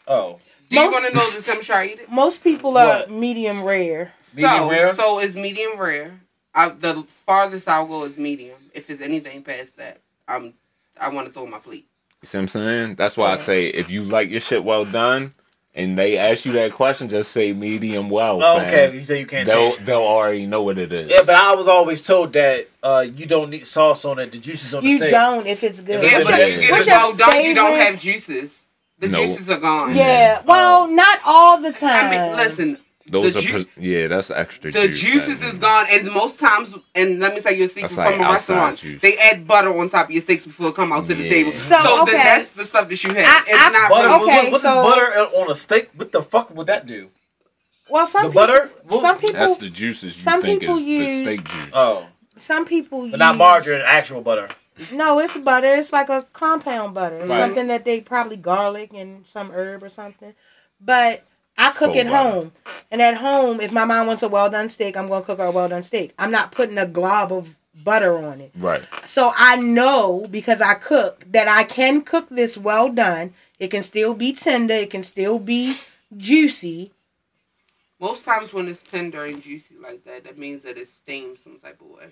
Speaker 1: Oh.
Speaker 3: Do you
Speaker 2: Most-
Speaker 3: want to know the samshar eat it?
Speaker 2: Most people are
Speaker 1: What?
Speaker 2: medium rare.
Speaker 1: Medium
Speaker 3: so,
Speaker 1: rare?
Speaker 3: So it's medium rare. I, the farthest I'll go is medium. If there's anything past that, I'm I want to throw my plate.
Speaker 5: You see what I'm saying? That's why I say if you like your shit well done and they ask you that question, just say medium well.
Speaker 1: Oh,
Speaker 5: fam.
Speaker 1: okay, you say you can't.
Speaker 5: They'll
Speaker 1: take it.
Speaker 5: they'll already know what it is.
Speaker 1: Yeah, but I was always told that uh, you don't need sauce on it. The juices on the
Speaker 2: You
Speaker 1: steak.
Speaker 2: don't if it's good.
Speaker 1: Yeah,
Speaker 3: Yeah,
Speaker 1: What's
Speaker 3: but
Speaker 1: your-
Speaker 3: if you get
Speaker 1: what's
Speaker 3: it
Speaker 2: your
Speaker 3: well done, you don't
Speaker 2: favorite-
Speaker 3: have juices. The
Speaker 5: No.
Speaker 3: juices are gone.
Speaker 2: Yeah, well, not all the time.
Speaker 3: I mean, listen,
Speaker 5: Those
Speaker 3: the
Speaker 5: are
Speaker 3: ju-
Speaker 5: pre- yeah, that's extra.
Speaker 3: the
Speaker 5: juice,
Speaker 3: juices
Speaker 5: fam.
Speaker 3: is gone, and most times, and let me tell you a secret
Speaker 5: That's like
Speaker 3: from a
Speaker 5: outside
Speaker 3: restaurant,
Speaker 5: juice.
Speaker 3: they add butter on top of your steaks before it come out to the
Speaker 5: Yeah.
Speaker 3: table.
Speaker 5: So,
Speaker 3: So,
Speaker 2: okay.
Speaker 3: then that's the stuff that you have.
Speaker 2: I- I-
Speaker 3: it's not
Speaker 1: Butter.
Speaker 3: really-
Speaker 1: what-
Speaker 2: Okay,
Speaker 1: what
Speaker 2: so-
Speaker 1: is butter on a steak? What the fuck would that do?
Speaker 2: Well, some
Speaker 1: The
Speaker 2: people,
Speaker 1: butter? Well,
Speaker 2: some people,
Speaker 5: That's the juices you
Speaker 2: some
Speaker 5: think
Speaker 2: people
Speaker 5: is
Speaker 2: use-
Speaker 5: the steak juice.
Speaker 1: Oh,
Speaker 2: some people.
Speaker 1: but not
Speaker 2: use-
Speaker 1: margarine, actual butter.
Speaker 2: No, it's butter. It's like a compound butter. It's
Speaker 5: Right.
Speaker 2: Something that they probably garlic and some herb or something. But I cook
Speaker 5: Full
Speaker 2: at
Speaker 5: butter.
Speaker 2: home. And at home, if my mom wants a well done steak, I'm going to cook her a well done steak. I'm not putting a glob of butter on it.
Speaker 5: Right.
Speaker 2: So I know because I cook that I can cook this well done. It can still be tender, it can still be juicy.
Speaker 3: most times when it's tender and juicy like that, that means that it's steamed some type of way.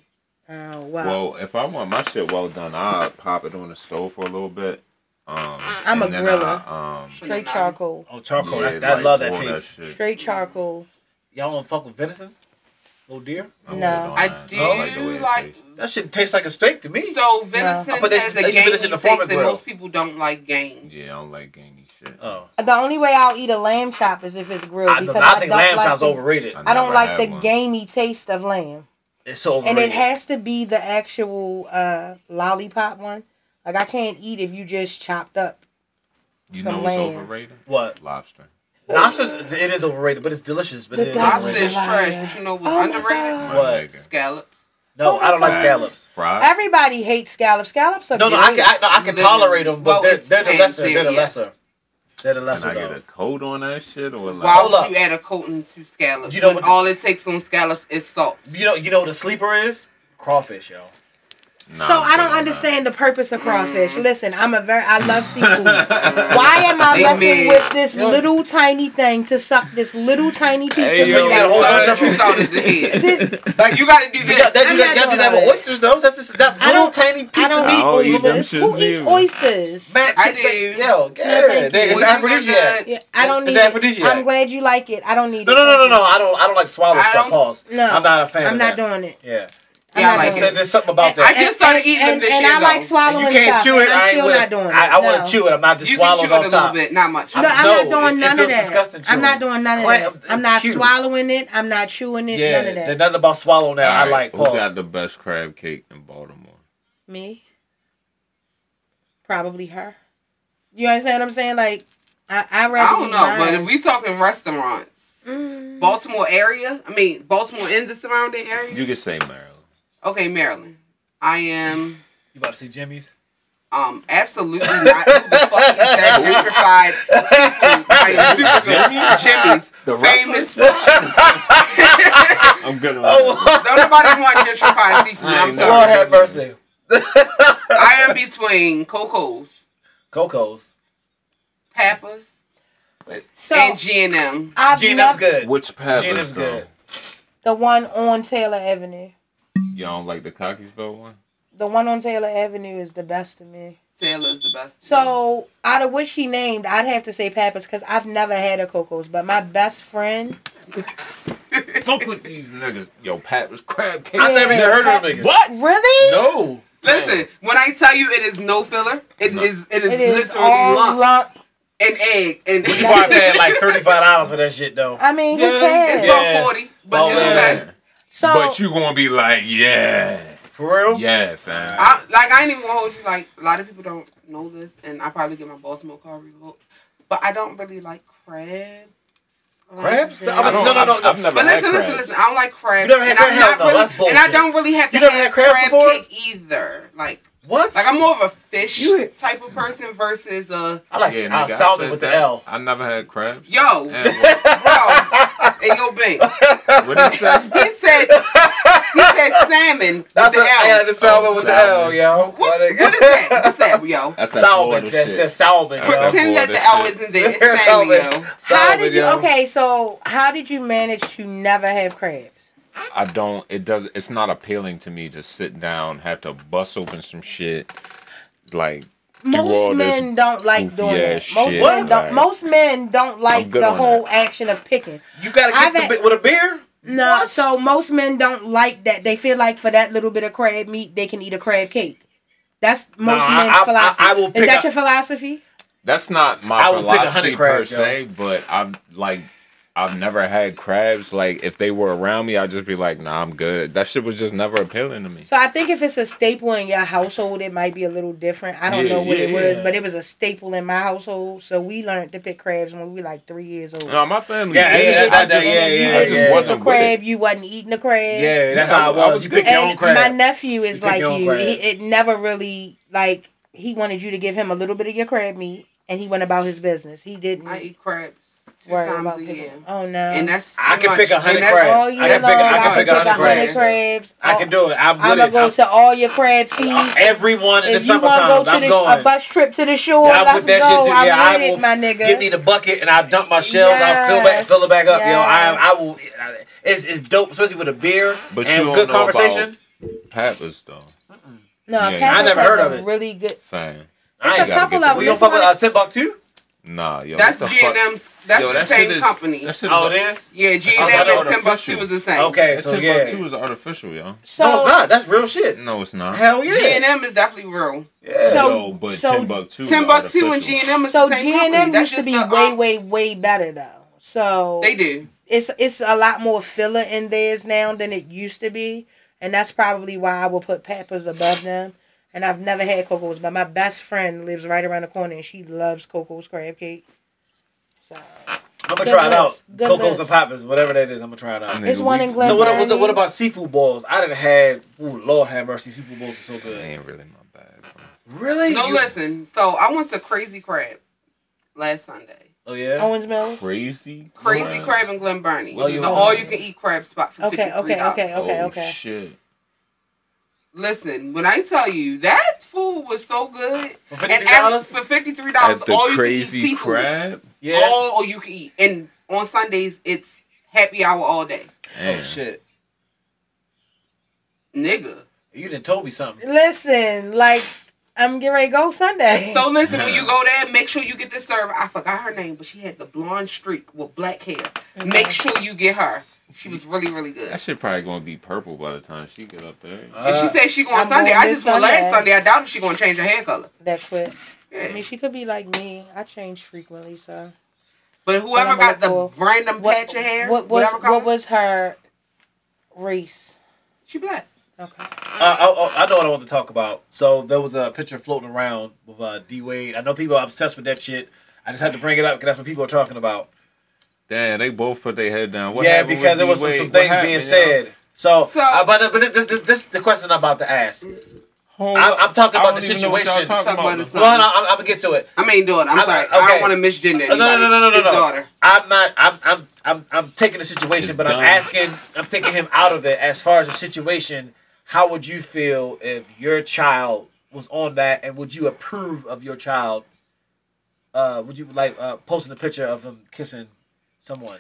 Speaker 2: Oh, wow.
Speaker 5: Well, if I want my shit well done, I'll pop it on the stove for a little bit. Um,
Speaker 2: I'm a
Speaker 5: and then
Speaker 2: griller.
Speaker 5: I, um,
Speaker 2: Straight charcoal.
Speaker 1: Oh, charcoal.
Speaker 5: yeah,
Speaker 1: that, I
Speaker 5: like,
Speaker 1: love that
Speaker 5: boil
Speaker 1: taste.
Speaker 5: shit.
Speaker 2: Straight charcoal.
Speaker 1: Y'all don't fuck with venison? Little deer?
Speaker 5: I wouldn't
Speaker 2: No.
Speaker 5: on
Speaker 3: I
Speaker 5: that.
Speaker 3: do
Speaker 5: don't the way it
Speaker 3: like
Speaker 5: tastes.
Speaker 1: That shit tastes like a steak to me.
Speaker 3: so venison
Speaker 1: I put that-
Speaker 3: has
Speaker 1: I
Speaker 3: a
Speaker 1: used to put this in the
Speaker 3: gamey taste,
Speaker 1: farmer's
Speaker 3: and
Speaker 1: grill.
Speaker 3: most people don't like game.
Speaker 5: Yeah, I don't like gamey shit.
Speaker 1: oh.
Speaker 2: The only way I'll eat a lamb chop is if it's grilled.
Speaker 1: I,
Speaker 2: because
Speaker 1: I think
Speaker 2: don't
Speaker 1: lamb
Speaker 2: like
Speaker 1: chops
Speaker 2: the-
Speaker 1: overrated.
Speaker 5: I
Speaker 2: I don't
Speaker 5: Never
Speaker 2: like
Speaker 5: had
Speaker 2: the
Speaker 5: one.
Speaker 2: gamey taste of lamb.
Speaker 1: It's so
Speaker 2: And
Speaker 1: overrated.
Speaker 2: it has to be the actual uh, lollipop one. Like I can't eat if you just chopped up.
Speaker 5: You
Speaker 2: Some
Speaker 5: know
Speaker 2: lamb.
Speaker 5: what's overrated?
Speaker 1: what?
Speaker 5: Lobster.
Speaker 1: Lobster's, it is overrated, but it's delicious. But it
Speaker 2: The
Speaker 1: is
Speaker 2: lobster
Speaker 3: Lobster
Speaker 1: overrated.
Speaker 3: is
Speaker 2: Delicious.
Speaker 3: trash, but you know what's
Speaker 2: Oh my
Speaker 3: underrated?
Speaker 2: God.
Speaker 5: My
Speaker 1: What?
Speaker 5: nigga.
Speaker 3: Scallops.
Speaker 1: No, I don't like
Speaker 5: Fries.
Speaker 1: scallops.
Speaker 5: Fries.
Speaker 2: Everybody hates scallops. Scallops are
Speaker 1: No, no, I, can- I, no, I can
Speaker 3: Literally.
Speaker 1: tolerate them, but
Speaker 3: Well,
Speaker 1: they're,
Speaker 3: it's
Speaker 1: they're the
Speaker 3: pan
Speaker 1: lesser. They're the
Speaker 3: seared, yes.
Speaker 1: lesser. They're the
Speaker 5: Can
Speaker 1: lesser
Speaker 5: I get a
Speaker 1: dog.
Speaker 5: coat on that shit or like?
Speaker 3: Why
Speaker 1: Hold
Speaker 3: would
Speaker 1: up.
Speaker 3: you add a coating to scallops?
Speaker 1: You know
Speaker 3: when
Speaker 1: what-
Speaker 3: all it takes on scallops is salt.
Speaker 1: You know, you know what the sleeper is crawfish, yo.
Speaker 5: Nah,
Speaker 2: So
Speaker 5: I'm
Speaker 2: I
Speaker 5: good on
Speaker 2: don't
Speaker 5: that.
Speaker 2: understand the purpose of crawfish. Listen, I'm a very I love seafood. Why am I
Speaker 3: They
Speaker 2: messing
Speaker 3: mad.
Speaker 2: with this
Speaker 1: Yo.
Speaker 2: little tiny thing to suck this little tiny piece
Speaker 5: Hey,
Speaker 2: of
Speaker 5: yo,
Speaker 2: meat out?
Speaker 1: a whole bunch
Speaker 3: So
Speaker 1: of
Speaker 3: you
Speaker 1: them.
Speaker 3: salted the head.
Speaker 2: This
Speaker 1: Like
Speaker 3: You gotta do
Speaker 1: You
Speaker 3: this.
Speaker 1: got, that, you
Speaker 2: I'm not
Speaker 1: got, y'all do
Speaker 2: doing
Speaker 1: that
Speaker 2: all
Speaker 1: with
Speaker 2: that.
Speaker 1: oysters, though. That's just, that
Speaker 2: I
Speaker 1: little
Speaker 2: don't
Speaker 1: tiny
Speaker 2: I
Speaker 1: piece of
Speaker 2: don't
Speaker 1: meat.
Speaker 5: I don't
Speaker 2: eat
Speaker 5: eat them
Speaker 2: oysters.
Speaker 5: shits
Speaker 2: Who eats
Speaker 5: neither.
Speaker 2: oysters?
Speaker 1: Man,
Speaker 3: I
Speaker 1: get that-
Speaker 3: do.
Speaker 1: Yo, yeah,
Speaker 2: thank you.
Speaker 1: they- it's
Speaker 3: Oysters are
Speaker 1: aphrodisiac.
Speaker 3: good.
Speaker 2: Yeah, I don't
Speaker 1: It's
Speaker 2: need it.
Speaker 1: aphrodisiac.
Speaker 2: I'm glad you like it. I don't need
Speaker 1: No,
Speaker 2: it.
Speaker 1: no, no,
Speaker 2: Thank
Speaker 1: no, no.
Speaker 2: you.
Speaker 1: I don't. I don't like swallow
Speaker 3: I
Speaker 1: stuff.
Speaker 3: don't-
Speaker 1: Pause.
Speaker 2: No.
Speaker 1: I'm not a fan.
Speaker 2: I'm
Speaker 1: of that.
Speaker 2: not doing it.
Speaker 1: Yeah,
Speaker 2: I'm
Speaker 3: Yeah, I
Speaker 2: not
Speaker 3: like
Speaker 1: Like,
Speaker 2: doing
Speaker 1: so
Speaker 2: it.
Speaker 1: there's something about
Speaker 3: I
Speaker 1: that.
Speaker 3: just started eating
Speaker 2: and,
Speaker 3: them this
Speaker 2: and
Speaker 3: year,
Speaker 2: I like
Speaker 3: though.
Speaker 1: And
Speaker 2: swallowing
Speaker 1: you can't
Speaker 2: stuff.
Speaker 1: chew it.
Speaker 2: and
Speaker 1: I
Speaker 2: I'm
Speaker 1: ain't
Speaker 2: still
Speaker 1: with
Speaker 2: not
Speaker 1: it.
Speaker 2: doing it.
Speaker 1: I, I want
Speaker 2: No.
Speaker 1: to chew it. I'm not just
Speaker 3: You can chew
Speaker 1: swallowing
Speaker 3: it a
Speaker 1: off
Speaker 3: little
Speaker 1: top.
Speaker 3: bit, not much.
Speaker 2: No, I'm
Speaker 1: No,
Speaker 2: not doing
Speaker 1: it- it
Speaker 2: none of
Speaker 1: feels
Speaker 2: that.
Speaker 1: disgusting
Speaker 2: I'm not
Speaker 1: chewing.
Speaker 2: doing none of
Speaker 1: Clam-
Speaker 2: that. I'm not
Speaker 1: chew.
Speaker 2: swallowing it. I'm not chewing it.
Speaker 1: Yeah,
Speaker 2: none of
Speaker 1: there's
Speaker 2: that.
Speaker 1: nothing about swallowing that. I
Speaker 5: Alright,
Speaker 1: like.
Speaker 5: Who got
Speaker 1: Pause.
Speaker 5: the best crab cake in Baltimore?
Speaker 2: Me. Probably her. You understand what I'm saying? Like, I I rather.
Speaker 3: I don't
Speaker 2: eat
Speaker 3: know, but
Speaker 2: mine.
Speaker 3: if we talking restaurants,
Speaker 2: Mm.
Speaker 3: Baltimore area, I mean Baltimore and the surrounding area.
Speaker 5: You can say Maryland.
Speaker 3: Okay, Maryland. I am
Speaker 1: You about to see Jimmy's?
Speaker 3: um absolutely not who the fuck is that gentrified seafood. I am super good. Jimmy's
Speaker 5: The
Speaker 3: famous. Don't
Speaker 5: I'm good on that.
Speaker 3: nobody want gentrified seafood. I'm
Speaker 5: No.
Speaker 1: Lord
Speaker 3: sorry.
Speaker 1: have mercy.
Speaker 3: I am between Coco's,
Speaker 1: Coco's.
Speaker 3: Papa's,
Speaker 2: so
Speaker 3: and G and M.
Speaker 2: I've
Speaker 1: Gene, that's
Speaker 2: loved
Speaker 1: good.
Speaker 5: Which
Speaker 1: Gene
Speaker 5: Pappas
Speaker 1: is
Speaker 5: though?
Speaker 1: good.
Speaker 2: the one on Taylor Avenue.
Speaker 5: You don't like the Cockeysville one?
Speaker 2: The one on Taylor Avenue is the best to me.
Speaker 3: Taylor's the best.
Speaker 2: So out of what she named, I'd have to say Pappas because I've never had a Coco's, but my best friend
Speaker 5: Fuck with these niggas. Yo, Pappas crab cake.
Speaker 1: I never even heard of
Speaker 2: Pap-
Speaker 1: them niggas.
Speaker 3: What?
Speaker 2: Really?
Speaker 1: No.
Speaker 3: Listen, when I tell you it is no filler, it
Speaker 5: No.
Speaker 3: is it is
Speaker 2: It is
Speaker 3: literally
Speaker 2: all
Speaker 3: lump,
Speaker 2: lump.
Speaker 3: and egg and
Speaker 1: You probably paid like thirty five dollars for that shit though.
Speaker 2: I mean, who
Speaker 1: Yeah,
Speaker 2: cares?
Speaker 3: It's
Speaker 1: Yeah.
Speaker 3: about forty, but
Speaker 1: Oh,
Speaker 3: it's
Speaker 1: yeah.
Speaker 3: okay.
Speaker 2: So,
Speaker 5: but you gonna be like, yeah,
Speaker 1: For real?
Speaker 5: yeah, fam.
Speaker 3: I, like I ain't even gonna hold you. Like a lot of people don't know this, and I probably get my Baltimore card revoked. But I don't really like crabs. like
Speaker 1: Crabs?
Speaker 3: that.
Speaker 1: I mean,
Speaker 5: don't-
Speaker 1: no, no, no,
Speaker 5: I've
Speaker 1: no.
Speaker 5: never
Speaker 3: But
Speaker 5: had
Speaker 3: listen, listen,
Speaker 5: crab.
Speaker 3: listen. I don't like crabs,
Speaker 1: You never had
Speaker 3: and
Speaker 1: crab?
Speaker 3: I'm not
Speaker 1: Hell no,
Speaker 3: really,
Speaker 1: that's
Speaker 3: and I
Speaker 1: bullshit.
Speaker 3: don't really have to
Speaker 1: You never
Speaker 3: have
Speaker 1: had crabs
Speaker 3: crab
Speaker 1: before?
Speaker 3: cake either. Like,
Speaker 1: What?
Speaker 3: like I'm more of a fish
Speaker 1: You-
Speaker 3: type of person versus a
Speaker 1: I like uh,
Speaker 5: Yeah, nigga, I
Speaker 1: salmon
Speaker 5: said
Speaker 1: with
Speaker 5: that.
Speaker 1: the L.
Speaker 5: I never had crabs.
Speaker 3: yo,
Speaker 5: And
Speaker 3: bro, and yo, bank.
Speaker 5: what- what did you say?
Speaker 3: He said, he said salmon.
Speaker 7: That's
Speaker 3: with
Speaker 7: a,
Speaker 3: the L.
Speaker 7: yeah, the salmon with the L,
Speaker 5: salmon.
Speaker 7: yo.
Speaker 3: What, what is that? What's that, yo?
Speaker 5: That's that
Speaker 1: Salmon.
Speaker 5: Florida
Speaker 1: Says,
Speaker 5: shit.
Speaker 1: says Salmon.
Speaker 5: Put-
Speaker 1: yo.
Speaker 3: Pretend that
Speaker 5: Florida
Speaker 3: the L
Speaker 5: shit.
Speaker 3: isn't there. It's salmon, yo.
Speaker 2: How
Speaker 7: Salmon,
Speaker 2: did you?
Speaker 7: yo.
Speaker 2: Okay, so how did you manage to never have crabs?
Speaker 5: I don't. It does. It's not appealing to me to sit down, have to bust open some shit, like do all
Speaker 2: Most
Speaker 5: this.
Speaker 2: men don't like doing
Speaker 5: goofy
Speaker 2: that.
Speaker 5: ass
Speaker 2: Most
Speaker 5: shit,
Speaker 2: men don't.
Speaker 5: like-
Speaker 2: most men don't like
Speaker 5: good
Speaker 2: the
Speaker 5: on
Speaker 2: whole action of picking.
Speaker 7: You gotta get
Speaker 2: I've
Speaker 7: the
Speaker 2: had-
Speaker 7: bit with a beer?
Speaker 2: No, so most men don't like that. They feel like for that little bit of crab meat, they can eat a crab cake. That's most
Speaker 1: I-
Speaker 2: men's
Speaker 1: I- I-
Speaker 2: philosophy.
Speaker 1: I will
Speaker 2: Is
Speaker 1: pick
Speaker 2: that
Speaker 1: up-
Speaker 2: your philosophy?
Speaker 5: That's not my
Speaker 1: I would pick a
Speaker 5: philosophy
Speaker 1: hundred
Speaker 5: per
Speaker 1: crabs, yo.
Speaker 5: se, but I'm like, I've never had crabs. Like if they were around me, I'd just be like, nah, I'm good. That shit was just never appealing to me.
Speaker 2: So I think if it's a staple in your household, it might be a little different. I don't
Speaker 5: Yeah,
Speaker 2: know what it
Speaker 5: yeah,
Speaker 2: was,
Speaker 1: yeah.
Speaker 2: but it was a staple in my household. So we learned to pick crabs when we were like three years old.
Speaker 5: No, my family.
Speaker 1: Yeah,
Speaker 5: did.
Speaker 1: yeah,
Speaker 5: I
Speaker 1: that- that-
Speaker 5: just-
Speaker 1: Oh, yeah, yeah,
Speaker 5: I just
Speaker 1: yeah.
Speaker 5: wasn't
Speaker 2: a
Speaker 5: with it.
Speaker 2: crab, you wasn't eating a crab.
Speaker 1: Yeah, that's
Speaker 5: Yeah,
Speaker 1: how it
Speaker 5: I- I
Speaker 1: was.
Speaker 5: was
Speaker 1: You pick your
Speaker 2: and
Speaker 1: own crab.
Speaker 2: my nephew is
Speaker 1: You pick
Speaker 2: like
Speaker 1: your own
Speaker 2: you.
Speaker 1: crab.
Speaker 2: He, it never really like he wanted you to give him a little bit of your crab meat, and he went about his business. He didn't
Speaker 3: I eat crabs two
Speaker 2: worry
Speaker 3: times
Speaker 2: about Oh,
Speaker 3: a
Speaker 2: picking.
Speaker 3: year.
Speaker 2: Oh no!
Speaker 3: And that's too
Speaker 1: I can
Speaker 3: much.
Speaker 1: pick a
Speaker 3: And
Speaker 1: hundred
Speaker 3: that's-
Speaker 1: crabs.
Speaker 2: all
Speaker 1: I
Speaker 2: year
Speaker 1: can pick-
Speaker 2: long,
Speaker 1: I can pick a
Speaker 2: a
Speaker 1: hundred
Speaker 2: hundred
Speaker 1: crabs.
Speaker 2: crabs.
Speaker 1: I can do it. I'm
Speaker 2: I'm
Speaker 1: good
Speaker 2: gonna
Speaker 1: at
Speaker 2: go
Speaker 1: it.
Speaker 2: to all your
Speaker 1: I'm-
Speaker 2: crab feasts.
Speaker 1: Everyone in the
Speaker 2: If you wanna
Speaker 1: summertime,
Speaker 2: go to
Speaker 1: I'm
Speaker 2: the,
Speaker 1: going.
Speaker 2: a bus trip to the shore,
Speaker 1: Yeah, I
Speaker 2: let's
Speaker 1: put that
Speaker 2: go.
Speaker 1: shit too.
Speaker 2: I'm
Speaker 1: Yeah, I
Speaker 2: with it,
Speaker 1: will
Speaker 2: my nigga.
Speaker 1: Give me the bucket and I dump my shells. I'll fill back, fill it back up.
Speaker 2: Yes,
Speaker 1: Yo, I, I will. It's, it's dope, especially with a beer
Speaker 5: But you
Speaker 1: and
Speaker 5: don't
Speaker 1: good
Speaker 5: know about-
Speaker 1: conversation.
Speaker 5: Peppers though.
Speaker 2: no,
Speaker 5: Yeah,
Speaker 2: Pepper's
Speaker 5: I
Speaker 1: never
Speaker 2: has
Speaker 1: heard
Speaker 2: a
Speaker 1: of it.
Speaker 2: Really good.
Speaker 5: Fine.
Speaker 1: I
Speaker 2: It's a
Speaker 1: ain't got.
Speaker 5: gotta
Speaker 2: couple
Speaker 5: get
Speaker 2: of
Speaker 5: the-
Speaker 1: We gonna
Speaker 2: them. It's
Speaker 1: fuck with uh,
Speaker 2: not-
Speaker 1: Timbuktu?
Speaker 5: Nah, yo.
Speaker 3: That's
Speaker 5: what the
Speaker 3: G
Speaker 5: fuck-
Speaker 3: and M's. That's
Speaker 5: Yo,
Speaker 3: the
Speaker 5: that shit
Speaker 3: same
Speaker 5: is-
Speaker 3: company.
Speaker 5: That shit is.
Speaker 1: Oh, it is.
Speaker 3: Yeah, G
Speaker 5: Oh,
Speaker 3: and
Speaker 5: that
Speaker 3: M and
Speaker 5: artificial.
Speaker 3: Timbuktu is the same.
Speaker 1: Okay,
Speaker 5: That
Speaker 1: so
Speaker 5: shit
Speaker 1: yeah.
Speaker 5: about two is artificial, yo.
Speaker 2: So,
Speaker 1: No, it's not. That's real shit.
Speaker 5: No, it's not.
Speaker 1: Hell yeah.
Speaker 3: G and M is definitely real.
Speaker 1: Yeah.
Speaker 2: So-
Speaker 5: yo, but
Speaker 2: so-
Speaker 5: Timbuktu. is
Speaker 3: Timbuktu and
Speaker 5: artificial.
Speaker 3: G and M is
Speaker 2: So
Speaker 3: the same
Speaker 2: G
Speaker 3: company.
Speaker 2: and M
Speaker 3: That's
Speaker 2: used to
Speaker 3: just
Speaker 2: be
Speaker 3: the,
Speaker 2: way,
Speaker 3: um,
Speaker 2: way, way better though. So
Speaker 3: They do.
Speaker 2: it's it's a lot more filler in theirs now than it used to be, and that's probably why I will put peppers above them. And I've never had Coco's, but my best friend lives right around the corner, and she loves Coco's crab cake. So
Speaker 1: I'm gonna
Speaker 2: Good
Speaker 1: try it out.
Speaker 2: list. Good
Speaker 1: Cocos
Speaker 2: list.
Speaker 1: and poppers, whatever that is, I'm gonna try it out.
Speaker 5: Nigga,
Speaker 2: it's one
Speaker 5: we-
Speaker 2: in Glen.
Speaker 1: So what, was
Speaker 2: Burnie.
Speaker 1: what about seafood balls? I didn't have. Ooh, Lord have mercy, seafood balls are so
Speaker 5: That
Speaker 1: good.
Speaker 5: ain't really my bag. Bro.
Speaker 1: Really?
Speaker 3: No,
Speaker 1: You-
Speaker 3: listen. So I went to Crazy Crab last Sunday.
Speaker 1: Oh yeah.
Speaker 2: Owens Mills?
Speaker 5: Crazy.
Speaker 3: Crazy Crab in Glen Burnie.
Speaker 1: Well, you
Speaker 3: the
Speaker 1: know.
Speaker 3: all you can eat crab spot for
Speaker 2: Okay,
Speaker 3: $53.
Speaker 2: okay, okay, okay,
Speaker 5: oh,
Speaker 2: okay.
Speaker 5: Shit.
Speaker 3: Listen, when I tell you that food was so good,
Speaker 1: For
Speaker 3: and
Speaker 1: fifty
Speaker 3: every-
Speaker 1: dollars.
Speaker 3: for fifty three
Speaker 5: At
Speaker 3: dollars,
Speaker 5: the
Speaker 3: all you can eat
Speaker 5: crazy
Speaker 3: seafood.
Speaker 5: crab.
Speaker 1: Yeah. Oh,
Speaker 3: All you can eat, and on Sundays it's happy hour all day,
Speaker 5: Damn.
Speaker 1: Oh shit.
Speaker 3: nigga.
Speaker 1: You done told me something.
Speaker 2: Listen, like I'm getting ready to go Sunday.
Speaker 3: So listen, when you go there, make sure you get the server. I forgot her name, but she had the blonde streak with black hair. Make sure you get her. She was really, really good.
Speaker 5: That shit probably gonna be purple by the time she get up there.
Speaker 1: Uh,
Speaker 3: If she says she going
Speaker 2: I'm
Speaker 3: Sunday,
Speaker 2: going
Speaker 3: I
Speaker 2: this
Speaker 3: just want last
Speaker 2: Sunday.
Speaker 3: Sunday. I doubt if she gonna change her hair color.
Speaker 2: that quick. I
Speaker 3: Yeah.
Speaker 2: mean, she could be like me. I change frequently, so.
Speaker 3: But whoever
Speaker 2: What I'm
Speaker 3: got the
Speaker 2: gonna pull.
Speaker 3: random
Speaker 2: What,
Speaker 3: patch of hair,
Speaker 2: what was
Speaker 3: whatever color,
Speaker 2: what was her race?
Speaker 3: she black.
Speaker 2: Okay.
Speaker 1: Uh, oh, oh, I know what I want to talk about. So there was a picture floating around with uh, D Wade. I know people are obsessed with that shit. I just had to bring it up because that's what people are talking about.
Speaker 5: Damn, they both put their head down. What
Speaker 1: yeah,
Speaker 5: happened
Speaker 1: because
Speaker 5: with
Speaker 1: there was some,
Speaker 5: D-Wade?
Speaker 1: some
Speaker 5: What
Speaker 1: things
Speaker 5: happened,
Speaker 1: being
Speaker 5: yo?
Speaker 1: said. So,
Speaker 3: So-
Speaker 1: uh, but but this, this this the question I'm about to ask.
Speaker 5: Hold
Speaker 1: I'm-
Speaker 5: up.
Speaker 1: I'm talking
Speaker 5: I
Speaker 1: about
Speaker 5: don't
Speaker 1: the
Speaker 5: even know what y'all
Speaker 1: situation.
Speaker 5: talking
Speaker 3: Talk about
Speaker 5: about.
Speaker 3: this
Speaker 1: No, no, I'm, I'm gonna get to it.
Speaker 3: I mean, daughter. I'm
Speaker 1: I-
Speaker 3: sorry.
Speaker 1: okay.
Speaker 3: I don't want to misgender
Speaker 1: No,
Speaker 3: anybody.
Speaker 1: no, no, no, no, no,
Speaker 3: His
Speaker 1: no.
Speaker 3: daughter.
Speaker 1: I'm not. I'm. I'm. I'm. I'm taking the situation,
Speaker 5: It's
Speaker 1: but
Speaker 5: done.
Speaker 1: I'm asking. I'm taking him out of it. As far as the situation, how would you feel if your child was on that, and would you approve of your child? Uh, would you like uh, posting a picture of him kissing someone?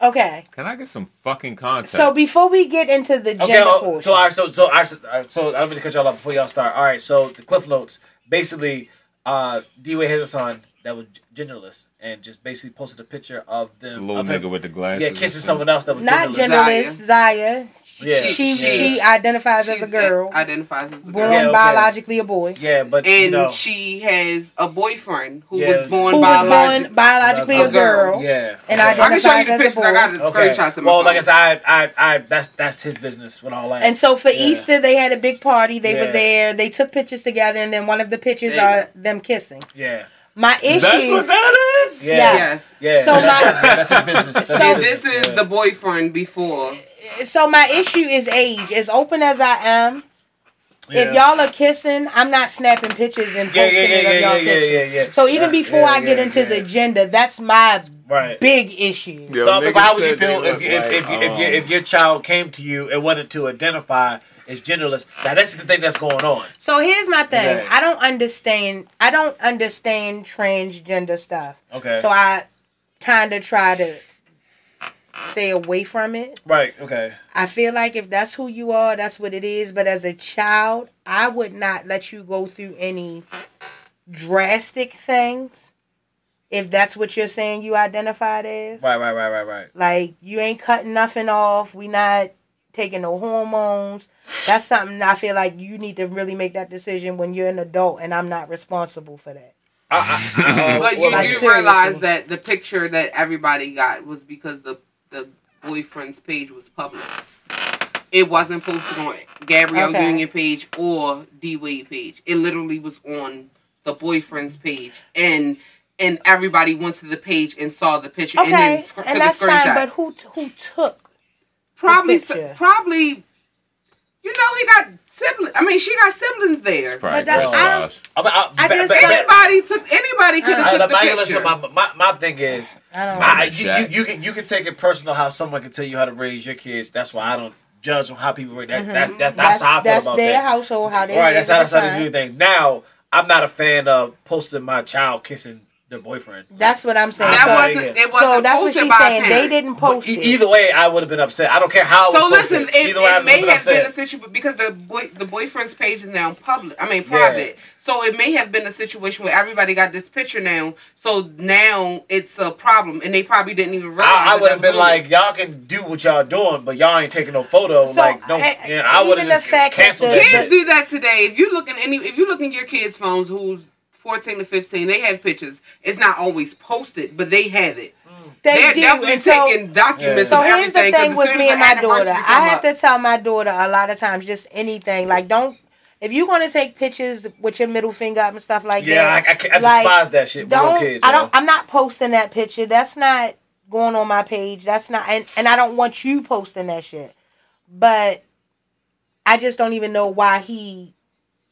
Speaker 2: Okay.
Speaker 5: Can I get some fucking contact?
Speaker 2: So before we get into the
Speaker 1: Okay.
Speaker 2: gender
Speaker 1: oh,
Speaker 2: portion,
Speaker 1: so, all right, so, so, all right, so, all right, so, I'm gonna cut y'all off before y'all start. All right. So, the cliff notes. Basically, uh, D-Way has a son that was genderless, and just basically posted a picture of
Speaker 5: the
Speaker 1: them.
Speaker 5: little
Speaker 1: of him-
Speaker 5: nigga with the glasses.
Speaker 1: Yeah,
Speaker 5: and
Speaker 1: kissing
Speaker 5: shit.
Speaker 1: someone else that was
Speaker 2: not
Speaker 1: genderless.
Speaker 2: genderless, Zaya.
Speaker 1: Yeah.
Speaker 2: She
Speaker 3: Yeah.
Speaker 2: she identifies as a girl,
Speaker 3: Identifies as a
Speaker 2: born
Speaker 3: girl.
Speaker 1: Yeah, okay.
Speaker 2: biologically a boy,
Speaker 1: Yeah, but
Speaker 3: And
Speaker 1: you know,
Speaker 3: she has a boyfriend who
Speaker 1: Yeah.
Speaker 3: was born
Speaker 2: who was
Speaker 3: biologically.
Speaker 2: born biologically a
Speaker 3: A girl.
Speaker 2: girl.
Speaker 1: yeah,
Speaker 2: and
Speaker 1: okay.
Speaker 2: I
Speaker 3: I can show you the
Speaker 2: identifies as a
Speaker 3: pictures. I got the
Speaker 1: Okay.
Speaker 3: screenshots in my
Speaker 1: Well,
Speaker 3: phone.
Speaker 1: like I said, I, I, I, that's that's his business with all that.
Speaker 2: And so for
Speaker 1: Yeah.
Speaker 2: Easter, they had a big party. They
Speaker 1: Yeah.
Speaker 2: were there. They took pictures together, and then one of the pictures
Speaker 3: There you
Speaker 2: are them kissing.
Speaker 1: yeah,
Speaker 2: My issue.
Speaker 5: That's what that is.
Speaker 1: yeah,
Speaker 2: Yeah.
Speaker 3: yes.
Speaker 1: yeah.
Speaker 2: So my-
Speaker 1: that's his business. That's
Speaker 2: So-
Speaker 1: his
Speaker 3: And
Speaker 1: business.
Speaker 3: this is
Speaker 1: yeah.
Speaker 3: the boyfriend before.
Speaker 2: so my issue is age. As open as I am, if
Speaker 1: Yeah.
Speaker 2: y'all are kissing, I'm not snapping pictures and
Speaker 1: yeah,
Speaker 2: posting
Speaker 1: yeah, yeah,
Speaker 2: it of
Speaker 1: yeah,
Speaker 2: y'all
Speaker 1: yeah,
Speaker 2: kissing.
Speaker 1: yeah, yeah, yeah.
Speaker 2: So even
Speaker 1: Yeah,
Speaker 2: before
Speaker 1: yeah,
Speaker 2: I get
Speaker 1: yeah,
Speaker 2: into
Speaker 1: yeah.
Speaker 2: the gender, that's my
Speaker 1: Right.
Speaker 2: Big issue.
Speaker 5: Yeah.
Speaker 1: so I
Speaker 5: niggas
Speaker 1: mean, how would you
Speaker 5: said they
Speaker 1: feel if
Speaker 5: look
Speaker 1: you, if,
Speaker 5: like, um,
Speaker 1: if, you, if, you, if your child came to you and wanted to identify as genderless? Now that's the thing that's going on.
Speaker 2: So here's my thing.
Speaker 1: Yeah.
Speaker 2: I don't understand. I don't understand transgender stuff.
Speaker 1: Okay.
Speaker 2: So I kind of try to stay away from it.
Speaker 1: right. Okay.
Speaker 2: I feel like if that's who you are, that's what it is. But as a child, I would not let you go through any drastic things if that's what you're saying you identified as.
Speaker 1: Right. Right. Right. Right. Right.
Speaker 2: Like you ain't cutting nothing off. We not taking no hormones. That's something I feel like you need to really make that decision when you're an adult, and I'm not responsible for that.
Speaker 1: I, I, uh,
Speaker 3: But you
Speaker 1: well,
Speaker 2: Like,
Speaker 3: do
Speaker 2: seriously.
Speaker 3: realize that the picture that everybody got was because the the boyfriend's page was public. It wasn't posted on Gabrielle
Speaker 2: Okay.
Speaker 3: Union page or D Wade page. It literally was on the boyfriend's page, and and everybody went to the page and saw the picture and then
Speaker 2: Okay,
Speaker 3: sc-
Speaker 2: and,
Speaker 3: took
Speaker 2: that's
Speaker 3: a screenshot.
Speaker 2: fine. But who who took?
Speaker 3: probably, s-
Speaker 2: picture.
Speaker 3: probably, you know, he got siblings. I mean, she got siblings there.
Speaker 5: Probably
Speaker 2: But that-
Speaker 5: just
Speaker 2: I don't-
Speaker 5: us.
Speaker 1: I, mean, I,
Speaker 2: I
Speaker 1: ba-
Speaker 2: just
Speaker 1: ba-
Speaker 2: felt-
Speaker 1: ba-
Speaker 3: Anybody took. Anybody could
Speaker 1: I-
Speaker 3: have took
Speaker 1: Uh, the
Speaker 3: the
Speaker 1: violence
Speaker 3: picture.
Speaker 1: of my, my my thing is
Speaker 2: I don't.
Speaker 1: I,
Speaker 5: Mama
Speaker 1: you,
Speaker 5: Shack.
Speaker 1: you, you can you can take it personal how someone can tell you how to raise your kids. That's why I don't judge on how people raise. That, that's, that's that's how I feel
Speaker 2: that's
Speaker 1: about
Speaker 2: their
Speaker 1: that.
Speaker 2: household. How they
Speaker 1: All right, that's how,
Speaker 2: that's
Speaker 1: that's how they do things. Now I'm not a fan of posting my child kissing their boyfriend.
Speaker 2: That's what I'm saying.
Speaker 1: I'm
Speaker 3: That
Speaker 1: outta
Speaker 2: So,
Speaker 1: here.
Speaker 3: wasn't. It wasn't
Speaker 2: so that's what
Speaker 3: posted
Speaker 2: she's
Speaker 3: by a
Speaker 2: saying. They
Speaker 3: parent.
Speaker 2: didn't
Speaker 1: But
Speaker 2: post
Speaker 1: e-
Speaker 2: it.
Speaker 1: either way, I would have been upset. I don't care how. it
Speaker 3: So
Speaker 1: was
Speaker 3: listen,
Speaker 1: posted.
Speaker 3: it,
Speaker 1: Either way, I
Speaker 3: it
Speaker 1: would've been
Speaker 3: may have
Speaker 1: upset.
Speaker 3: been a situation because the boy the boyfriend's page is now public. I mean private. So it may have been a situation where everybody got this picture now. So now it's a problem, and they probably didn't even realize.
Speaker 1: I,
Speaker 3: that
Speaker 1: would
Speaker 3: that
Speaker 1: have been
Speaker 3: was on
Speaker 1: like, y'all can do what y'all doing, but y'all ain't taking no photo.
Speaker 2: So,
Speaker 1: like, don't.
Speaker 2: I-
Speaker 1: yeah, I would have
Speaker 2: even the
Speaker 1: just
Speaker 2: fact that
Speaker 1: canceled
Speaker 2: the-
Speaker 1: that.
Speaker 3: Kids
Speaker 1: shit.
Speaker 3: do that today. If you look in any, if you look in your kids' phones, who's fourteen to fifteen, they have pictures. It's not always posted, but they have it.
Speaker 2: they
Speaker 3: are
Speaker 2: do.
Speaker 3: definitely
Speaker 2: And so-
Speaker 3: taking
Speaker 1: Yeah.
Speaker 3: documents.
Speaker 2: So
Speaker 3: of
Speaker 2: here's the
Speaker 3: everything, 'cause
Speaker 2: thing
Speaker 3: as
Speaker 2: with
Speaker 3: soon
Speaker 2: me
Speaker 3: as
Speaker 2: and
Speaker 3: the
Speaker 2: my daughter.
Speaker 3: anniversary come
Speaker 2: I have
Speaker 3: up-
Speaker 2: to tell my daughter a lot of times just anything. Like don't if you're gonna take pictures with your middle finger up and stuff like
Speaker 1: Yeah,
Speaker 2: that.
Speaker 1: I, I, can't- I
Speaker 2: like,
Speaker 1: despise that shit. with little
Speaker 2: Don't
Speaker 1: kids,
Speaker 2: I
Speaker 1: yo.
Speaker 2: don't I'm not posting that picture. That's not going on my page. That's not and, and I don't want you posting that shit. But I just don't even know why he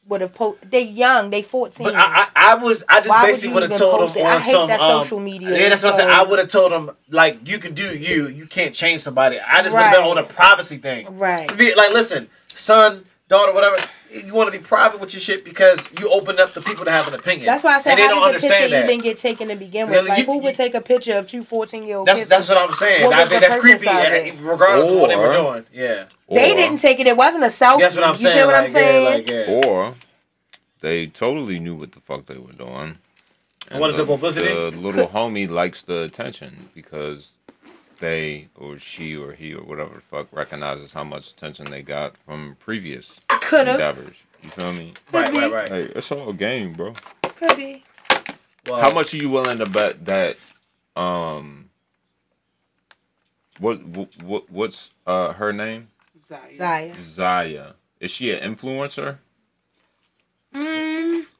Speaker 2: would have posted. They're young. They 14.
Speaker 1: But I, I, I was, I just
Speaker 2: Why would
Speaker 1: basically
Speaker 2: you
Speaker 1: would have
Speaker 2: even
Speaker 1: told
Speaker 2: post
Speaker 1: him
Speaker 2: it?
Speaker 1: on
Speaker 2: I hate
Speaker 1: some
Speaker 2: that
Speaker 1: um,
Speaker 2: social media,
Speaker 1: Yeah, that's what I'm saying.
Speaker 2: so-
Speaker 1: I would have told him like, you can do you. You can't change somebody. I just would have
Speaker 2: Right.
Speaker 1: been on a privacy thing.
Speaker 2: right.
Speaker 1: To be like, listen, son, daughter, whatever. You want to be private with your shit because you open up the people to have an opinion.
Speaker 2: That's why I said,
Speaker 1: and they
Speaker 2: how
Speaker 1: don't
Speaker 2: did the picture
Speaker 1: understand that.
Speaker 2: even get taken to begin
Speaker 1: Yeah,
Speaker 2: with? Like,
Speaker 1: you-
Speaker 2: who would take a picture of two 14 year old
Speaker 1: That's
Speaker 2: kids?
Speaker 1: that's what I'm saying.
Speaker 2: What
Speaker 1: I
Speaker 2: was
Speaker 1: think
Speaker 2: the
Speaker 1: that's
Speaker 2: purpose
Speaker 1: creepy,
Speaker 2: of
Speaker 1: eh,
Speaker 2: it?
Speaker 1: regardless of what they were
Speaker 5: Or-
Speaker 1: doing. Yeah,
Speaker 2: They
Speaker 5: Or-
Speaker 2: didn't take it. It wasn't a selfie.
Speaker 1: that's what I'm saying.
Speaker 2: You feel what
Speaker 1: like,
Speaker 2: I'm saying?
Speaker 1: Yeah, like, yeah.
Speaker 5: Or they totally knew what the fuck they were doing. And
Speaker 1: wanted the publicity?
Speaker 5: The little homie likes the attention because they or she or he or whatever the fuck recognizes how much attention they got from previous
Speaker 2: Could've.
Speaker 5: endeavors. You feel me?
Speaker 1: right,
Speaker 2: be.
Speaker 1: right, right.
Speaker 5: Hey, it's all a game, bro.
Speaker 2: Could be.
Speaker 1: Well,
Speaker 2: Oh.
Speaker 5: How much are you willing to bet that um what what, what what's uh her name?
Speaker 3: Zaya.
Speaker 2: Zaya.
Speaker 5: Zaya. Is she an influencer?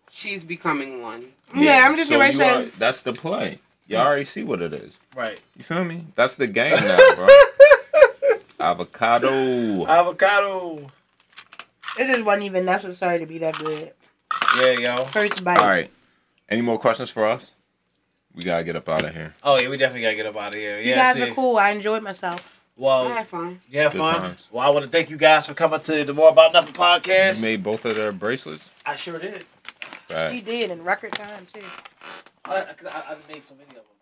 Speaker 3: She's becoming one.
Speaker 2: Yeah, I'm just
Speaker 5: so
Speaker 2: gonna
Speaker 5: you
Speaker 2: say-
Speaker 5: are- that's the play. You already see what it is.
Speaker 1: Right.
Speaker 5: You feel me? That's the game now, bro. Avocado.
Speaker 1: Avocado.
Speaker 2: It just wasn't even necessary to be that good.
Speaker 1: Yeah, yo.
Speaker 2: First bite.
Speaker 5: All right. Any more questions for us? We gotta get up out of here.
Speaker 1: Oh yeah, we definitely gotta get up out of here.
Speaker 2: You
Speaker 1: Yeah,
Speaker 2: guys
Speaker 1: see.
Speaker 2: are cool. I enjoyed myself.
Speaker 1: Well,
Speaker 3: I had fun.
Speaker 1: You had
Speaker 5: Good
Speaker 1: fun.
Speaker 5: times.
Speaker 1: Well, I want to thank you guys for coming to the More About Nothing podcast.
Speaker 5: You made both of their bracelets.
Speaker 1: I sure did.
Speaker 5: Right.
Speaker 2: You did in record time, too.
Speaker 1: I, I, I I've made so many of them.